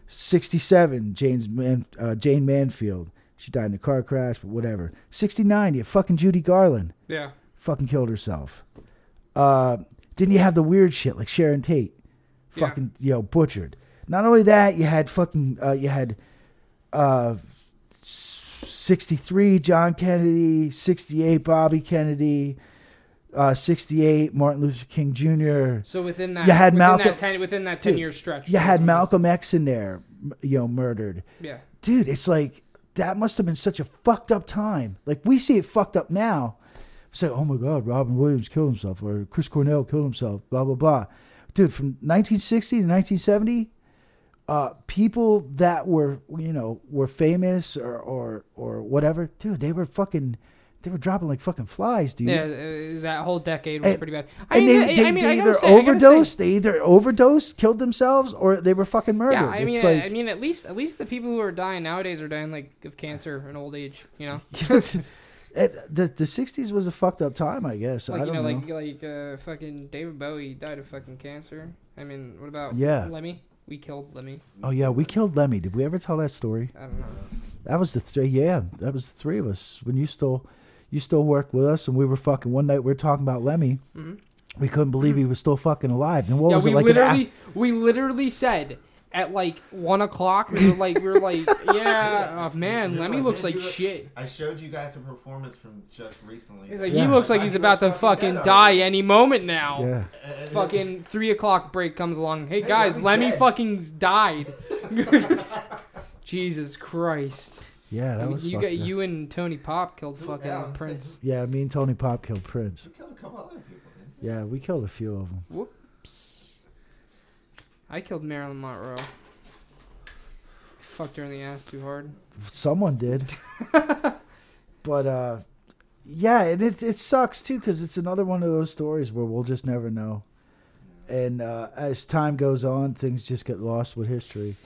Speaker 2: Sixty seven, Jane's Man, uh, Jane Manfield, she died in a car crash, but whatever. Sixty nine, you have fucking Judy Garland,
Speaker 1: Yeah.
Speaker 2: fucking killed herself. Uh, then you have the weird shit like Sharon Tate,
Speaker 1: Yeah.
Speaker 2: fucking you know butchered. Not only that, you had fucking uh, you had uh, 63 John Kennedy, 68 Bobby Kennedy, uh, 68 Martin Luther King Jr.
Speaker 1: So within that,
Speaker 2: You had
Speaker 1: within
Speaker 2: Malcolm-
Speaker 1: that ten, within that ten
Speaker 2: Dude,
Speaker 1: year stretch,
Speaker 2: You had
Speaker 1: was-
Speaker 2: Malcolm X in there, m- you know, murdered.
Speaker 1: Yeah,
Speaker 2: Dude, it's like that must have been such a fucked up time. Like we see it fucked up now. It's like, oh my God, Robin Williams killed himself or Chris Cornell killed himself, blah, blah, blah. Dude, from 1960 to 1970, uh, people that were you know were famous or or or whatever, dude, they were fucking, they were dropping like fucking flies, dude.
Speaker 1: yeah. Uh, that whole decade was
Speaker 2: And-
Speaker 1: pretty bad. I
Speaker 2: And
Speaker 1: mean,
Speaker 2: they,
Speaker 1: I-
Speaker 2: they,
Speaker 1: I mean,
Speaker 2: they
Speaker 1: I gotta
Speaker 2: either
Speaker 1: say- I gotta say-
Speaker 2: overdosed, they either overdosed, killed themselves, or they were fucking murdered.
Speaker 1: Yeah, I mean,
Speaker 2: it's like,
Speaker 1: I mean, at least at least the people who are dying nowadays are dying like of cancer and old age. You know,
Speaker 2: it, the the '60s was a fucked up time, I guess. I
Speaker 1: like
Speaker 2: don't
Speaker 1: you know,
Speaker 2: know.
Speaker 1: like like uh, fucking David Bowie died of fucking cancer. I mean, what about
Speaker 2: Yeah.
Speaker 1: Lemmy? We killed Lemmy.
Speaker 2: oh yeah, we killed Lemmy. Did we ever tell that story?
Speaker 1: I don't know.
Speaker 2: That was the three. Yeah, that was the three of us when you still, you still worked with us, and we were fucking. One night we were talking about Lemmy.
Speaker 1: Mhm.
Speaker 2: We couldn't believe he was still fucking alive. And what
Speaker 1: yeah,
Speaker 2: was
Speaker 1: we
Speaker 2: it like? an
Speaker 1: literally we literally said at like one o'clock we were like we were like yeah oh, man
Speaker 3: You're
Speaker 1: Lemmy
Speaker 3: like,
Speaker 1: looks
Speaker 3: "Man,
Speaker 1: like
Speaker 3: you look-
Speaker 1: shit.
Speaker 3: I showed you guys a performance from just recently.
Speaker 1: He's like he
Speaker 2: Yeah.
Speaker 1: looks like he's about to fucking die any moment now.
Speaker 2: hour- yeah.
Speaker 1: Fucking three o'clock break comes along. Hey guys,
Speaker 3: Lemmy's
Speaker 1: Lemmy
Speaker 3: dead.
Speaker 1: fucking's died. Jesus Christ!
Speaker 2: Yeah, that
Speaker 1: You-
Speaker 2: was
Speaker 1: you
Speaker 2: fucked
Speaker 1: got
Speaker 2: up.
Speaker 1: you and Tony Pop killed
Speaker 3: Who
Speaker 1: fucking
Speaker 3: else?
Speaker 1: Prince.
Speaker 2: Yeah, me and Tony Pop killed Prince.
Speaker 3: You killed a couple other people, didn't you?
Speaker 2: Yeah, we killed a few of them.
Speaker 1: I killed Marilyn Monroe. Fucked her in the ass too hard.
Speaker 2: Someone did. but uh, yeah, and it it sucks too because it's another one of those stories where we'll just never know. And uh, as time goes on, things just get lost with history.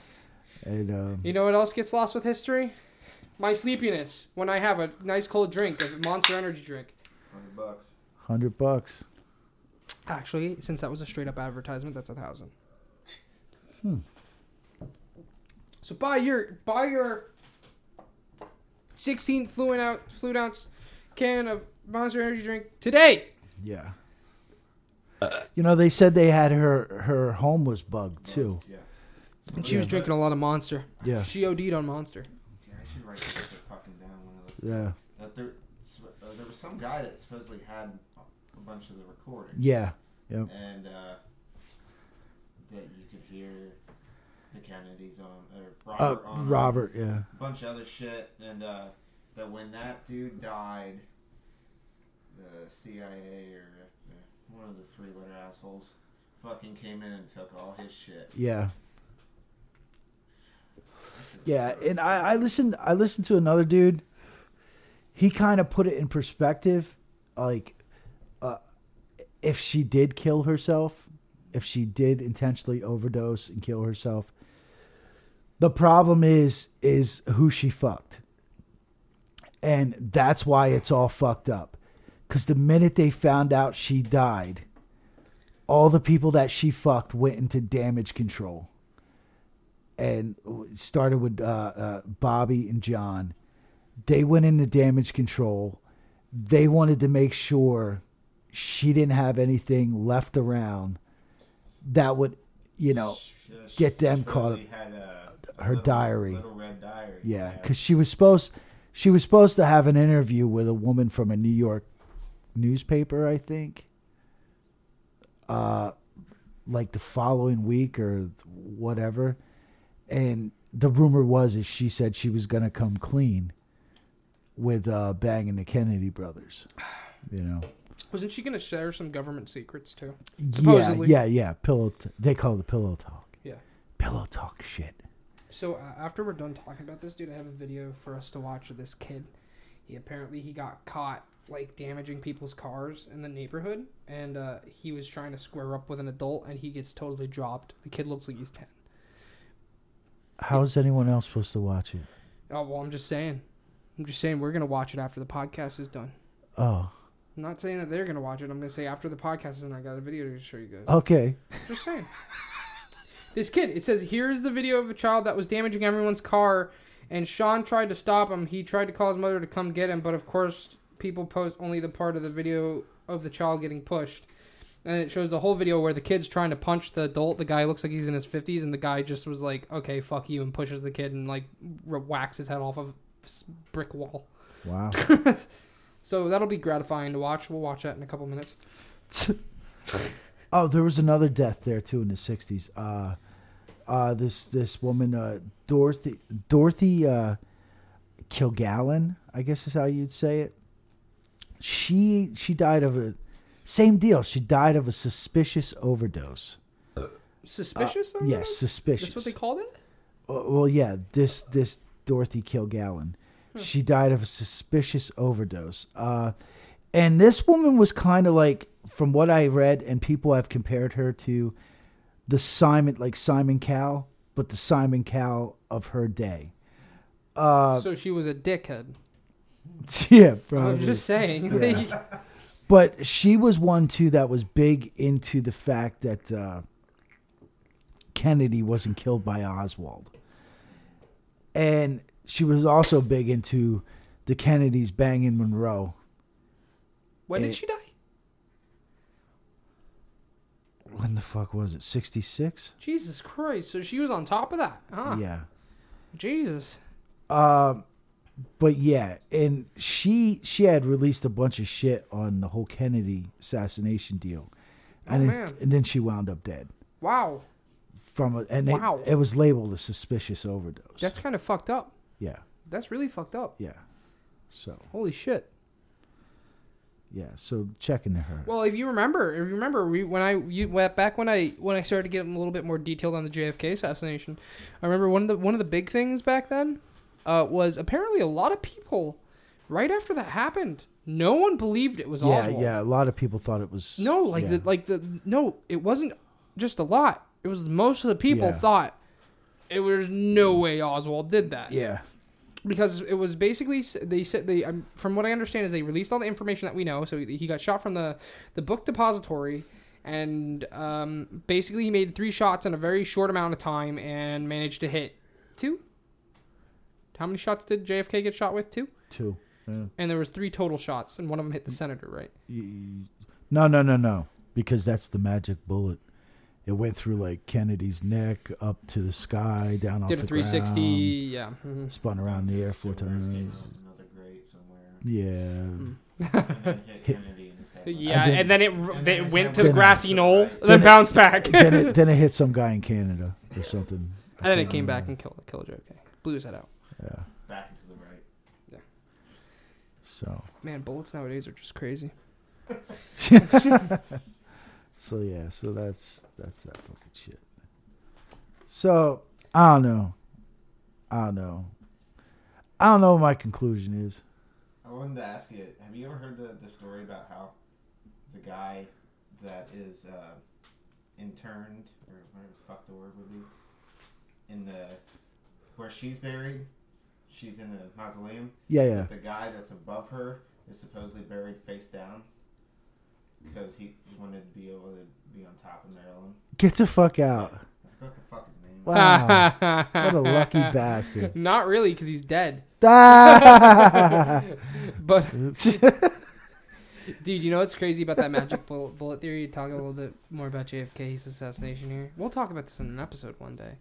Speaker 2: And um,
Speaker 1: You know what else gets lost with history? My sleepiness when I have a nice cold drink, a Monster Energy drink.
Speaker 3: Hundred bucks.
Speaker 2: hundred bucks.
Speaker 1: Actually, since that was a straight up advertisement, that's a thousand.
Speaker 2: Hmm.
Speaker 1: So buy your buy your sixteen fluid out fluid ounce can of Monster Energy drink today.
Speaker 2: Yeah. You know, they said they had her her home was bugged too.
Speaker 3: Yeah.
Speaker 1: And she was
Speaker 2: Yeah.
Speaker 1: drinking a lot of Monster.
Speaker 2: Yeah,
Speaker 1: She OD'd on Monster.
Speaker 3: Dude, I should write this shit fucking down one of those.
Speaker 2: yeah,
Speaker 3: That there, uh, there was some guy that supposedly had a bunch of the recordings.
Speaker 2: yeah.
Speaker 3: and uh, that you could hear the Kennedys on or
Speaker 2: Uh,
Speaker 3: Robert on
Speaker 2: Robert, yeah.
Speaker 3: a bunch of other shit, and uh, that when that dude died, the CIA or F- uh, one of the three letter assholes fucking came in and took all his shit.
Speaker 2: Yeah. Yeah, and I, I listened I listened to another dude. He kind of put it in perspective, like uh, if she did kill herself, if she did intentionally overdose and kill herself, the problem is is who she fucked. And that's why it's all fucked up. Cuz the minute they found out she died, all the people that she fucked went into damage control and it started with uh, uh, Bobby and John. They went into damage control. They wanted to make sure she didn't have anything left around that would, you know,
Speaker 3: Sh- sh-
Speaker 2: get them caught up.
Speaker 3: supposedly Had a, a
Speaker 2: Her
Speaker 3: little-
Speaker 2: diary.
Speaker 3: Little red diary.
Speaker 2: Yeah, because she was supposed she was supposed to have an interview with a woman from a New York newspaper, I think. Uh, like the following week or whatever, and the rumor was is she said she was gonna come clean with uh, banging the Kennedy brothers. You know,
Speaker 1: Wasn't she gonna share some government secrets too?
Speaker 2: yeah,
Speaker 1: Supposedly.
Speaker 2: yeah, yeah. Pillow, t- they call it the pillow talk.
Speaker 1: Yeah.
Speaker 2: pillow talk shit.
Speaker 1: So uh, after we're done talking about this, dude, I have a video for us to watch of this kid. He apparently he got caught like damaging people's cars in the neighborhood, and uh, he was trying to square up with an adult, and he gets totally dropped. The kid looks like he's ten.
Speaker 2: How is anyone else supposed to watch it?
Speaker 1: Oh well, I'm just saying. I'm just saying we're gonna watch it after the podcast is done.
Speaker 2: Oh,
Speaker 1: I'm not saying that they're gonna watch it. I'm gonna say after the podcast is done, I got a video to show you guys.
Speaker 2: okay.
Speaker 1: Just saying. this kid, it says, here's the video of a child that was damaging everyone's car, and Sean tried to stop him. He tried to call his mother to come get him, but of course, people post only the part of the video of the child getting pushed. And it shows the whole video where the kid's trying to punch the adult. The guy looks like he's in his 50s, and the guy just was like, okay, fuck you, and pushes the kid and like r- whacks his head off of s- brick wall.
Speaker 2: Wow.
Speaker 1: So that'll be gratifying to watch. We'll watch that in a couple minutes.
Speaker 2: oh, there was another death there too in the '60s. Uh, uh, this this woman, uh, Dorothy Dorothy uh, Kilgallen, I guess is how you'd say it. She she died of a same deal. She died of a suspicious overdose.
Speaker 1: Suspicious? I
Speaker 2: Yes,
Speaker 1: guess?
Speaker 2: Uh, suspicious.
Speaker 1: That's what they called it?
Speaker 2: Uh, well, yeah, this this Dorothy Kilgallen, she died of a suspicious overdose. Uh, and this woman was kind of like, from what I read, and people have compared her to the Simon, like Simon Cowell, but the Simon Cowell of her day. Uh,
Speaker 1: so she was a dickhead.
Speaker 2: yeah,
Speaker 1: I'm
Speaker 2: probably.
Speaker 1: just saying.
Speaker 2: Yeah. But she was one too that was big into the fact that uh, Kennedy wasn't killed by Oswald, and she was also big into the Kennedys banging Monroe.
Speaker 1: when
Speaker 2: Eh.
Speaker 1: did she die?
Speaker 2: When the fuck was it? Sixty six.
Speaker 1: Jesus Christ. So she was on top of that. Huh.
Speaker 2: Yeah.
Speaker 1: Jesus.
Speaker 2: Um, but yeah, and she she had released a bunch of shit on the whole Kennedy assassination deal, and it-
Speaker 1: Oh, man.
Speaker 2: and then she wound up dead.
Speaker 1: Wow.
Speaker 2: from a, and it-
Speaker 1: Wow.
Speaker 2: it, was labeled a suspicious overdose.
Speaker 1: That's kind of fucked up.
Speaker 2: yeah,
Speaker 1: That's really fucked up.
Speaker 2: yeah. So
Speaker 1: Holy shit.
Speaker 2: yeah, so check into her.
Speaker 1: Well, if you remember, if you remember, we when I you went back when I when I started getting a little bit more detailed on the JFK assassination, I remember one of the one of the big things back then uh, was apparently a lot of people right after that happened, no one believed it was
Speaker 2: yeah,
Speaker 1: Oswald.
Speaker 2: yeah. A lot of people thought it was
Speaker 1: No, like
Speaker 2: yeah.
Speaker 1: the like the no, it wasn't just a lot. It was most of the people
Speaker 2: Yeah.
Speaker 1: thought it was no way Oswald did that.
Speaker 2: yeah,
Speaker 1: because it was basically s- they said they um, from what I understand is they released all the information that we know. So he he got shot from the the book depository, and um, basically he made three shots in a very short amount of time and managed to hit two. How many shots did JFK get shot with? Two,
Speaker 2: two. Yeah.
Speaker 1: and there was three total shots, and one of them hit the senator, right?
Speaker 2: Y- No, no, no, no. Because that's the magic bullet. It went through like Kennedy's neck, up to the sky, down off
Speaker 1: Did a
Speaker 2: the
Speaker 1: three sixty,
Speaker 2: ground,
Speaker 1: yeah. mhm.
Speaker 2: spun around the air four
Speaker 3: Shit, where's he?
Speaker 2: times.
Speaker 3: Another grate somewhere.
Speaker 2: Yeah,
Speaker 3: And then hit Kennedy in his head.
Speaker 4: Yeah,
Speaker 2: didn't-
Speaker 4: and then it,
Speaker 3: And
Speaker 4: r
Speaker 3: then
Speaker 4: it
Speaker 3: his
Speaker 4: went
Speaker 3: head
Speaker 4: to the
Speaker 2: went
Speaker 4: grassy
Speaker 3: up.
Speaker 4: knoll,
Speaker 3: Right.
Speaker 4: and then
Speaker 2: Then it-
Speaker 4: bounced back.
Speaker 2: then it then it hit some guy in Canada or something.
Speaker 1: And then it came back and killed killed JFK, blew his head out.
Speaker 2: Yeah.
Speaker 3: Back into the right.
Speaker 2: So
Speaker 1: Man, bullets nowadays are just crazy.
Speaker 2: So yeah, so that's that's that fucking shit. So I don't know. I don't know. I don't know what my conclusion is.
Speaker 3: I wanted to ask you, have you ever heard the, the story about how the guy that is uh, interned, or whatever the fuck the word would be, in the, where she's buried, she's in a mausoleum,
Speaker 2: Yeah, yeah.
Speaker 3: but the guy that's above her is supposedly buried face down because he wanted to be able to be on top of Marilyn.
Speaker 2: Get the fuck out.
Speaker 3: I forgot the fuck his name. was.
Speaker 2: Wow. what a lucky bastard.
Speaker 1: Not really, because he's dead.
Speaker 2: Ah!
Speaker 1: But Dude, you know what's crazy about that magic bullet, bullet theory? Talking a little bit more about JFK's assassination here. We'll talk about this in an episode one day.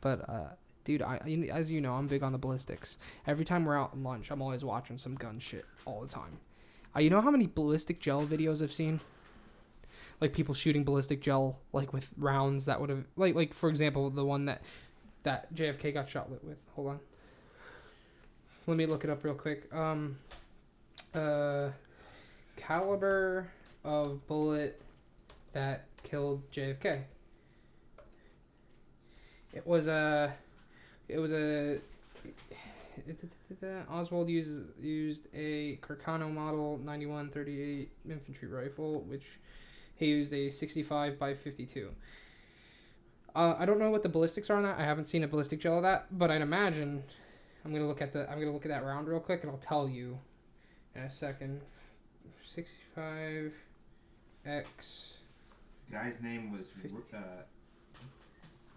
Speaker 1: But, uh, dude, I you- as you know, I'm big on the ballistics. Every time we're out on lunch, I'm always watching some gun shit all the time. Uh, you know how many ballistic gel videos I've seen? Like people shooting ballistic gel, like with rounds that would have, like, like for example, the one that that JFK got shot with. Hold on, let me look it up real quick. Um, uh caliber of bullet that killed JFK. It was a. It was a. Oswald used used a Carcano model 9138 infantry rifle, which he used a 65 by 52. Uh, I don't know what the ballistics are on that. I haven't seen a ballistic gel of that, but I'd imagine. I'm gonna look at the. I'm gonna look at that round real quick, and I'll tell you in a second. 65 X.
Speaker 3: guy's name was uh,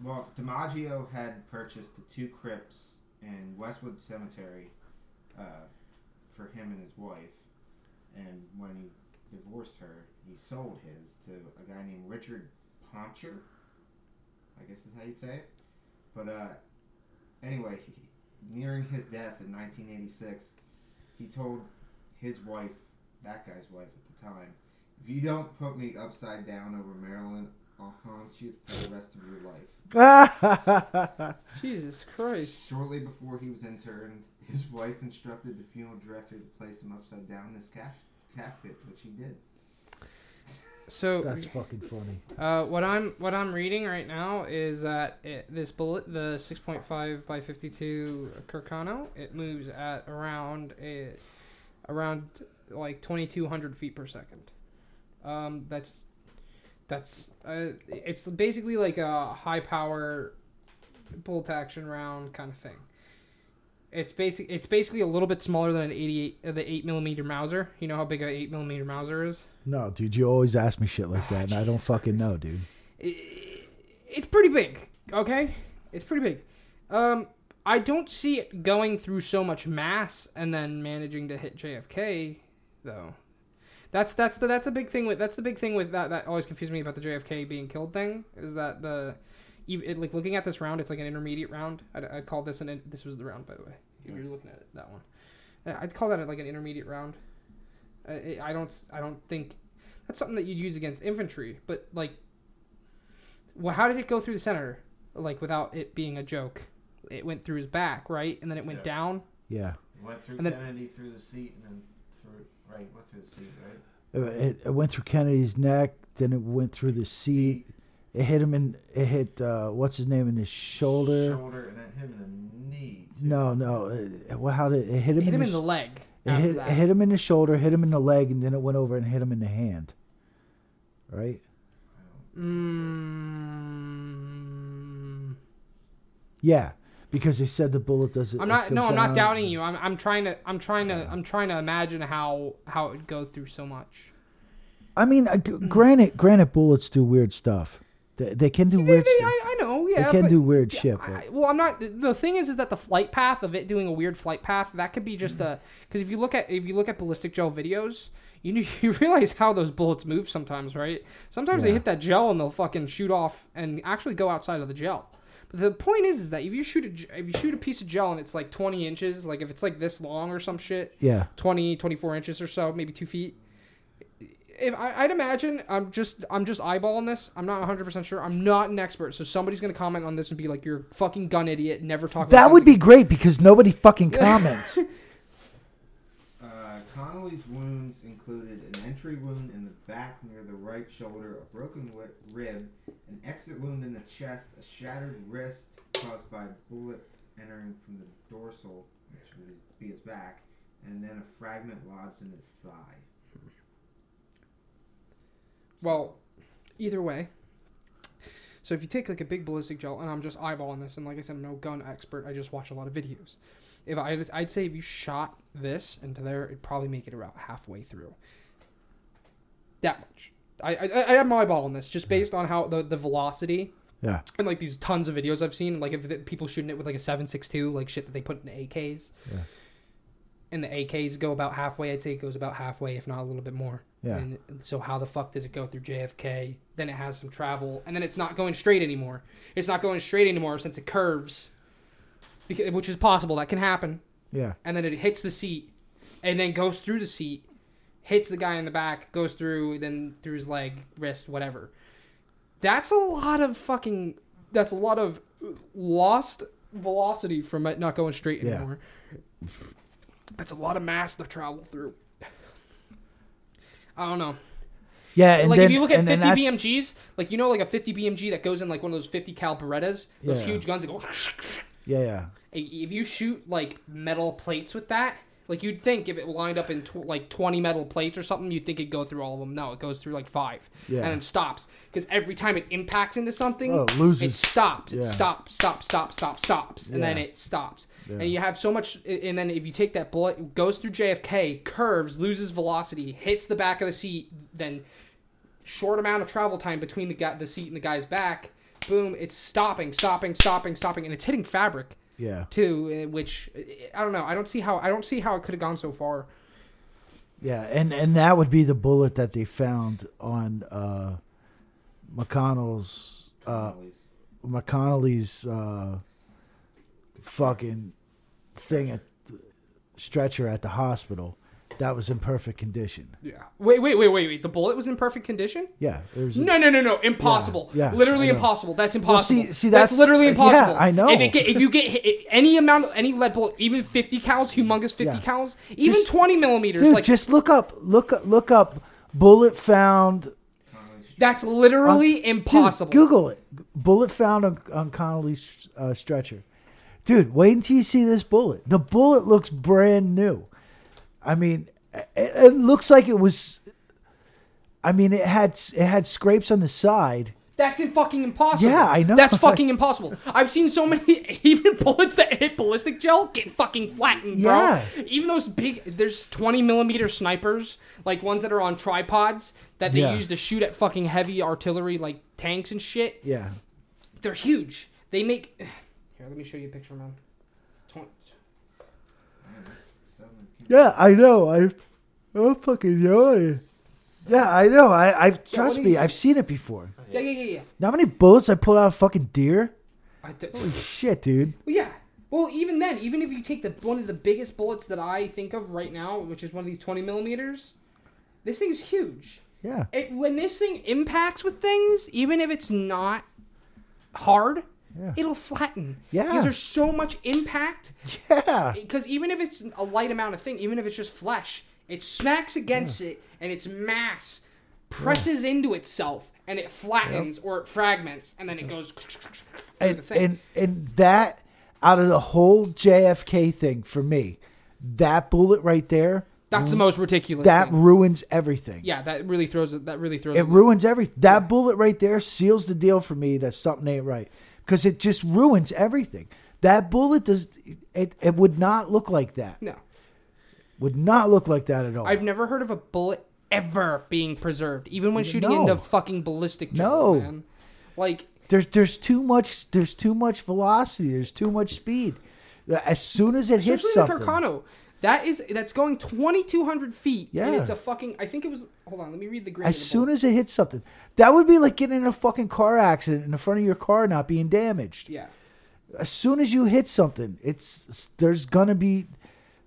Speaker 3: well dimaggio had purchased the two crypts in westwood cemetery uh, for him and his wife and when he divorced her, he sold his to a guy named Richard Poncher. I guess is how you'd say it. But uh, anyway, he, nearing his death in 1986, he told his wife, that guy's wife at the time, if you don't put me upside down over Maryland, I'll haunt you for the rest of your life.
Speaker 1: Jesus Christ.
Speaker 3: Shortly before he was interned, his wife instructed the funeral director to place him upside down in his cas- casket, which he did.
Speaker 1: So
Speaker 2: That's fucking funny.
Speaker 1: Uh, what I'm what I'm reading right now is that it, this bullet, the 6.5 by 52 Kirkano, it moves at around a, around like 2,200 feet per second. Um, that's that's uh, it's basically like a high power bolt action round kind of thing. It's basic. It's basically a little bit smaller than an 88, uh, the 8 millimeter Mauser. You know how big a 8 millimeter Mauser is.
Speaker 2: No, dude, you always ask me shit like that, and I don't fucking know, dude.
Speaker 1: i- it's pretty big. Okay, it's pretty big. Um, I don't see it going through so much mass and then managing to hit JFK though. That's that's the that's a big thing with that's the big thing with that that always confused me about the JFK being killed thing is that the ev- it, like looking at this round it's like an intermediate round. I'd, I'd call this an in- this was the round by the way. If you're looking at it, that one, Uh, I'd call that like an intermediate round. I, I- I don't I don't think that's something that you'd use against infantry, but like well, how did it go through the center? Like without it being a joke, it went through his back, right, and then it went
Speaker 3: Yeah.
Speaker 1: down.
Speaker 2: Yeah,
Speaker 3: Went through
Speaker 1: And then-
Speaker 3: Kennedy through the seat and then through right, went through the seat, right?
Speaker 2: Uh, it, it went through Kennedy's neck, then it went through the seat. It hit him in. It hit uh, what's his name in his shoulder.
Speaker 3: shoulder, and then him in the knee. too.
Speaker 2: No, no. It, well, how did it hit him?
Speaker 1: It hit
Speaker 2: in
Speaker 1: him
Speaker 2: the
Speaker 1: in
Speaker 2: sh-
Speaker 1: the leg.
Speaker 2: It
Speaker 1: after
Speaker 2: hit,
Speaker 1: that.
Speaker 2: it hit him in the shoulder, hit him in the leg, and then it went over and hit him in the hand. Right?
Speaker 1: Mm,
Speaker 2: Yeah, because they said the bullet doesn't.
Speaker 1: I'm
Speaker 2: it
Speaker 1: not. No,
Speaker 2: goes
Speaker 1: I'm not
Speaker 2: out.
Speaker 1: doubting you. I'm, I'm trying to. I'm trying to. I'm trying to imagine how how it would go through so much.
Speaker 2: I mean, uh,
Speaker 1: Mm.
Speaker 2: g- granted, granted, bullets do weird stuff. They, they can do weird stuff.
Speaker 1: I, I know.
Speaker 2: They
Speaker 1: Yeah.
Speaker 2: can
Speaker 1: but
Speaker 2: do weird shit.
Speaker 1: I-
Speaker 2: But
Speaker 1: I- well, I'm not. the- The thing is, is that the flight path of it doing a weird flight path that could be just a because if you look at if you look at ballistic gel videos, you kn- you realize how those bullets move sometimes, right? Sometimes they
Speaker 2: Yeah.
Speaker 1: hit that gel and they'll fucking shoot off and actually go outside of the gel. But the point is, is that if you shoot a, g- if you shoot a piece of gel and it's like 20 inches, like if it's like this long or some shit,
Speaker 2: yeah,
Speaker 1: 20 24 inches or so maybe two feet if I, i'd imagine i'm just i'm just eyeballing this i'm not 100% sure i'm not an expert so somebody's gonna comment on this and be like you're a fucking gun idiot never talk about
Speaker 2: that
Speaker 1: guns
Speaker 2: would be
Speaker 1: again."
Speaker 2: great because nobody fucking comments.
Speaker 3: Uh, Connolly's wounds included an entry wound in the back near the right shoulder, a broken wi- rib, an exit wound in the chest, a shattered wrist caused by a bullet entering from the dorsal, which would be his back, and then a fragment lodged in his thigh.
Speaker 1: well either way so if you take like a big ballistic gel and i'm just eyeballing this and like i said i'm no gun expert i just watch a lot of videos if I, i'd say if you shot this into there it'd probably make it about halfway through that much i i, I am eyeballing this just based on how the, the velocity
Speaker 2: yeah,
Speaker 1: and like these tons of videos I've seen, like if the, people shooting it with like a seven six two, like shit that they put in AKs,
Speaker 2: Yeah.
Speaker 1: and the AKs go about halfway. I'd say it goes about halfway, if not a little bit more.
Speaker 2: Yeah.
Speaker 1: And so how the fuck does it go through JFK? Then it has some travel, and then it's not going straight anymore. It's not going straight anymore since it curves, because, which is possible. That can happen
Speaker 2: yeah.
Speaker 1: and then it hits the seat, and then goes through the seat, hits the guy in the back, goes through, then through his leg, wrist, whatever. That's a lot of fucking. That's a lot of lost velocity from it not going straight
Speaker 2: Yeah.
Speaker 1: anymore. That's a lot of mass to travel through. I don't know.
Speaker 2: Yeah, and
Speaker 1: like
Speaker 2: then,
Speaker 1: if you look at
Speaker 2: and then
Speaker 1: 50
Speaker 2: that's-
Speaker 1: BMGs, like you know, like a 50 BMG that goes in like one of those 50 cal Berettas, those
Speaker 2: Yeah.
Speaker 1: huge guns that go.
Speaker 2: Yeah, yeah.
Speaker 1: If if you shoot like metal plates with that, like you'd think if it lined up in tw- like 20 metal plates or something, you'd think it'd go through all of them. No, it goes through like five
Speaker 2: Yeah.
Speaker 1: and then stops because every time it impacts into something,
Speaker 2: Well, it loses-
Speaker 1: it stops. It
Speaker 2: yeah.
Speaker 1: stops, stops, stops, stops, stops, and then
Speaker 2: Yeah.
Speaker 1: it stops.
Speaker 2: Yeah.
Speaker 1: And you have so much. And then if you take that bullet, it goes through JFK, curves, loses velocity, hits the back of the seat, then short amount of travel time between the guy, the seat and the guy's back. Boom! It's stopping, stopping, stopping, stopping, and it's hitting fabric
Speaker 2: Yeah.
Speaker 1: eh, too, uh, which uh, I don't know. I don't see how I don't see how it could have gone so far.
Speaker 2: Yeah, and and that would be the bullet that they found on uh, McConnell's uh,
Speaker 3: Connolly's.
Speaker 2: McConnelly's uh, fucking thing at stretcher at the hospital. That was in perfect condition.
Speaker 1: Yeah. Wait, wait, wait, wait, wait. The bullet was in perfect condition?
Speaker 2: Yeah, it was.
Speaker 1: No, no, no, no. Impossible.
Speaker 2: Yeah, yeah,
Speaker 1: literally
Speaker 2: I know.
Speaker 1: impossible. That's impossible.
Speaker 2: see- see,
Speaker 1: that's,
Speaker 2: that's-
Speaker 1: literally
Speaker 2: yeah,
Speaker 1: impossible.
Speaker 2: I know.
Speaker 1: If, it get, if you get hit, eh, any amount, any lead bullet, even 50 cows, humongous 50
Speaker 2: Yeah.
Speaker 1: cows, even
Speaker 2: Just-
Speaker 1: 20 millimeters,
Speaker 2: dude,
Speaker 1: like
Speaker 2: just look up, look up, look up. Bullet found.
Speaker 3: Connolly's-
Speaker 1: that's literally
Speaker 2: uh, Dude,
Speaker 1: impossible.
Speaker 2: Google it. Bullet found on, on Connolly's uh, stretcher. Dude, wait until you see this bullet. The bullet looks brand new. I mean, it, it looks like it was. I mean, it had it had scrapes on the side.
Speaker 1: That's in fucking impossible.
Speaker 2: Yeah, I know.
Speaker 1: That's fucking impossible. I've seen so many even bullets that hit ballistic gel get fucking flattened, bro.
Speaker 2: Yeah.
Speaker 1: Even those big, there's 20 millimeter snipers, like ones that are on tripods that they
Speaker 2: Yeah.
Speaker 1: use to shoot at fucking heavy artillery, like tanks and shit.
Speaker 2: Yeah,
Speaker 1: They're huge. They make. Here, let me show you a picture, man. Twen-
Speaker 3: Man, that's seven-
Speaker 2: yeah, I know. I, oh fucking yawning. Yeah, I know. I, I've trust
Speaker 1: what do
Speaker 2: me,
Speaker 1: you-
Speaker 2: I've seen it before.
Speaker 1: uh, Yeah, yeah, yeah, yeah.
Speaker 2: Now, how many bullets I pulled out of fucking deer?
Speaker 1: I th-
Speaker 2: Holy shit, dude.
Speaker 1: Well, yeah. Well, even then, even if you take the one of the biggest bullets that I think of right now, which is one of these 20 millimeters, this thing's huge.
Speaker 2: Yeah,
Speaker 1: It, when this thing impacts with things, even if it's not hard,
Speaker 2: Yeah.
Speaker 1: it'll flatten.
Speaker 2: Yeah.
Speaker 1: Because there's so much impact.
Speaker 2: yeah.
Speaker 1: Because even if it's a light amount of thing, even if it's just flesh, it smacks against it and its mass presses into itself and it flattens or it fragments and then it goes through the
Speaker 2: and,
Speaker 1: thing.
Speaker 2: and and that out of the whole JFK thing for me, that bullet right there,
Speaker 1: That's the most ridiculous.
Speaker 2: that
Speaker 1: thing.
Speaker 2: ruins everything.
Speaker 1: yeah, that really throws it. That really throws
Speaker 2: It
Speaker 1: it.
Speaker 2: ruins everything. That bullet right there seals the deal for me that something ain't right because it just ruins everything. That bullet does it. It would not look like that.
Speaker 1: No,
Speaker 2: Would not look like that at all.
Speaker 1: I've never heard of a bullet ever being preserved, even when shooting
Speaker 2: No.
Speaker 1: into fucking ballistic.
Speaker 2: No.
Speaker 1: gel, man. like
Speaker 2: there's there's too much. There's too much velocity. There's too much speed. As soon as it hits
Speaker 1: especially the
Speaker 2: something,
Speaker 1: Carcano. That is that's going twenty two hundred feet. and
Speaker 2: Yeah.
Speaker 1: it's a fucking. I think it was. Hold on, let me read the grade.
Speaker 2: as soon as it hits something, that would be like getting in a fucking car accident in the front of your car not being damaged.
Speaker 1: yeah,
Speaker 2: As soon as you hit something, it's there's gonna be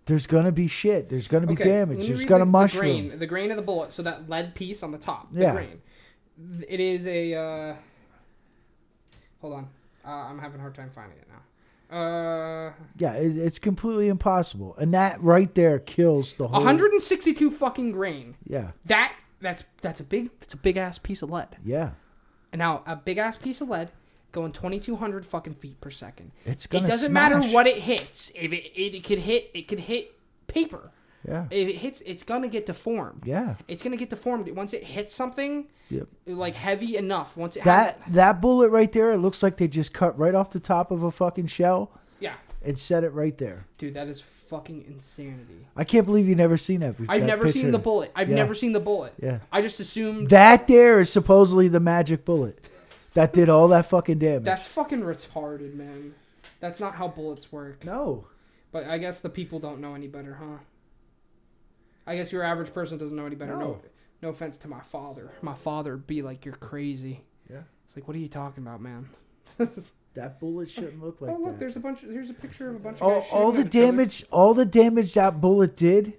Speaker 2: there's gonna be shit. There's gonna be
Speaker 1: okay. let
Speaker 2: damage.
Speaker 1: me
Speaker 2: There's
Speaker 1: read
Speaker 2: gonna
Speaker 1: the,
Speaker 2: mushroom.
Speaker 1: The grain, the grain of the bullet. So that lead piece on the top. The
Speaker 2: Yeah.
Speaker 1: grain. It is a. Uh, hold on, uh, I'm having a hard time finding it now. Uh,
Speaker 2: Yeah, it, it's completely impossible. And that right there kills the whole.
Speaker 1: 162 fucking grain.
Speaker 2: Yeah,
Speaker 1: That that's that's a big that's a big ass piece of lead.
Speaker 2: yeah.
Speaker 1: And now a big ass piece of lead going 2200 fucking feet per second.
Speaker 2: It's
Speaker 1: It
Speaker 2: gonna.
Speaker 1: doesn't
Speaker 2: smash.
Speaker 1: matter what it hits. If it, it it could hit it could hit paper.
Speaker 2: Yeah,
Speaker 1: If it hits it's going to get deformed.
Speaker 2: yeah.
Speaker 1: It's going to get deformed once it hits something
Speaker 2: Yep.
Speaker 1: like heavy enough once it
Speaker 2: That
Speaker 1: has
Speaker 2: that bullet right there, it looks like they just cut right off the top of a fucking shell
Speaker 1: Yeah.
Speaker 2: and set it right there.
Speaker 1: Dude, that is fucking insanity.
Speaker 2: I can't believe you never seen that. be-
Speaker 1: I've
Speaker 2: that
Speaker 1: never seen
Speaker 2: picture.
Speaker 1: the bullet. I've
Speaker 2: Yeah.
Speaker 1: never seen the bullet.
Speaker 2: Yeah.
Speaker 1: I just assumed
Speaker 2: That there is supposedly the magic bullet that did all that fucking damage.
Speaker 1: that's fucking retarded, man. That's not how bullets work.
Speaker 2: no.
Speaker 1: But I guess the people don't know any better, huh? I guess your average person doesn't know any better. No, no,
Speaker 2: No.
Speaker 1: offense to my father. My father would be like, "You're crazy."
Speaker 2: Yeah.
Speaker 1: It's like, what are you talking about, man?
Speaker 2: That bullet shouldn't look like
Speaker 1: oh look,
Speaker 2: that.
Speaker 1: there's a bunch. Of, here's a picture of a bunch of
Speaker 2: All,
Speaker 1: guys
Speaker 2: all
Speaker 1: shooting
Speaker 2: the
Speaker 1: at each other.
Speaker 2: damage, all the damage that bullet did,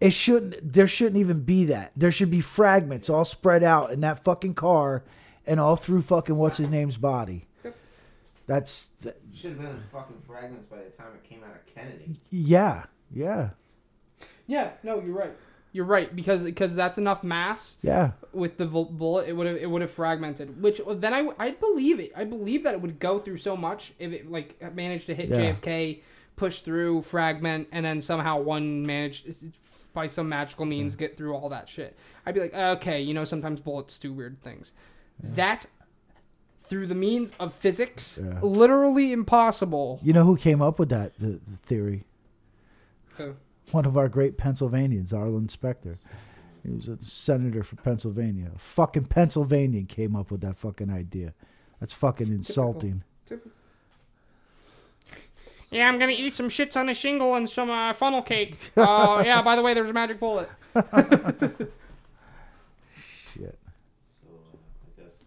Speaker 2: it shouldn't. There shouldn't even be that. There should be fragments all spread out in that fucking car, and all through fucking what's his name's body.
Speaker 1: Yep.
Speaker 2: That's th-
Speaker 3: Should have been in fucking fragments by the time it came out of Kennedy.
Speaker 2: yeah, yeah,
Speaker 1: Yeah, no, you're right. You're right because because that's enough mass
Speaker 2: yeah.
Speaker 1: with the vul- bullet. It would have it would have fragmented. Which then I I believe it. I believe that it would go through so much if it like managed to hit
Speaker 2: Yeah.
Speaker 1: JFK, push through, fragment, and then somehow one managed by some magical means get through all that shit. I'd be like, okay, you know, sometimes bullets do weird things. That's through the means of physics,
Speaker 2: Yeah.
Speaker 1: literally impossible.
Speaker 2: You know who came up with that the, the theory?
Speaker 1: Who?
Speaker 2: One of our great Pennsylvanians, Arlen Specter. He was a senator for Pennsylvania. A fucking Pennsylvanian came up with that fucking idea. That's fucking insulting.
Speaker 4: Yeah, I'm gonna eat some shits on a shingle and some uh, funnel cake. Oh yeah, by the way, there's a magic bullet.
Speaker 2: Shit.
Speaker 3: So uh, I guess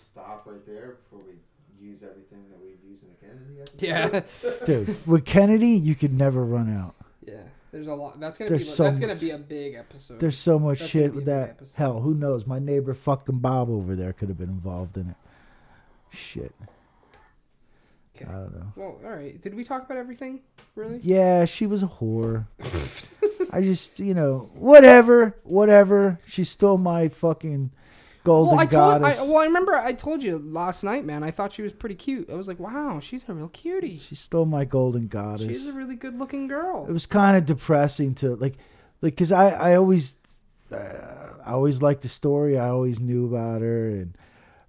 Speaker 3: stop right there before we use everything that we're using again in the episode.
Speaker 1: Yeah,
Speaker 2: Dude, with Kennedy, you could never run out.
Speaker 1: yeah. There's a lot. That's gonna
Speaker 2: There's
Speaker 1: be.
Speaker 2: so
Speaker 1: that's gonna
Speaker 2: much-
Speaker 1: be a big episode.
Speaker 2: There's so much
Speaker 1: That's gonna
Speaker 2: shit
Speaker 1: be
Speaker 2: with
Speaker 1: a big
Speaker 2: that.
Speaker 1: episode.
Speaker 2: Hell, who knows? My neighbor fucking Bob over there could have been involved in it. Shit.
Speaker 1: Okay.
Speaker 2: I don't know.
Speaker 1: well, all right. Did we talk about everything? Really?
Speaker 2: Yeah, she was a whore. I just, you know, whatever, whatever. She's still my fucking golden
Speaker 1: Well, I told. I,
Speaker 2: goddess.
Speaker 1: well, I remember I told you last night, man. I thought she was pretty cute. I was like, wow, she's a real cutie.
Speaker 2: She's still my golden goddess.
Speaker 1: She's a really good-looking girl.
Speaker 2: it was kind of depressing to like like because i i always uh, i always liked the story i always knew about her and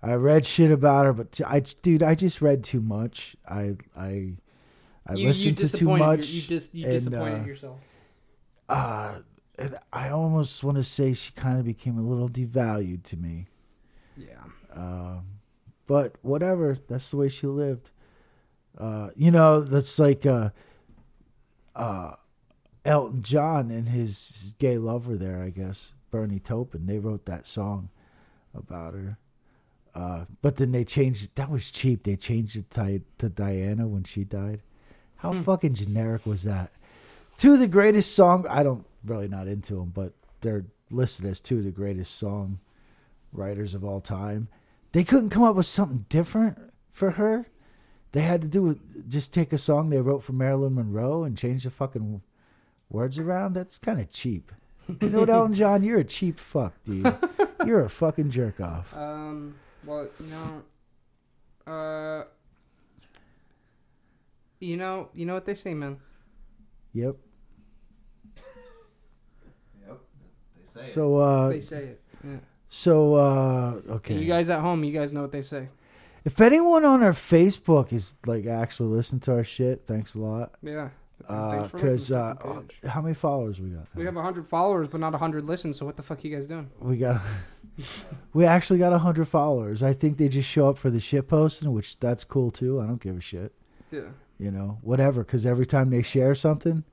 Speaker 2: i read shit about her but t- i dude i just read too much i i i
Speaker 1: you,
Speaker 2: listened
Speaker 1: you
Speaker 2: to too
Speaker 1: disappointed your-
Speaker 2: much
Speaker 1: You, dis, you
Speaker 2: and,
Speaker 1: disappointed
Speaker 2: uh,
Speaker 1: yourself.
Speaker 2: uh and i almost want to say she kind of became a little devalued to me
Speaker 1: Yeah.
Speaker 2: um, but whatever, that's the way she lived. Uh, you know, that's like uh, uh, Elton John and his gay lover there, I guess, Bernie Taupin. They wrote that song about her. Uh, but then they changed it. That was cheap. They changed it to, to Diana when she died. How fucking generic was that? Two of the greatest song. I don't really not into them, but they're listed as two of the greatest song writers of all time. They couldn't come up with something different for her. They had to do with just take a song they wrote for Marilyn Monroe and change the fucking words around. That's kind of cheap. You know what, Elton John? You're a cheap fuck, dude. You're a fucking jerk off.
Speaker 1: Um. Well, you know. Uh. You know. You know what they say, man.
Speaker 2: Yep.
Speaker 3: Yep. They say it.
Speaker 2: So uh
Speaker 1: They say it. Yeah.
Speaker 2: so uh okay.
Speaker 1: You guys at home, you guys know what they say.
Speaker 2: if anyone on our Facebook is like actually listening to our shit, thanks a lot.
Speaker 1: Yeah.
Speaker 2: Uh
Speaker 1: Thanks for listening
Speaker 2: 'cause cuz
Speaker 1: to the
Speaker 2: uh
Speaker 1: fucking page.
Speaker 2: how many followers we got?
Speaker 1: we have 100 followers, but not 100 listens. So what the fuck you guys doing?
Speaker 2: We got. we actually got hundred followers. I think they just show up for the shit posting, which that's cool too. I don't give a shit.
Speaker 1: Yeah.
Speaker 2: You know, whatever. Because every time they share something,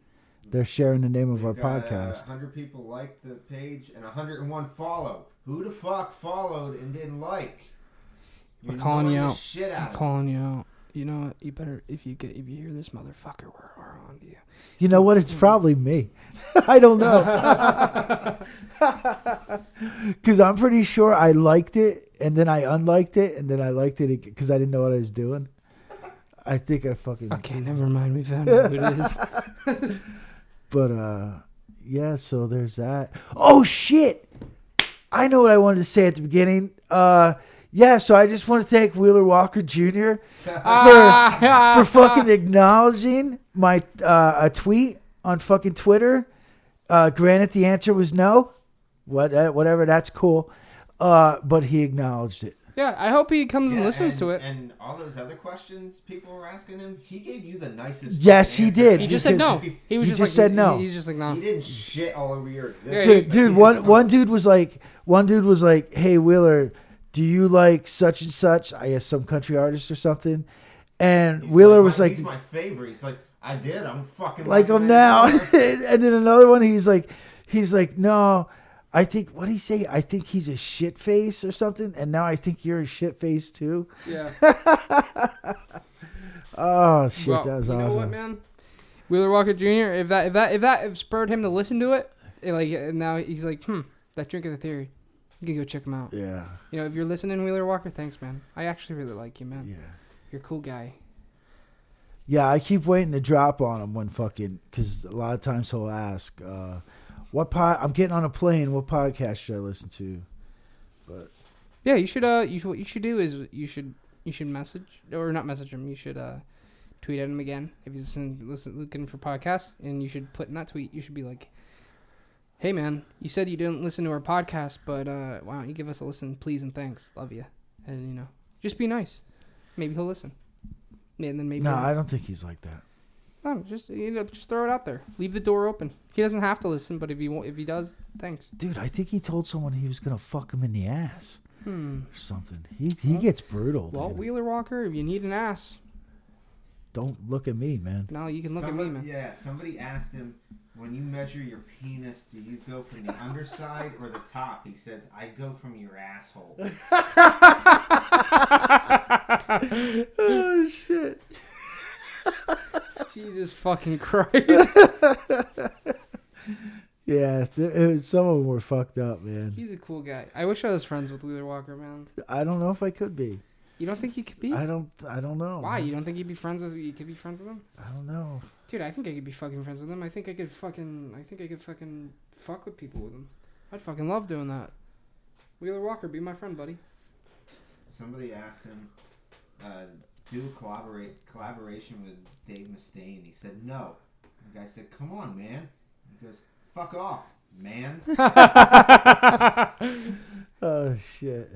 Speaker 2: they're sharing the name of our
Speaker 3: We've got,
Speaker 2: podcast.
Speaker 3: Uh, 100 people liked the page and 101 follow. Who the fuck followed and didn't like?
Speaker 1: We're calling
Speaker 3: annoying
Speaker 1: you
Speaker 3: the
Speaker 1: out.
Speaker 3: Shit out
Speaker 1: I'm
Speaker 3: of me.
Speaker 1: calling you out. You know what? You better if you get if you hear this motherfucker, we're, we're on to you.
Speaker 2: You know what? It's probably me. I don't know. Because I'm pretty sure I liked it, and then I unliked it, and then I liked it because I didn't know what I was doing. I think I fucking.
Speaker 1: Okay, never mind. We found out who it is.
Speaker 2: But uh yeah, so there's that. Oh shit. I know what I wanted to say at the beginning. Uh yeah, so I just want to thank Wheeler Walker Jr. for, for fucking acknowledging my uh, a tweet on fucking Twitter. Uh, granted, the answer was no. What, uh, whatever, that's cool. Uh, but he acknowledged it.
Speaker 1: Yeah, I hope he comes and
Speaker 3: Yeah,
Speaker 1: listens
Speaker 3: and,
Speaker 1: to it.
Speaker 3: And all those other questions people were asking him, he gave you the nicest.
Speaker 2: Yes,
Speaker 3: fucking
Speaker 2: he
Speaker 3: answer.
Speaker 2: did.
Speaker 1: He just said no.
Speaker 2: because-
Speaker 1: He was
Speaker 2: you
Speaker 1: just,
Speaker 2: just
Speaker 1: like,
Speaker 2: said no.
Speaker 1: He's just like no.
Speaker 3: He didn't shit all over your existence.
Speaker 1: Yeah,
Speaker 2: dude, dude one one dude was like one dude was like hey wheeler do you like such and such i guess some country artist or something and wheeler was like
Speaker 3: he's my favorite. He's like, I did. I'm fucking
Speaker 2: like
Speaker 3: liking
Speaker 2: him
Speaker 3: it
Speaker 2: now
Speaker 3: more."
Speaker 2: and then another one he's like he's like no i think what did he say i think he's a shit face or something and now i think you're a shit face too
Speaker 1: Yeah.
Speaker 2: oh shit
Speaker 1: Well,
Speaker 2: that was
Speaker 1: you know
Speaker 2: awesome
Speaker 1: what, man? Wheeler Walker Jr. If that if that if that spurred him to listen to it, and like and now he's like, hmm, that drink of the theory. You can go check him out.
Speaker 2: yeah
Speaker 1: You know, if you're listening, Wheeler Walker, thanks, man. I actually really like you, man.
Speaker 2: yeah
Speaker 1: You're a cool guy.
Speaker 2: Yeah, I keep waiting to drop on him when fucking because a lot of times he'll ask, uh, "What pod? I'm getting on a plane. What podcast should I listen to?"
Speaker 1: Yeah, you should. Uh, you should, what you should do is you should you should message or not message him. You should uh, tweet at him again if he's listen, listen looking for podcasts, and you should put in that tweet. You should be like, "Hey, man, you said you didn't listen to our podcast, but uh, why don't you give us a listen, please and thanks. Love you." And you know, just be nice. Maybe he'll listen. And then maybe
Speaker 2: No, I don't think he's like that.
Speaker 1: no, just you know, just throw it out there. Leave the door open. He doesn't have to listen, but if he won't, if he does, thanks.
Speaker 2: Dude, I think he told someone he was gonna fuck him in the ass
Speaker 1: Hmm.
Speaker 2: or something. He he gets brutal.
Speaker 1: Well,
Speaker 2: dude.
Speaker 1: Wheeler Walker, if you need an ass,
Speaker 2: Don't look at me, man.
Speaker 1: No, you can look at me,
Speaker 3: Someone-
Speaker 1: man.
Speaker 3: Yeah, somebody asked him, when you measure your penis, do you go from the underside or the top? He says, I go from your asshole.
Speaker 2: oh shit.
Speaker 1: Jesus fucking Christ.
Speaker 2: Yeah, th- it was, some of them were fucked up, man.
Speaker 1: He's a cool guy. I wish I was friends with Wheeler Walker, man.
Speaker 2: I don't know if I could be.
Speaker 1: You don't think you could be?
Speaker 2: I don't. I don't know.
Speaker 1: Why? You don't think you'd be friends with? You could be friends with him,
Speaker 2: I don't know.
Speaker 1: dude. I think I could be fucking friends with him. I think I could fucking. I think I could fucking fuck with people with him. I'd fucking love doing that. Wheeler Walker, be my friend, buddy.
Speaker 3: Somebody asked him, uh, do a collaborate, collaboration with Dave Mustaine. He said, no. The guy said, come on, man. He goes, fuck off, man.
Speaker 2: Oh shit.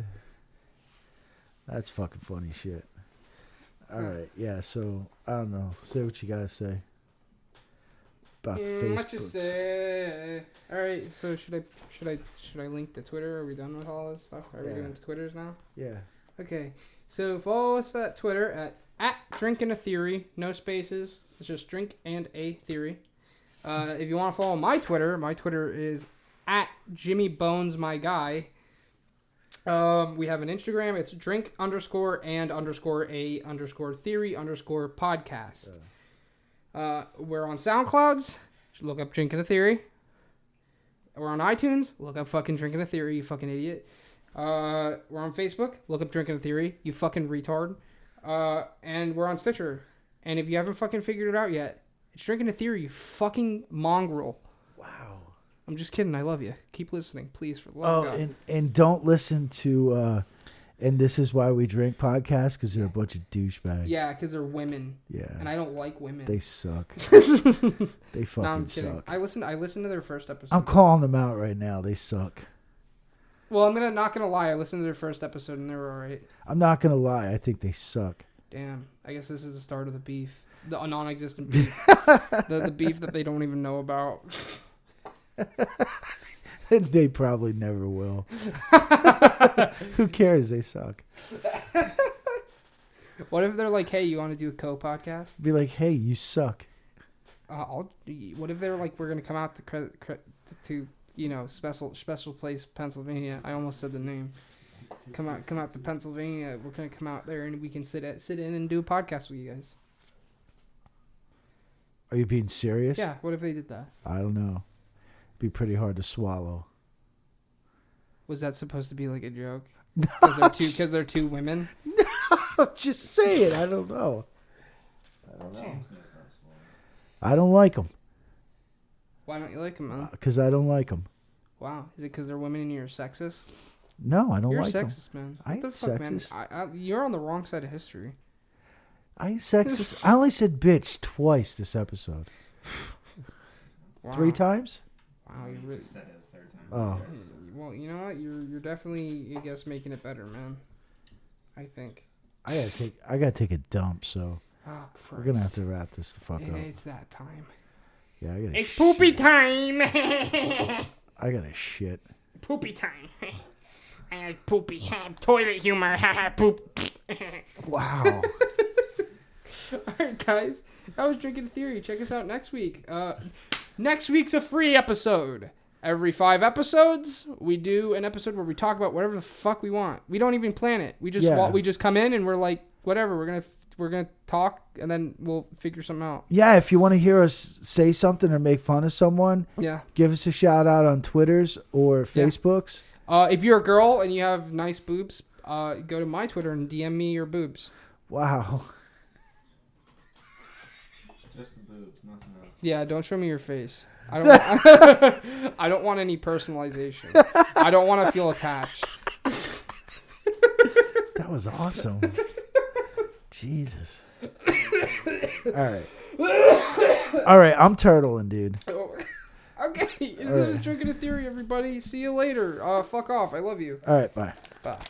Speaker 2: That's fucking funny shit. All right, yeah. So I don't know. Say what you gotta say about the
Speaker 1: Mm, what you
Speaker 2: Facebook.
Speaker 1: say? All right. So should I? Should I? Should I link the Twitter? Are we done with all this stuff? Are we
Speaker 2: Yeah.
Speaker 1: doing Twitters now?
Speaker 2: Yeah.
Speaker 1: Okay, so follow us at Twitter at, at Drink and a Theory, no spaces. It's just Drink and a Theory. Uh, if you want to follow my Twitter, my Twitter is at Jimmy Bones My Guy. Um, we have an Instagram. It's Drink underscore and underscore a underscore Theory underscore podcast. Uh, we're on SoundClouds. Just look up Drink and a Theory. We're on iTunes. Look up fucking Drink and a Theory. You fucking idiot. Uh, we're on Facebook. Look up Drinking Theory. You fucking retard. Uh, and we're on Stitcher. And if you haven't fucking figured it out yet, it's Drinking a Theory. You fucking mongrel.
Speaker 2: Wow.
Speaker 1: I'm just kidding. I love you. Keep listening, please. For the
Speaker 2: Oh,
Speaker 1: love of God.
Speaker 2: and and don't listen to. uh And this is why we drink podcasts because they're a bunch of douchebags.
Speaker 1: yeah, because they're women,
Speaker 2: Yeah.
Speaker 1: and I don't like women.
Speaker 2: they suck. they fucking
Speaker 1: no, I'm kidding.
Speaker 2: suck.
Speaker 1: I listened. I listened to their first episode.
Speaker 2: I'm calling them out right now. They suck.
Speaker 1: well, I'm gonna not gonna lie. I listened to their first episode, and they were all right.
Speaker 2: I'm not gonna lie. I think they suck.
Speaker 1: Damn. I guess this is the start of the beef, the non-existent beef, the, the beef that they don't even know about.
Speaker 2: they probably never will. Who cares? They suck.
Speaker 1: What if they're like, "Hey, you want to do a co-podcast?"
Speaker 2: Be like, hey, you suck.
Speaker 1: Uh, I'll, what if they're like, we're gonna come out to cre- cre- to, to you know special special place Pennsylvania? I almost said the name. Come out, come out to Pennsylvania. We're gonna come out there and we can sit at, sit in and do a podcast with you guys.
Speaker 2: Are you being serious?
Speaker 1: Yeah. What if they did that?
Speaker 2: I don't know. Be pretty hard to swallow.
Speaker 1: Was that supposed to be like a joke? Because they're two because they're two women.
Speaker 2: Just say it. I don't know.
Speaker 3: James
Speaker 2: I don't like them
Speaker 1: Why don't you like them? Man?
Speaker 2: because I don't like them.
Speaker 1: Wow. Is it because they're women and you're sexist?
Speaker 2: No, I don't
Speaker 1: You're
Speaker 2: like them.
Speaker 1: sexist, man.
Speaker 2: I
Speaker 1: What the
Speaker 2: ain't
Speaker 1: fuck,
Speaker 2: sexist.
Speaker 1: man? I, I, you're on the wrong side of history.
Speaker 2: I ain't sexist. I only said bitch twice this episode.
Speaker 1: Wow.
Speaker 2: Three times?
Speaker 1: Wow. You're
Speaker 3: He
Speaker 1: really,
Speaker 3: just said it the third time.
Speaker 2: Oh.
Speaker 1: Well, you know what? You're you're definitely, I guess, making it better, man. I think.
Speaker 2: I gotta take. I gotta take a dump. So
Speaker 1: Oh, Christ.
Speaker 2: we're gonna have to wrap this the fuck up.
Speaker 1: It's that time.
Speaker 2: Yeah, I gotta.
Speaker 4: It's
Speaker 2: shit.
Speaker 4: poopy time.
Speaker 2: I gotta shit.
Speaker 4: poopy time. I like poopy. Toilet humor. Poop.
Speaker 2: Wow.
Speaker 1: All right, guys. That was Drinking Theory. Check us out next week. Uh, next week's a free episode. Every five episodes, we do an episode where we talk about whatever the fuck we want. We don't even plan it. We just
Speaker 2: Yeah.
Speaker 1: wa- we just come in and we're like, whatever. We're gonna we're gonna talk and then we'll figure something out.
Speaker 2: yeah, if you want to hear us say something or make fun of someone,
Speaker 1: Yeah.
Speaker 2: give us a shout out on Twitters or
Speaker 1: Yeah.
Speaker 2: Facebooks.
Speaker 1: Uh, if you're a girl and you have nice boobs, uh, go to my Twitter and DM me your boobs.
Speaker 2: Wow.
Speaker 3: Just the boobs, nothing else.
Speaker 1: Yeah, don't show me your face. I don't. Want, I don't want any personalization. I don't want to feel attached.
Speaker 2: That was awesome. Jesus. All right. All right, I'm turtling, dude.
Speaker 1: Oh. Okay, this is drinking a theory, everybody. See you later. Uh, fuck off. I love you.
Speaker 2: All right, bye.
Speaker 1: Bye.